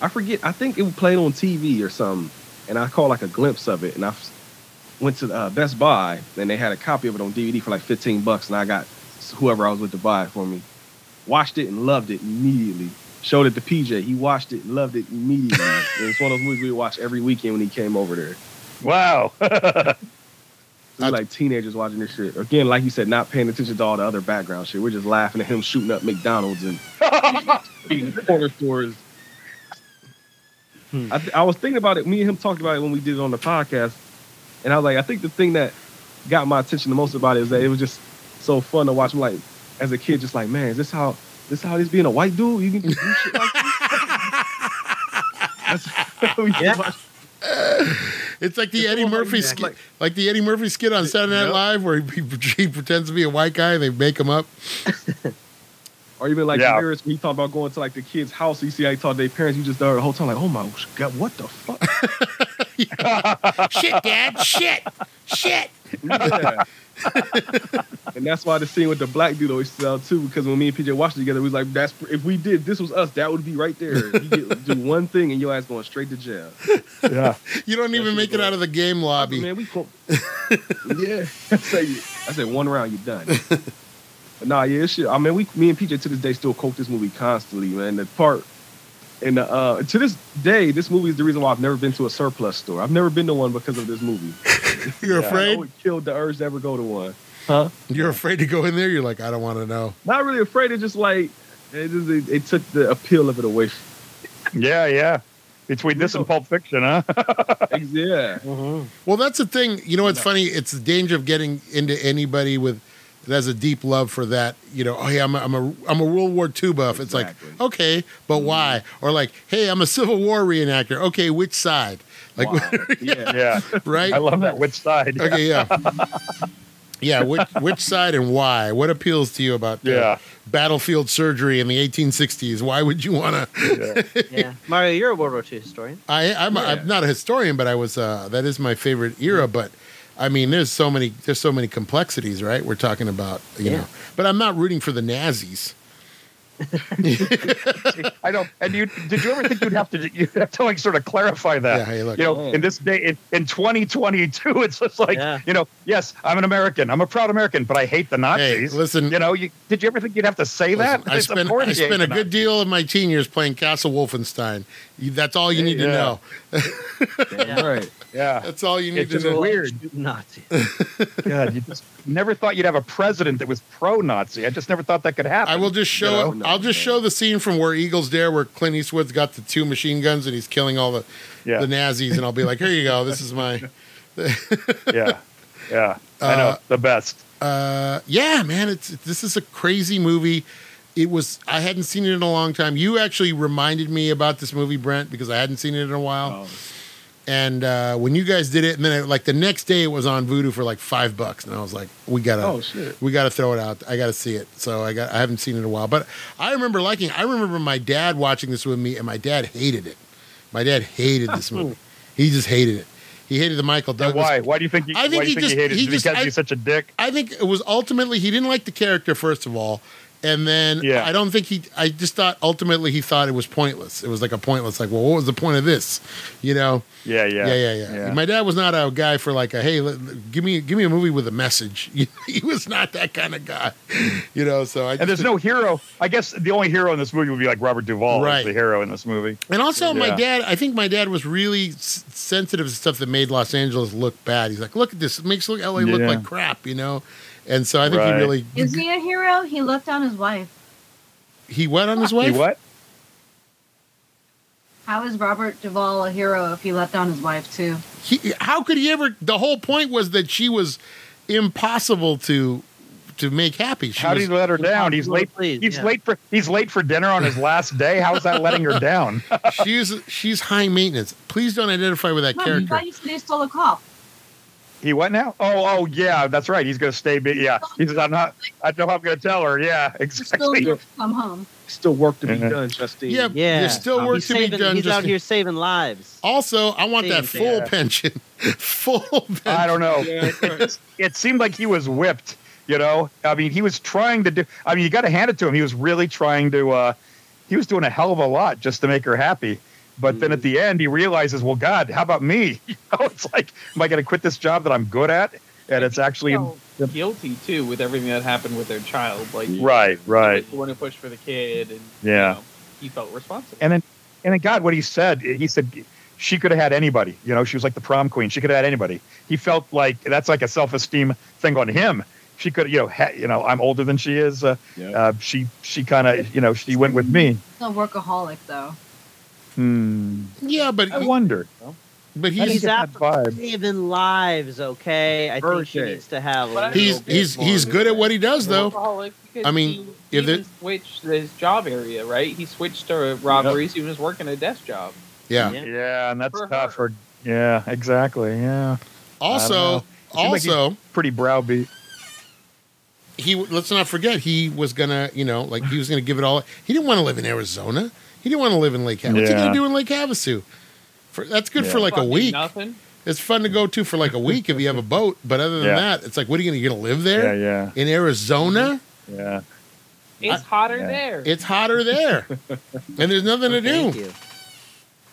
G: I forget. I think it played on TV or something, and I caught like a glimpse of it, and I f- went to uh, Best Buy, and they had a copy of it on DVD for like fifteen bucks, and I got whoever I was with to buy it for me. Watched it and loved it immediately. Showed it to PJ. He watched it, and loved it immediately.
A: [LAUGHS]
G: it was one of those movies we watched every weekend when he came over there.
H: Wow. [LAUGHS]
G: We're like teenagers watching this shit. Again, like you said, not paying attention to all the other background shit. We're just laughing at him shooting up McDonald's and eating [LAUGHS] corner stores.
C: Hmm.
G: I, th- I was thinking about it. Me and him talked about it when we did it on the podcast, and I was like, I think the thing that got my attention the most about it is that it was just so fun to watch him. Like as a kid, just like, man, is this how this how this being a white dude? You can do shit like this. That's we
C: Yeah.
G: watched.
A: It's like the Eddie Murphy skit, like, the Eddie Murphy skit on Saturday Night
G: Yep.
A: Live, where he, [LAUGHS] he pretends to be a white guy and they make him up.
G: Or even like
H: Yeah.
G: the lyrics when he talked about going to like the kid's house, you see how he talked to their parents, you just there the whole time like, oh my god, what the fuck?
A: [LAUGHS] shit, Dad! Shit! Shit!
G: Yeah. and that's why the scene with the black dude always stood out too, because when me and PJ watched it together, we was like, that's if we did this was us, that would be right there. You get, do one thing and your ass going straight to jail.
H: yeah.
A: You don't even make it out of the game
G: I said,
A: lobby.
G: Man, we [LAUGHS] go- yeah. I said, I said one round, you done. but [LAUGHS] nah, yeah, it's shit. I mean, we, me and PJ to this day still quote this movie constantly, man. The part, and the, uh, to this day, this movie is the reason why I've never been to a surplus store. I've never been to one because of this movie.
A: You're
H: Yeah.
G: I
A: afraid.
G: always killed the urge to ever go to one.
A: You're afraid to go in there. You're like, I don't want to know.
G: [LAUGHS] Not really afraid. It's just like it, just, it, it took the appeal of it away
H: Yeah, yeah. Between this and Pulp Fiction, huh? [LAUGHS]
G: yeah.
A: Well, that's the thing. You know what's funny? It's the danger of getting into anybody with that has a deep love for that. You know, oh yeah, I'm a, I'm a I'm a World War II buff. It's like
G: Exactly.
A: okay, but why? Or like, hey, I'm a Civil War reenactor. Okay, which side? Like,
G: [LAUGHS] yeah.
H: yeah.
A: right?
H: I love that. Which [LAUGHS] side?
A: Okay, yeah. Yeah, which which side and why? What appeals to you about the
H: Yeah.
A: battlefield surgery in the 1860s? Why would you want to?
H: yeah.
C: yeah. Mario, you're a World War II
H: [LAUGHS]
C: historian.
A: I I'm,
G: Yeah.
A: I'm not a historian, but I was. Uh, that is my favorite era. But I mean, there's so many there's so many complexities, right? We're talking about you
C: Yeah.
A: know. But I'm not rooting for the Nazis.
H: I know. And you did you ever think you'd have to you have to like sort of clarify that?
A: Yeah, hey, look.
H: You know, in this day in, in 2022, it's just like
C: Yeah.
H: you know, yes, I'm an American, I'm a proud American, but I hate the Nazis.
A: listen-
H: you know, you, did you ever think you'd have to say that?
A: Listen, I
H: It's
A: spent
H: important
A: I
H: you hate
A: spent a
H: the
A: good
H: Nazis.
A: deal of my teen years playing Castle Wolfenstein. You, that's all you need to
H: Yeah.
A: know.
G: Right.
H: Yeah.
A: That's all you need
H: It's
A: to
H: just
A: know.
H: weird.
C: Nazi.
H: [LAUGHS] God, you just never thought you'd have a president that was pro-Nazi. I just never thought that could happen.
A: I will just show.
G: You know?
A: I'll just show the scene from where Eagles Dare, where Clint Eastwood's got the two machine guns and he's killing all the,
H: Yeah.
A: the Nazis, and I'll be like, "Here you go. This is
G: [LAUGHS]
A: my."
H: yeah. Yeah. I know.
A: Uh,
H: The best.
A: uh, yeah, man, it's this is a crazy movie. It was I hadn't seen it in a long time. You actually reminded me about this movie, Brent, because I hadn't seen it in a while.
G: Oh.
A: And uh, when you guys did it, and then it, like the next day, it was on Voodoo for like five bucks, and I was like, we gotta,
G: Oh, shit.
A: we gotta throw it out. I gotta see it. So I got, I haven't seen it in a while, but I remember liking. I remember my dad watching this with me, and my dad hated it. My dad hated
H: [LAUGHS]
A: this movie. He just hated it. He hated the Michael
H: And
A: Douglas.
H: why? Why do you think? He,
A: I think
H: why do
A: he
H: you think
A: just-
H: he hated
A: he
H: it?
A: just-
H: because
A: I-
H: he's such a dick.
A: I think it was ultimately he didn't like the character first of all, and then
H: Yeah.
A: I don't think he. I just thought ultimately he thought it was pointless. It was like a pointless. Like, well, what was the point of this? You know?
H: Yeah, yeah,
A: Yeah, yeah, yeah. My dad was not a guy for like a hey, l- l- give me give me a movie with a message. [LAUGHS] he was not that kind of guy. You know? So I
H: And there's
A: just-
H: no hero. I guess the only hero in this movie would be like Robert Duvall,
A: Right.
H: is the hero in this movie.
A: And also, my
H: Yeah.
A: dad, I think my dad was really s- sensitive to stuff that made Los Angeles look bad. He's like, look at this. It makes LA look
H: Yeah.
A: like crap, you know? And so I think
H: Right.
A: he really.
F: [LAUGHS] Is he a hero? He looked on his wife.
A: He went on his wife?
H: He what?
F: How is Robert Duvall a hero if he left on his wife too?
A: he, how could he ever the whole point was that she was impossible to to make happy she
H: How
A: was,
H: did he let her down? He's late.
C: Please,
H: he's
C: yeah.
H: late for he's late for dinner on his last day. How's that letting
A: [LAUGHS]
H: her down?
A: she's she's high maintenance please don't identify with that
F: Mom, you
A: character
F: thought you said he stole a
H: [LAUGHS]
F: cop.
H: He what now? Oh, oh yeah, that's right. He's gonna stay. Be- yeah, he says I'm not. I know I'm gonna tell her. Yeah,
F: Stole
H: exactly.
F: him. Come home.
G: Still work to be
H: Mhm.
G: done, Justine.
A: Mm-hmm. yeah,
C: Yeah.
A: there's still work
C: he's
A: to be
C: saving-
A: done
C: He's out
A: Justine.
C: here saving lives.
A: also i want that
C: Saving-
A: full
H: yeah.
A: pension [LAUGHS] full pension
H: I don't know.
G: Yeah, right.
H: [LAUGHS] It seemed like he was whipped. You know, I mean, he was trying to do. I mean, you got to hand it to him. He was really trying to. uh He was doing a hell of a lot just to make her happy. But then at the end, he realizes, well, God, how about me? [LAUGHS] You know, it's like, am I going to quit this job that I'm good at? And it's actually
D: felt guilty too with everything that happened with their child. Like
H: right, right,
D: the one who pushed for the kid, and
H: yeah.
D: you know, he felt responsible.
H: and then and then God, what he said, he said she could have had anybody. You know, she was like the prom queen. She could have had anybody. He felt like that's like a self esteem thing on him. She could, you know, ha, you know, I'm older than she is. Uh,
G: Yeah.
H: uh, she she kind of, you know, she went with me.
F: Still workaholic though.
H: Hmm.
A: yeah but
H: I wonder.
A: but
H: I
A: he's
H: didn't
C: He's
H: get
C: out
H: that
C: for
H: vibe.
C: saving lives, okay? I think she
G: Birthday.
C: needs to have. a
D: But I-
C: little
A: he's
C: bit
A: he's
C: more
A: he's
C: than
A: good at
C: that.
A: what he does though
D: Workaholic, because
A: I mean,
D: he
A: if
D: even
A: it-
D: switched his job area, right? He switched to robberies. He was working a desk job.
A: yeah,
C: Yeah.
H: Yeah, and that's
D: For
H: tough.
D: her.
H: For yeah, exactly. Yeah,
A: also
H: know. Seemed like he-
A: also
H: pretty browbeat.
A: he let's not forget he was gonna you know like he was gonna give it all he didn't want to live in arizona he didn't want to live in lake havasu what's he
H: Yeah.
A: gonna do in lake havasu for, that's good for
H: Yeah.
A: like a
D: Fucking
A: week
D: Nothing.
A: it's fun to go to for like a week if you have a boat but other than
H: Yeah.
A: that it's like what are you gonna, you gonna live
H: Yeah,
A: there
H: yeah,
A: in arizona
H: yeah.
D: It's hotter
H: yeah.
D: there.
A: it's hotter there and there's nothing to do
C: Thank you.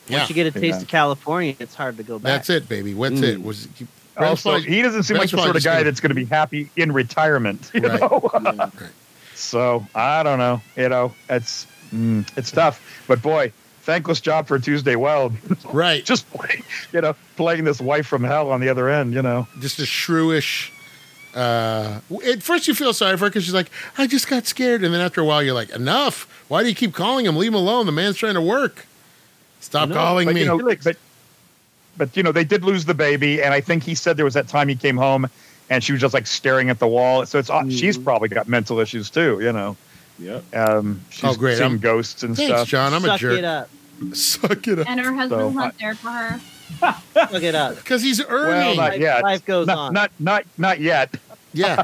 A: yeah
C: Once you get a taste
H: Yeah.
C: of California, it's hard to go back.
A: that's it baby what's
G: Mm.
A: it was
H: Also, he doesn't seem like
A: Brent's
H: the
A: probably
H: sort of
A: just
H: guy
A: gonna-
H: that's going to be happy in retirement. You [LAUGHS]
A: Right.
H: know?
A: Right.
H: So I don't know. You know, it's mm, it's tough. But boy, thankless job for Tuesday Weld. [LAUGHS]
A: right
H: Just play, you know, playing this wife from hell on the other end. You know.
A: just a shrewish. Uh, at first, you feel sorry for her because she's like, "I just got scared," and then after a while, you're like, "Enough! Why do you keep calling him? Leave him alone. The man's trying to work." Stop
H: No,
A: calling
H: but,
A: me.
H: You know, but, but, you know, they did lose the baby, and I think he said there was that time he came home and she was just like staring at the wall. So it's uh
A: Mm.
H: she's probably got mental issues too. You know,
E: Yep.
H: um, she's
A: Oh, great.
H: seen
A: I'm-
H: ghosts and
A: Thanks,
H: stuff.
A: John. I'm
C: Suck
A: a jerk.
C: it up.
A: Suck
H: [LAUGHS]
A: it up.
F: And her husband's
H: So-
F: not there for her.
C: Suck it up.
A: Because he's
H: Well,
A: earning.
H: not
C: Life-
H: yet.
C: life goes
H: not,
C: on.
H: Not not not yet. [LAUGHS]
A: yeah,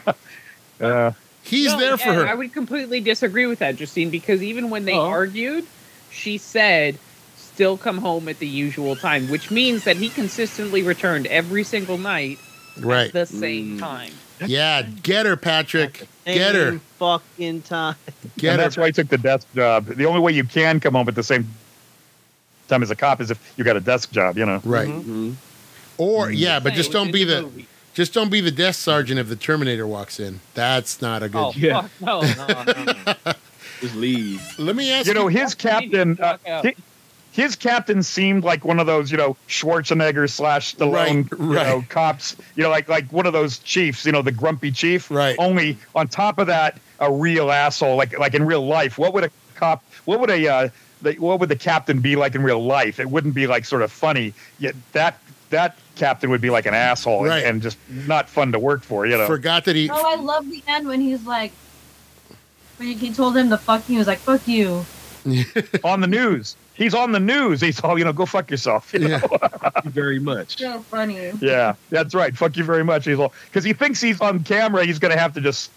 H: Uh,
A: he's
D: No,
A: there for
D: yeah,
A: her.
D: I would completely disagree with that, Justine, because even when they
G: Oh.
D: argued, she said, still come home at the usual time, which means that he consistently returned every single night
A: right.
D: at the same
G: Mm.
D: time.
A: Yeah, get her, Patrick. [LAUGHS] Get her.
C: Same Fucking time.
A: Get
H: and
A: her.
H: that's why I took the desk job. The only way you can come home at the same time as a cop is if you got a desk job. You know.
A: Right.
G: Mhm.
H: Mm-hmm.
A: Or yeah, but
D: Same,
A: just don't
D: it's
A: be
D: in
A: the
D: movie.
A: just don't be the desk sergeant if the Terminator walks in. That's not a good.
H: [LAUGHS]
D: Oh,
G: Yeah.
D: fuck, no, no, no, no.
G: Just leave. [LAUGHS]
A: Let me ask
H: You know,
A: you.
H: his captain. Uh,
D: Walk out.
H: hi- his captain seemed like one of those, you know, Schwarzenegger slash Stallone,
A: Right,
H: you know,
A: right.
H: cops. You know, like like one of those chiefs. You know, the grumpy chief.
A: Right.
H: Only on top of that, a real asshole. Like like in real life, what would a cop? What would a uh, the, what would the captain be like in real life? It wouldn't be like sort of funny. Yet that that captain would be like an asshole and-
A: Right.
H: and, just not fun to work for. You know.
A: Forgot that he.
F: Oh, I love the end when he's like, when he told him to fuck you. He was like, fuck you.
H: on the news, he's on the news. He's oh, you know, go fuck
A: [LAUGHS]
H: yourself. you know?
A: Yeah.
G: Thank you very much.
F: So funny.
H: Yeah, that's right. Fuck you very much, Hazel. Because he thinks he's on camera, he's going to have to just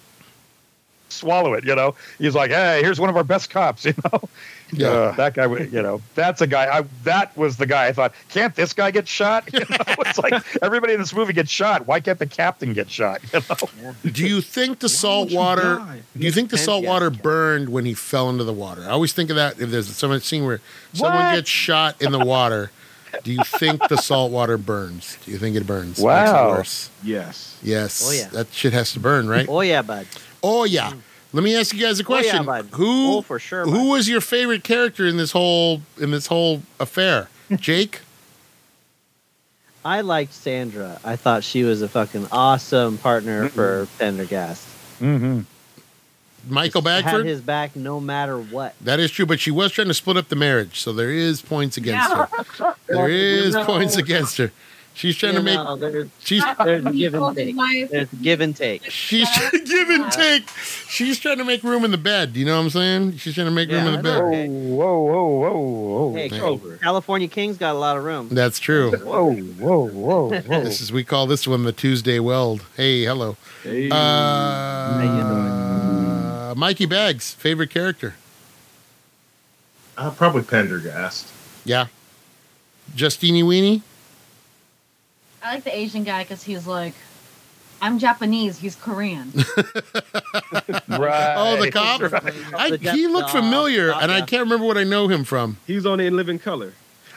H: swallow it. You know, he's like, "Hey, here's one of our best cops." [LAUGHS] You know,
A: Yeah.
H: Uh, that guy. would- You know, that's a guy. I that was the guy. I thought, can't this guy get shot? [LAUGHS] You know, it's like everybody in this movie gets shot. Why can't the captain get shot? [LAUGHS] You know,
A: Do you think the salt water? Do you think the salt water burned when he fell into the water? I always think of that. If there's some scene where someone
H: What?
A: gets shot in the water, do you think the salt water burns? Do you think it burns? Makes it
H: Wow.
A: worse.
G: Yes.
A: Yes.
C: Oh, yeah.
A: That shit has to burn, right?
C: Oh yeah, bud.
A: Oh yeah. Let me ask you guys a
C: Oh, yeah,
A: question.
C: bud.
A: Who
C: Oh, for sure.
A: who
C: bud.
A: was your favorite character in this whole in this whole
F: [LAUGHS]
A: affair? Jake?
C: I liked Sandra. I thought she was a fucking awesome partner for Pendergast.
H: mm-hmm.
A: Michael
C: Had
A: Bagford?
C: his back no matter what.
A: that is true, but she was trying to split up the marriage, so there is points against
C: [LAUGHS]
A: her. There is points against her. She's trying to
C: You
A: make
C: know,
A: [LAUGHS]
C: there's,
A: she's
C: there's give and
F: Told his
C: take.
F: wife,
C: There's give and take.
A: she's trying to give and take. She's trying to make room in the bed. You know what I'm saying? She's trying to make room
C: Yeah,
A: in the
C: I
A: bed.
C: know.
H: Whoa, whoa, whoa, whoa, whoa,
C: Hey,
A: man.
G: Over.
C: California King's got a lot of room.
A: That's true.
H: whoa, whoa, whoa,
A: [LAUGHS]
H: whoa.
A: This is we call this one the Tuesday weld. Hey, hello.
G: Hey.
A: Uh, Mikey Bags, favorite character.
E: Uh, probably Pendergast.
A: Yeah. Justini Weenie.
F: I like the Asian guy because he's like, I'm Japanese. He's
A: [LAUGHS]
F: Korean.
H: right.
A: Oh, the cop.
C: [LAUGHS]
A: I,
C: The Jap-
A: he looked
C: uh,
A: familiar,
C: uh,
A: and I
C: yeah.
A: can't remember what I know him from.
G: He's on In Living Color.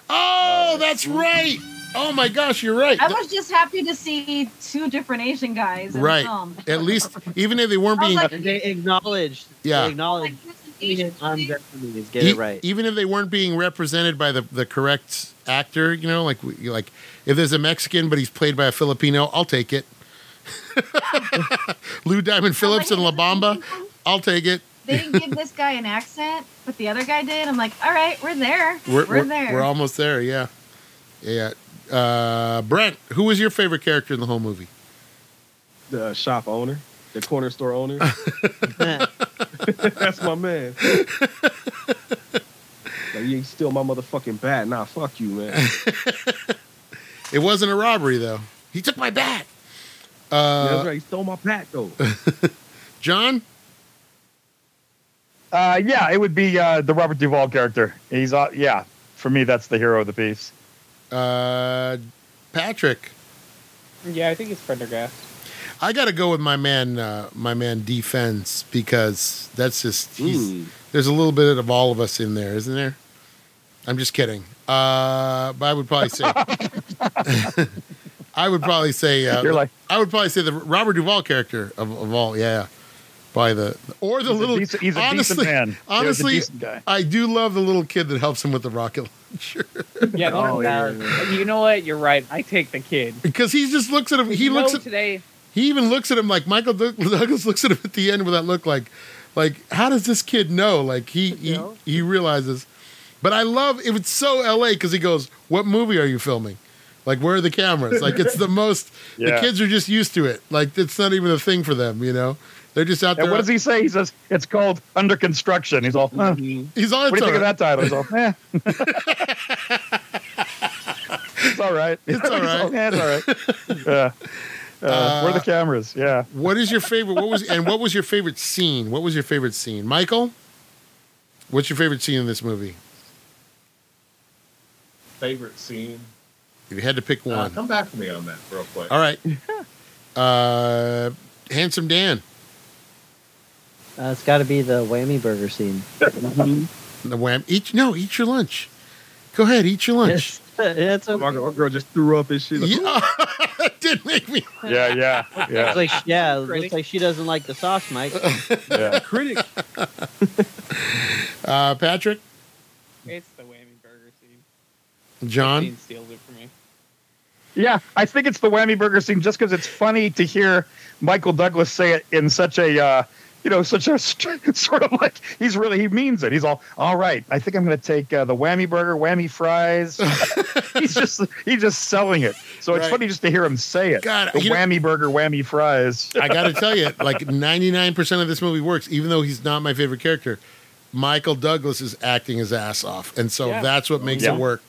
A: Oh, that's right. Oh my gosh, you're right.
F: I was just happy to see two different Asian guys in
A: Right.
F: the film.
A: At least, even if they weren't
F: I was
A: being,
F: like,
C: They acknowledged.
A: Yeah.
C: They acknowledged.
F: Like, this is
C: Asian,
F: Asian
C: I'm
F: thing.
C: Japanese. Get
A: e-
C: it [LAUGHS] right.
A: even if they weren't being represented by the, the correct actor, you know, like we- like if there's a Mexican but he's played by a Filipino, I'll take it. [LAUGHS] Lou Diamond Phillips and La
F: [LAUGHS]
A: Bamba, I'll take it.
F: They didn't
A: [LAUGHS]
F: give this guy an accent, but the other guy did. I'm like, all right, we're there.
A: We're,
F: We're,
A: we're,
F: there.
A: we're almost there. Yeah, yeah. Uh, Brent, who was your favorite character in the whole movie?
G: The shop owner, the corner store
A: [LAUGHS]
G: owner. That's my man. like, you steal my motherfucking bat. Nah, fuck you, man.
A: It wasn't a robbery though. He took my bat.
G: That's
A: Uh,
G: right. He stole my bat, though.
A: John.
H: Uh, yeah, it would be uh, the Robert Duvall character. He's uh, yeah, for me that's the hero of the piece.
A: Uh, Patrick,
D: Yeah, I think it's Prendergast.
A: [LAUGHS] I gotta go with my man, uh, my man defense because that's just [LAUGHS] he's,
H: Hmm.
G: Mm.
A: there's a little bit of all of us in there, isn't there? I'm just kidding. Uh, but I would probably say, [LAUGHS] I would probably say, uh,
H: You're like
A: I would probably say the Robert Duvall character of, of all, yeah, by the or the
H: he's
A: little.
H: a decent, he's a
A: honestly,
H: decent man. Yeah, he's
A: honestly,
H: a decent guy.
A: I do love the little kid that helps him with the rocket launcher
D: Yeah,
G: Oh, yeah, yeah,
D: You know what? You're right. I take the kid.
A: because he just looks at him. He
D: You know,
A: looks at
D: today.
A: He even looks at him like Michael Doug- [LAUGHS] Douglas looks at him at the end with that look like, like how does this kid know? Like he he,
C: No.
A: he realizes, But I love it was so LA because he goes, What movie are you filming? Like where are the cameras? Like it's the most the
H: Yeah.
A: kids are just used to it. Like it's not even a thing for them, you know? They're just out there.
H: And what does he say? He says it's called under construction. He's all, huh. what do you
C: Mm-hmm.
A: He's on
H: think
A: it's all
H: of
A: right.
H: that title? He's
A: [LAUGHS]
H: all, eh. it's all right. [LAUGHS]
A: It's all right.
H: yeah, it's all right. Yeah. Uh, where are the
A: [LAUGHS]
H: cameras? Yeah.
A: What is your favorite? What was and what was your favorite scene? What was your favorite scene, Michael? What's your favorite scene in this movie?
E: Favorite scene?
A: If you had to pick
E: Uh,
A: one,
E: come back to me on that real quick.
A: all right. [LAUGHS] Uh, handsome Dan,
C: Uh, it's got to be the whammy
A: [LAUGHS]
C: burger scene.
A: the wham. Eat no, eat your lunch. Go ahead, eat your lunch.
C: It's, [LAUGHS] it's okay.
G: Margot, Mm. girl just threw up and shit. Like,
A: Yeah, [LAUGHS] that did make me.
H: Yeah, yeah,
C: It's
H: yeah,
C: like, yeah, it looks
D: Critic.
C: like she doesn't like the
A: [LAUGHS]
C: sauce, Mike.
H: yeah.
G: critic.
A: Uh, Patrick,
D: It's the whammy burger scene.
A: John,
D: Dean steals it from me.
H: Yeah, I think it's the whammy burger scene just because it's funny to hear Michael Douglas say it in such a, uh, you know, such a st- [LAUGHS] sort of like he's really he means it. He's all, all right. I think I'm going to take uh, the whammy burger,
A: [LAUGHS]
H: whammy fries. he's just he's just selling it. So it's
A: Right.
H: funny just to hear him say it.
A: God,
H: the
A: you know-
H: whammy burger, whammy fries.
A: I got to tell you, like ninety nine percent of this movie works, even though he's not my favorite character. Michael Douglas is acting his ass off, and so
D: Yeah.
A: that's what makes
H: Yeah.
A: it work.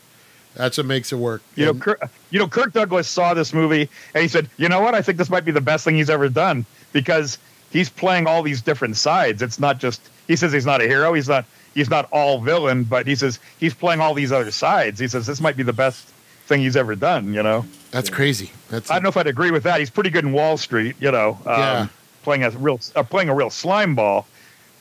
A: That's what makes it work.
H: You know,
A: And-
H: Kirk, you know, Kirk Douglas saw this movie and he said, "You know what? I think this might be the best thing he's ever done because he's playing all these different sides. It's not just he says he's not a hero. He's not he's not all villain, but he says he's playing all these other sides. He says this might be the best thing he's ever done. You know,
A: That's crazy. That's
H: I don't know if I'd agree with that. He's pretty good in Wall Street. You know, um,
A: Yeah.
H: playing a real uh, playing a real slime ball,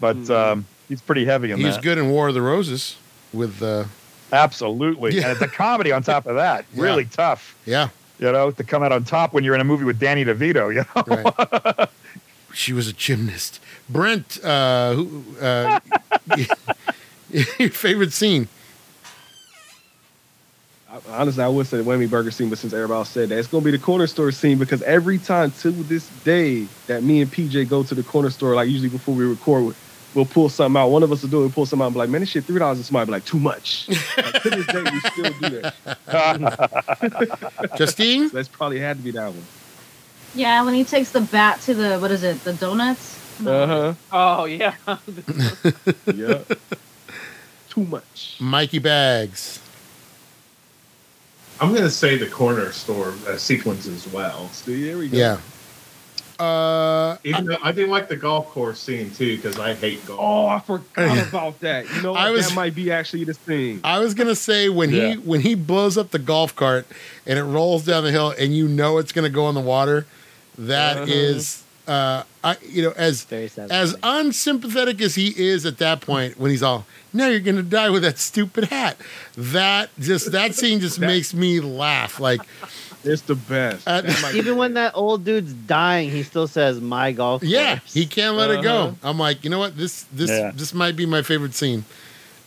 H: but um, he's pretty heavy in
A: He was
H: that.
A: good in War of the Roses with uh
H: Absolutely,
A: Yeah.
H: and it's a comedy on top of that.
A: [LAUGHS] Yeah.
H: Really tough.
A: yeah,
H: you know, to come out on top when you're in a movie with Danny DeVito, you
A: [LAUGHS]
H: know?
A: right. she was a gymnast. Brent, uh who uh [LAUGHS] your favorite scene.
G: I- Honestly, I would say the Whammy Burger scene, but since everybody else said that, it's gonna be the corner store scene because every time to this day that me and PJ go to the corner store, like usually before we record, we- we'll pull something out. One of us will do it, we'll pull something out and be like, man, this shit three dollars and somebody be like, too much. Like, to this day, we still do that.
H: [LAUGHS]
A: Justine?
G: So that's probably had to be that one.
F: Yeah, when he takes the bat to the what is it? The donuts.
G: Uh
D: Oh yeah. [LAUGHS]
G: huh. yeah.
A: [LAUGHS]
G: Too much.
A: Mikey Bags.
E: I'm going to say the corner store uh, sequence as well.
G: See, there we go.
A: Yeah. Uh
E: Even though I didn't like the golf course scene too because I hate golf.
G: Oh, I forgot about that. You know, what?
A: [LAUGHS] I was-
G: that might be actually the thing.
A: I was gonna say when
H: Yeah.
A: he when he blows up the golf cart and it rolls down the hill and you know it's gonna go in the water, That
G: Uh-huh.
A: is uh I you know, as
C: Very sad.
A: as unsympathetic as he is at that point when he's all now you're gonna die with that stupid hat that just that scene just makes me laugh like
G: It's the best.
A: Uh,
G: [LAUGHS] That might be-
C: Even when that old dude's dying, he still says, "My golf."
A: yeah
C: course."
A: he can't let it
G: Uh-huh.
A: go i'm like you know what this this
H: Yeah.
A: this might be my favorite scene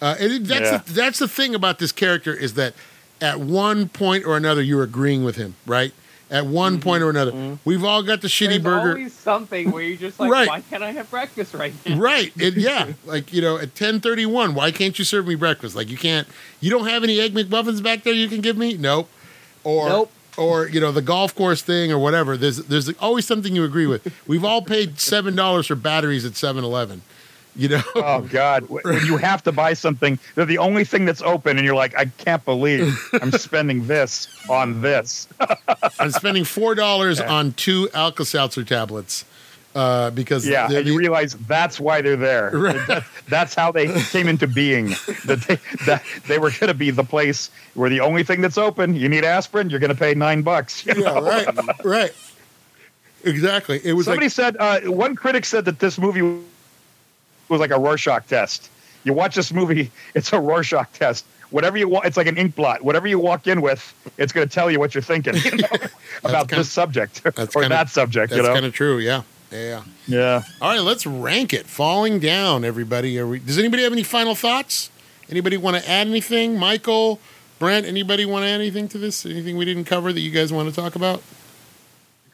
A: uh, and it- that's
H: Yeah.
A: the, that's the thing about this character is that at one point or another you're agreeing with him right at one point or another we've all got the shitty
D: There's
A: burger
D: always something where
A: [LAUGHS]
D: you're just like,
A: Right.
D: why can't I have breakfast right now?
A: right it, yeah like you know at 1031 why can't you serve me breakfast like you can't you don't have any egg mcmuffins back there you can give me nope or
C: Nope.
A: or you know the golf course thing or whatever there's there's always something you agree with we've all paid seven dollars for batteries at 7-eleven you know
H: [LAUGHS]
A: [LAUGHS]
H: Oh God! When when you have to buy something, they're the only thing that's open, and you're like, I can't believe I'm spending this on this.
A: i'm spending four dollars on two alka-seltzer tablets uh because
H: Yeah,
A: they're
H: and you
A: the-
H: realize that's why they're there. That- that's how they came into being. That they that they were going to be the place where the only thing that's open. You need aspirin. You're going to pay nine bucks. [LAUGHS] you
A: yeah right right exactly it was
H: Somebody
A: like
H: said uh, one critic said that this movie was like a Rorschach test. You watch this movie, it's a Rorschach test. Whatever you want, it's like an ink blot. Whatever you walk in with, it's going to tell you what
A: [LAUGHS]
H: you're thinking you know, [LAUGHS] about
A: kinda-
H: this subject [LAUGHS] or
A: that's kinda-
H: that subject.
A: that's
H: You know,
A: kind of true yeah yeah yeah
H: yeah.
A: All right, let's rank it. Falling down, everybody. Are we, does anybody have any final thoughts? Anybody want to add anything? Michael, Brent, anybody want to add anything to this? Anything we didn't cover that you guys want to talk about?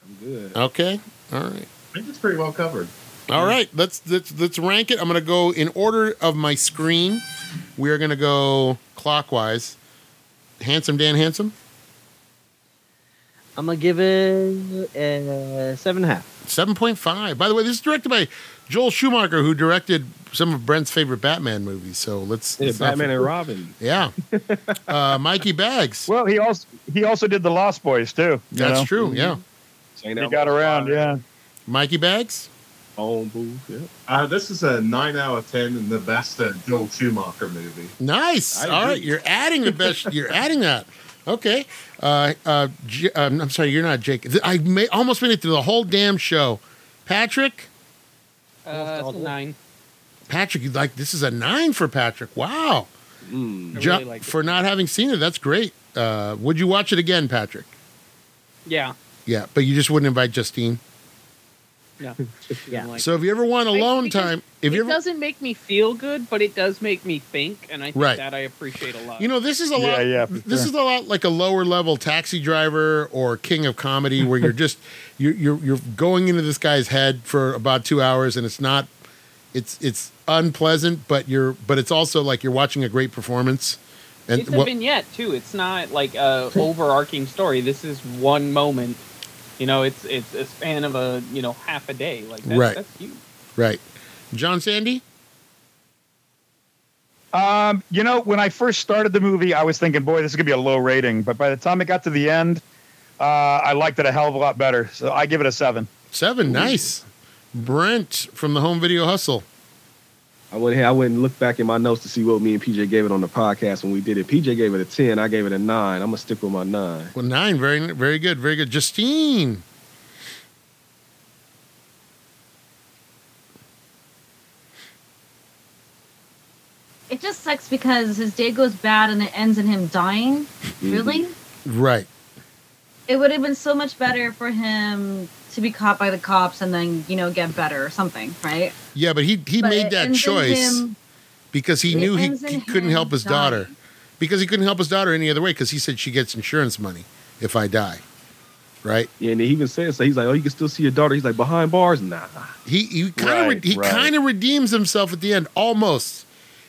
G: I'm good.
A: Okay. All right.
E: I think it's pretty well covered.
A: All right. Let's let's let's rank it. I'm going to go in order of my screen. We are going to go clockwise. Handsome Dan Handsome,
C: I'm gonna give it uh, seven and a half.
A: 7.5. By the way, this is directed by Joel Schumacher, who directed some of Brent's favorite Batman movies. So let's.
G: Yeah,
A: let's not-
G: Batman and Robin.
A: Yeah. [LAUGHS] Uh, Mikey Bags.
H: Well, he also he also did the Lost Boys too. you
A: That's
H: know?
A: true. Yeah.
D: Mm-hmm.
G: Chain
H: He
G: out
H: got
G: my
H: around.
G: fire,
H: Yeah.
A: Mikey Bags.
G: Phone booth. Yeah.
E: Uh, this is a nine out of ten and the best uh, Joel Schumacher movie.
A: Nice.
G: I
A: All right,
G: agree.
A: you're adding the
D: [LAUGHS]
A: best. You're adding that. Okay. Uh, uh, J- um, I'm sorry, you're not Jake. Th- I may, almost made it through the whole damn show. Patrick,
D: Uh, it's a nine.
A: Patrick, you like this is a nine for Patrick. Wow,
G: Mm.
D: I
A: Ju-
D: really liked it.
A: for not having seen it, that's great. Uh, would you watch it again, Patrick?
D: Yeah.
A: Yeah, but you just wouldn't invite Justine.
D: No.
C: Yeah.
D: Like,
A: so if you ever want alone
D: because
A: time, if
D: it
A: you ever,
D: doesn't make me feel good, but it does make me think, and I think
A: Right.
D: that I appreciate a lot.
A: you know, this is a
H: Yeah,
A: lot.
H: yeah, for
A: This
H: sure.
A: is a lot like a lower level taxi driver or king of comedy, where you're just you're, you're you're going into this guy's head for about two hours, and it's not it's it's unpleasant, but you're but it's also like you're watching a great performance. And
D: it's a
A: what,
D: vignette too. It's not like a overarching story. This is one moment. You know, it's it's a span of a you know half a day. Like that's,
A: Right.
D: that's huge.
A: right, John Sandy.
H: Um, you know, when I first started the movie, I was thinking, boy, this is gonna be a low rating. But by the time it got to the end, uh, I liked it a hell of a lot better. So I give it a seven.
A: Seven, nice. Brent from the Home Video Hustle.
G: I went here. I went and looked back in my notes to see what me and PJ gave it on the podcast when we did it. PJ gave it a ten. I gave it a nine. I'm gonna stick with my nine.
A: Well, nine, very, very good, very good. Justine,
F: It just sucks because his day goes bad and it ends in him dying. Really?
A: right?
F: It would have been so much better for him to be caught by the cops and then, you know, get better or something, right?
A: Yeah, but he he
F: But it
A: made that
F: ends in
A: choice
F: him-
A: because he
F: it
A: knew he,
F: ends in
A: he couldn't
F: him
A: help his daughter,
F: dying.
A: because he couldn't help his daughter any other way, because he said she gets insurance money if I die, right?
G: Yeah, and he even says so. He's like, "Oh, you can still see your daughter." He's like, "Behind bars, nah."
A: He he kind of
H: Right,
A: he
H: right.
A: kind of redeems himself at the end, almost.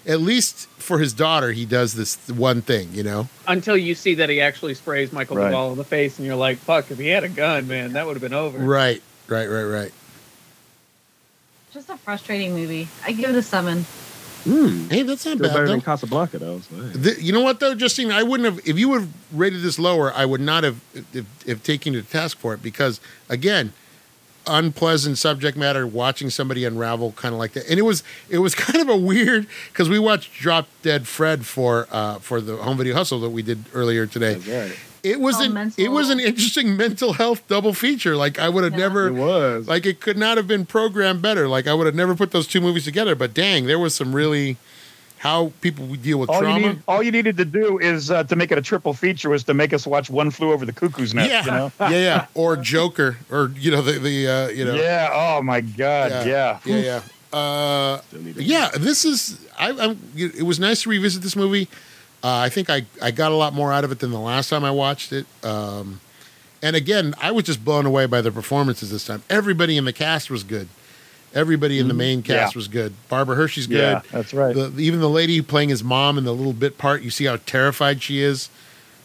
A: At least for his daughter, he does this one thing, you know.
D: Until you see that he actually sprays Michael
H: Right.
D: Duvall in the face, and you're like, "Fuck! If he had a gun, man, that would have been over."
A: Right, right, right, right.
F: Just a frustrating movie. I give it a seven.
G: Mm.
A: Hey, that's not
G: Still
A: bad
G: better
A: though.
G: than Casablanca, though. So, hey.
A: Th you know what though, Justine? I wouldn't have if you would have rated this lower. I would not have if, if taken you to task for it because again, unpleasant subject matter. Watching somebody unravel kind of like that, and it was it was [LAUGHS] kind of a weird because we watched Drop Dead Fred for uh, for the home video hustle that we did earlier today.
G: That's right.
A: It was
F: Oh,
A: an
F: mental-
A: it was an interesting mental health double feature. Like I would have
F: Yeah.
A: never
G: It was.
A: like it could not have been programmed better. Like I would have never put those two movies together. But dang, there was some really how people deal
G: Oh,
A: with
H: All
A: trauma.
H: you need, all you needed to do is uh, to make it a triple feature was to make us watch One Flew Over the Cuckoo's Nest.
A: yeah,
H: You know?
A: yeah, yeah, or Joker, or you know the the uh, you know,
H: Yeah. Oh my God.
A: Yeah.
H: Yeah.
A: yeah, yeah. Uh,
G: Still need to-
A: yeah, this is. I, I'm. It was nice to revisit this movie. Uh, I think I I got a lot more out of it than the last time I watched it. Um, and again, I was just blown away by the performances this time. Everybody in the cast was good. Everybody in the main cast was good. Barbara Hershey's good.
H: Mm-hmm. Yeah, That's right.
A: The, even the lady playing his mom in the little bit part, you see how terrified she is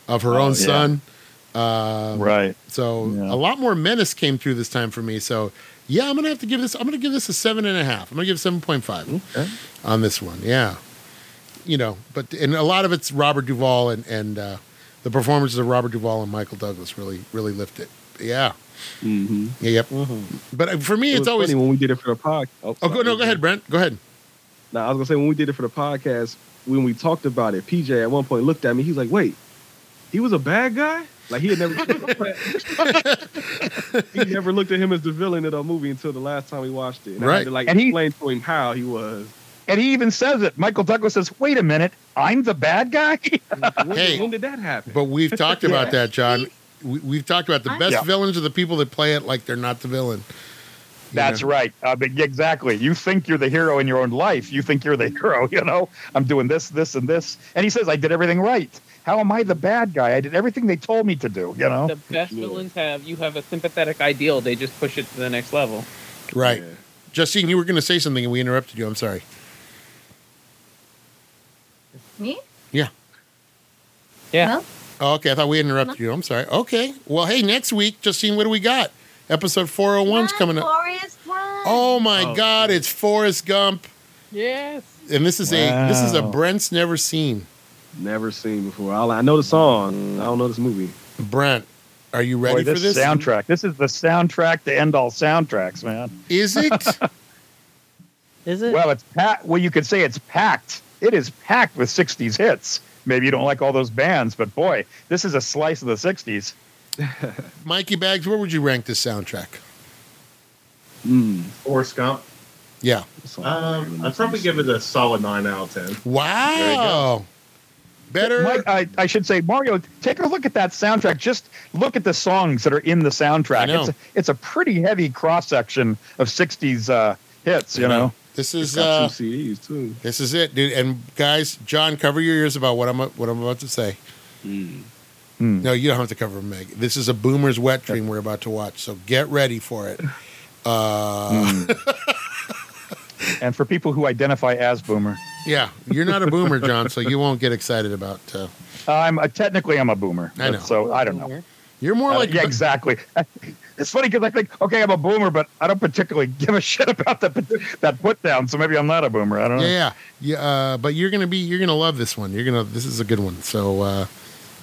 A: of her
H: Oh,
A: own
H: yeah.
A: son. Uh,
H: right.
A: So
H: Yeah.
A: a lot more menace came through this time for me. So yeah, I'm gonna have to give this. I'm gonna give this a seven and a half. I'm gonna give seven point five
G: Okay.
A: on this one. Yeah, you know, but and a lot of it's Robert Duvall and and uh, the performances of Robert Duvall and Michael Douglas really really lift it. Yeah,
G: Mm-hmm.
A: yeah, yep. But uh, for me, Uh-huh.
G: It
A: it's
G: was
A: always.
G: funny when we did it for the podcast.
A: Oh, go, no, go ahead, Brent. Go ahead.
G: Now I was gonna say when we did it for the podcast, when we talked about it, PJ at one point looked at me. He's like, "Wait, he was a bad guy? Like he
A: [LAUGHS]
G: had never [LAUGHS] he never looked at him as the villain in a movie until the last time we watched it. And I
A: Right.
G: had to like
H: And he-
G: explain to him how
A: [LAUGHS]
G: he was.
H: And he even says it. Michael Douglas says, "Wait a minute, I'm the bad guy." [LAUGHS]
G: When,
A: Hey.
G: when did that happen?
A: But
G: [LAUGHS]
A: we've talked about that, John. We, we've talked about the
F: I-
A: best
H: Yeah.
A: villains are the people that play it like they're not the villain. You
H: That's
A: know?
H: right. Uh, but yeah, exactly. You think you're the hero in your own life. You think you're the [LAUGHS] hero. You know, I'm doing this, this, and this. And he says, "I did everything right. How am I the bad guy? I did everything they told me to do." You know.
D: The best villains have you have a sympathetic ideal. They just push it to the next level.
A: Right.
G: Yeah.
A: Justine, you were going to say something and we interrupted you. I'm sorry.
F: Me?
D: Yeah.
F: Well,
A: Oh, okay, I thought we interrupted you. I'm sorry. Okay. Well, hey, next week, Justine, what do we got? Episode 401's
F: not
A: coming up.
F: Forrest Gump.
A: Oh my
H: Oh.
A: God, it's Forrest Gump,
D: Yes.
A: and this is a this is a
H: Wow.
A: Brent's never seen.
G: Never seen before. All I I know the song. I don't know this movie.
A: Brent, are you ready
H: Boy,
A: for this?
H: soundtrack? This is the soundtrack to end all soundtracks, man. [LAUGHS]
A: Is it?
C: Is it?
H: Well, it's packed. Well, you could say it's packed. It is packed with '60s hits. Maybe you don't like all those bands, but boy, this is a slice of the '60s.
A: Mikey Bags, where would you rank this soundtrack?
G: Mm.
E: Forrest Gump.
A: Yeah.
G: That's all I
E: Um,
G: really
E: I'd probably
G: know.
E: give it a solid nine out of ten.
A: Wow.
E: you go.
A: Better.
H: Mike, I, I should say, Mario, take a look at that soundtrack. Just look at the songs that are in the
A: I
H: soundtrack.
A: know.
H: It's a, it's a pretty heavy cross section of '60s uh, hits. You
A: I know.
H: know,
A: this
G: It's
A: is
G: got
A: uh,
G: two CDs too.
A: this is it, dude. And guys, John, cover your ears about what I'm what I'm about to say.
H: Hmm.
A: No, you don't have to cover them, Meg. This is a boomer's wet dream we're about to watch, so get ready for it. Uh,
H: and for people who identify as boomer,
A: Yeah, you're not a
H: [LAUGHS]
A: boomer, John, so you won't get excited about. Uh,
H: I'm a, technically I'm a boomer.
A: I know.
H: So I don't know.
A: you're more
H: Uh,
A: like
H: yeah, exactly. [LAUGHS] It's funny because I think, okay, I'm a boomer, but I don't particularly [LAUGHS] give a shit about that that put down. So maybe I'm not a boomer. I don't
A: yeah,
H: know.
A: yeah, yeah. Uh, but you're gonna be, you're gonna love this one. You're gonna, this is a good one. So uh,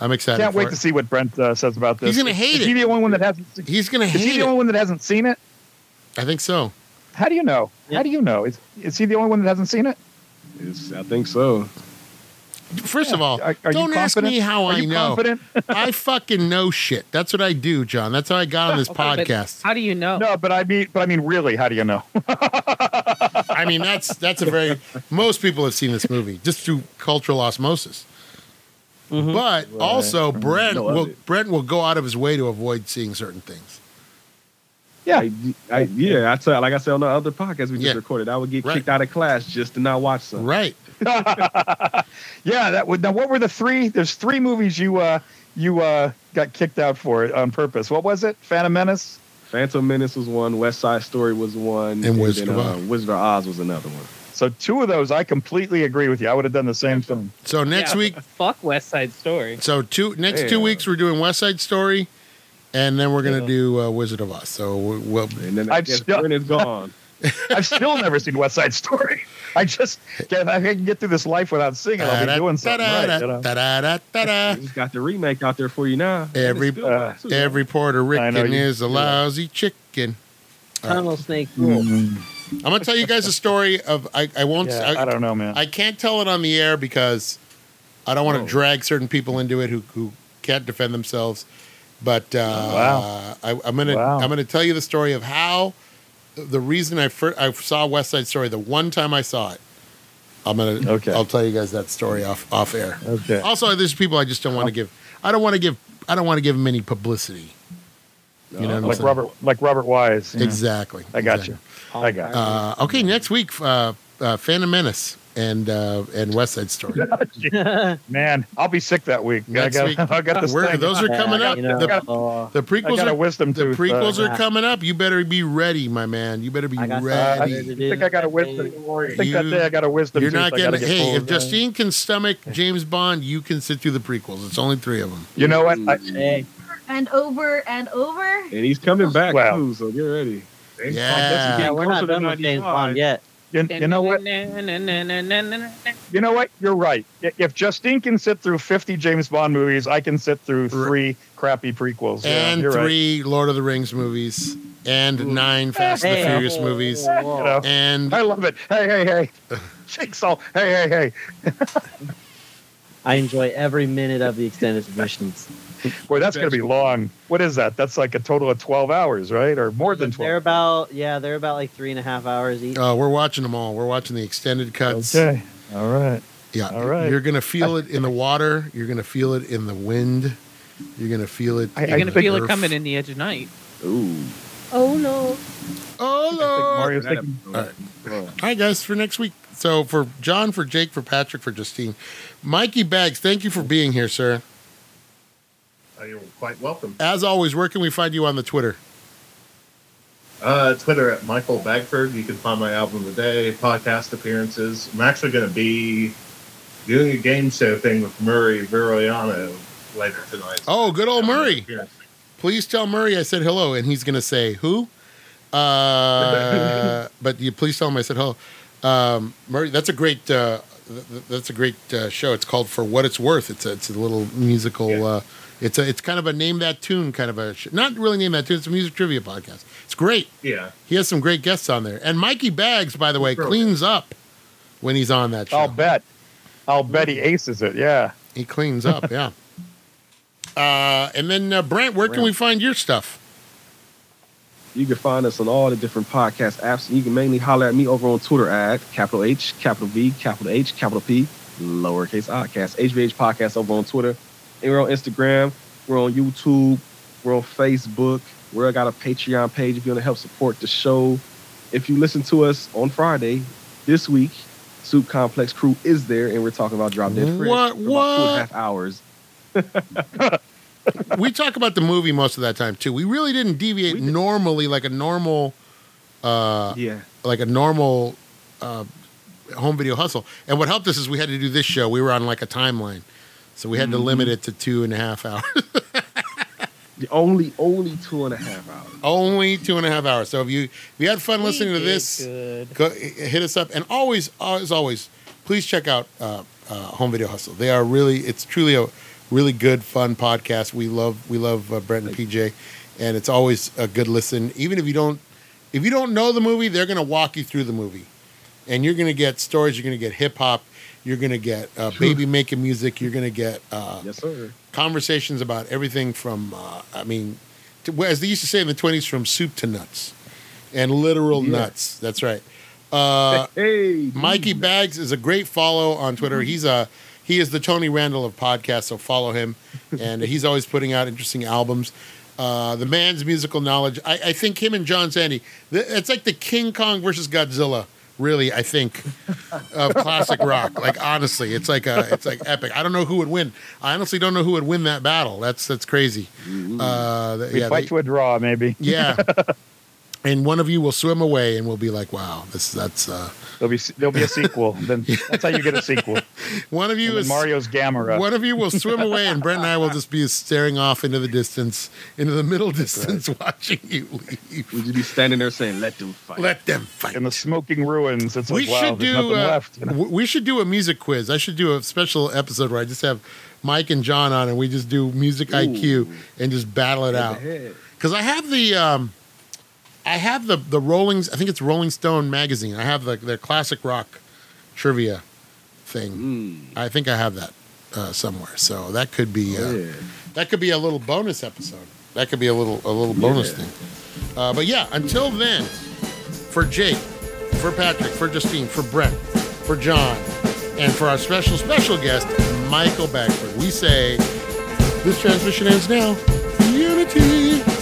A: I'm excited.
H: Can't
A: for
H: wait
A: it.
H: to see what Brent uh, says about this.
A: He's gonna
H: Is-
A: hate
H: is he
A: it.
H: the only one that hasn't? Seen,
A: He's gonna
H: is he
A: hate
H: the only
A: it.
H: one that hasn't seen it?
A: I think so.
H: How do you know?
C: Yeah.
H: How do you know? Is is he the only one that hasn't seen it?
A: uh,
G: It's, I think so.
A: First of all,
H: Are, are
A: don't
H: you
A: ask
H: confident?
A: me how
H: are
A: I
H: you
A: know.
H: Confident?
A: I fucking know shit. That's what I do, John. That's how I got
H: [LAUGHS]
A: on this
D: Okay, but
A: podcast.
D: How do you know?
H: No, but I mean, but I mean, really, how do you know? [LAUGHS]
A: I mean, that's that's a very most people have seen this movie just through cultural osmosis.
C: Mhm.
A: But also,
G: Right.
A: Brent
G: No, I
A: will
G: did.
A: Brent will go out of his way to avoid seeing certain things.
H: Yeah.
G: I, I, yeah. I tell, like I said on the other podcast we just
A: Yeah.
G: recorded, I would get
A: Right.
G: kicked out of class just to not watch something.
A: Right?
H: yeah, that would. Now, what were the three? There's three movies you uh you uh got kicked out for on purpose. What was it? Phantom Menace.
G: Phantom Menace was one. West Side Story was one.
A: And Wizard
G: then,
A: of
G: uh,
A: Oz.
G: Wizard of Oz was another one.
H: So two of those, I completely agree with you. I would have done the same thing.
A: So next
D: Yeah,
A: week,
D: Fuck West Side Story.
A: so two next two
G: Yeah.
A: weeks we're doing West Side Story, and then we're gonna
D: Yeah.
A: do uh, Wizard of Oz. So we- we'll
G: And then
H: I've
G: that guess
H: still-
G: Brent is
H: [LAUGHS]
G: gone.
H: I've still never seen West Side Story. [LAUGHS] I just can I can get through this life without seeing it. I'll be doing something right. You know?
G: We
A: Da-da-da-da-da-da-da.
G: just got the remake out there for you now.
A: Every-
G: It's still
H: uh,
G: out,
H: [LAUGHS]
G: too.
A: Every Puerto
H: I
A: Rican
H: know you-
A: is a lousy chicken. All right.
C: Tunnel snake rule.
A: mm, I'm gonna tell you guys a story of I, I won't
H: Yeah, I,
A: I,
H: don't know, man.
A: I can't tell it on the air because I don't want to
G: Oh.
A: drag certain people into it who who can't defend themselves. But uh,
H: Wow.
A: I, I'm gonna
H: Wow.
A: I'm gonna tell you the story of how the reason I first I saw West Side Story the one time I saw it. I'm gonna
H: Okay.
A: I'll tell you guys that story off off air.
H: okay.
A: Also, there's people I just don't
H: Oh.
A: want to give. I don't want to give. I don't want to give them any publicity. You know, what I'm
H: Like
A: saying?
H: Robert, like Robert Wise. you know.
A: Exactly.
H: I got
A: Exactly.
H: you.
C: Oh,
H: I got you.
A: Uh, okay, next week, uh, uh, Phantom Menace and uh, and West Side Story.
H: man, I'll be sick that week.
A: Next
H: [LAUGHS] I got,
A: week.
H: I got this
A: We're-
H: thing.
A: those are coming
C: Yeah,
A: up.
C: Uh, you know,
A: The-
C: oh,
A: The
H: I
A: prequels
H: got a
A: are
H: wisdom
A: the
H: tooth.
A: prequels
H: uh,
A: are coming up. You better be ready, my man. You better be
C: I got
H: I
C: something
A: ready.
C: to
H: think I got a wisdom.
C: do.
H: I think that
A: You-
H: day I got a wisdom.
A: You're
H: tooth
A: not
H: I gotta
A: getting.
H: get
A: Hey,
H: pulled.
A: if Justine can stomach James Bond, you can sit through the prequels. It's only three of them.
H: you know what? I,
C: Hey,
F: And over and over.
G: And he's coming back
H: Wow.
G: too, so get ready.
E: James
A: Yeah.
C: yeah, we're not
G: closer to
C: done with James
G: 95.
C: Bond yet.
H: you,
D: Mm.
H: you know what? You know what? You're right. I- If Justine can sit through 50 James Bond movies, I can sit through three crappy prequels. Yeah,
A: and
H: you're right.
A: three Lord of the Rings movies, and nine Fast and the
C: Hey. oh.
A: Furious movies,
H: [LAUGHS] You know,
A: and uh,
H: I love it. Hey, hey, hey.
A: [LAUGHS]
H: Jigsaw. Hey, hey, hey.
C: I enjoy every minute of the extended editions.
H: Boy, that's going to be long. What is that? That's like a total of 12 hours, right? Or more than
C: They're
H: 12.
C: about yeah, they're about like three and a half hours each.
A: uh, we're watching them all. We're watching the extended cuts.
H: Okay. All right.
A: Yeah.
H: All right.
A: You're gonna feel it in the water. You're gonna feel it in the wind. You're gonna feel it.
H: I-
A: in
D: You're gonna
A: the
D: feel
A: earth.
D: it coming in the edge of night.
G: Ooh.
B: Oh no.
A: Oh
H: I think
A: Lord!
H: Mario's thinking,
A: All
E: Uh,
A: Hi guys for next week. So for John, for Jake, for Patrick, for Justine, Mikey Bags, thank you for being here, sir.
E: Bond. Uh, You're quite welcome.
A: As always, where can we find you on the Twitter?
E: Uh, Twitter at Michael Bagford. You can find my album today, podcast appearances. I'm actually going to be doing a game show thing with Murray Viriano later tonight.
A: Oh, good old
E: Um,
A: Murray.
E: appearance.
A: Please tell Murray I said hello, and he's gonna say who?
E: [LAUGHS]
A: Uh, but you please tell him I said hello, um, Murray. That's a great. Uh, th- th- that's a great uh, show. It's called For What It's Worth. It's a, it's a little musical.
E: Yeah.
A: Uh, it's a it's kind of a name that tune kind of a sh- not really name that tune. It's a music trivia podcast. It's great.
E: Yeah.
A: He has some great guests on there, and Mikey Bags, by the way,
E: Brilliant. Oh.
A: cleans up when he's on that show.
H: I'll bet. I'll bet he aces it. Yeah.
A: He cleans
E: [LAUGHS]
A: up, yeah. Uh, and then uh, Brent, where can
G: Brent.
A: we find your stuff?
G: You can find us on all the different podcast apps. You can mainly holler at me over on Twitter at capital H, capital V, capital H, capital P, lowercase podcast. HVH podcast over on Twitter. And we're on Instagram. We're on YouTube. We're on Facebook. We're got a Patreon page if you want to help support the show. If you listen to us on Friday this week, Soup Complex Crew is there, and we're talking about Drop Dead Fred
A: What-
G: for about two and
A: what?
G: a half hours.
A: we talk about the movie most of that time too. We really didn't deviate
G: We did.
A: normally, like a normal, uh,
G: Yeah.
A: like a normal uh, home video hustle. And what helped us is we had to do this show. We were on like a timeline, so we had to limit it to two and a half [LAUGHS] hours.
G: The only only two and a half hours.
A: Only two and a half hours. So if you if you had fun listening to this,
D: Good.
A: go, hit us up and always as always please check out uh, uh, home video hustle they are really it's truly a really good fun podcast we love we love uh, brent and pj and it's always a good listen even if you don't if you don't know the movie they're going to walk you through the movie and you're going to get stories you're going to get hip-hop you're going to get uh, baby making music you're going to get uh,
G: Yes, sir.
A: conversations about everything from uh, I mean, to, as they used to say in the twenties, from soup to nuts, and literal
G: Yeah.
A: nuts. That's right. Uh,
G: hey,
A: Mikey Bags is a great follow on
H: Mm-hmm.
A: Twitter. He's a he is the Tony Randall of podcasts, so follow
H: [LAUGHS]
A: him. And he's always putting out interesting albums. Uh, the man's musical knowledge. I, I think him and John Sandy. th- It's like the King Kong versus Godzilla. Really, I think
H: [LAUGHS]
A: of classic rock. Like honestly, it's like a, it's like epic. I don't know who would win. I honestly don't know who would win that battle. That's that's crazy. Uh, th-
H: We
A: yeah,
H: Mm-hmm. fight
A: they-
H: to a draw, maybe.
A: yeah.
H: [LAUGHS]
A: And one of you will swim away, and we'll be like, "Wow, this that's." Uh,
H: There'll be there'll be
A: [LAUGHS]
H: a sequel. then that's how you get a sequel.
A: one of you
H: And then
A: is
H: Mario's Gamera.
A: One of you will swim away, and Brent and I will just be staring off into the distance, into the middle distance, [LAUGHS] watching you leave.
G: Would you be standing there saying, "Let them fight"?
A: Let them fight.
H: in the smoking ruins. It's
A: we
H: like, wow,
A: should
H: there's
A: do.
H: nothing
A: uh,
H: left. you know?
A: w- We should do a music quiz. I should do a special episode where I just have Mike and John on, and we just do music IQ
G: Ooh.
A: and just battle it out.
G: Head.
A: Because I have the. Um, I have the the Rolling's. I think it's Rolling Stone magazine. I have the their classic rock trivia thing.
H: Hmm.
G: Mm.
A: I think I have that uh, somewhere. So that could be
H: Oh,
A: uh,
G: Yeah.
A: that could be a little bonus episode. That could be a little a little bonus
G: Yeah.
A: thing. Uh, but yeah, until then, for Jake, for Patrick, for Justine, for Brett, for John, and for our special special guest Michael Bagford, we say this transmission ends now. Unity.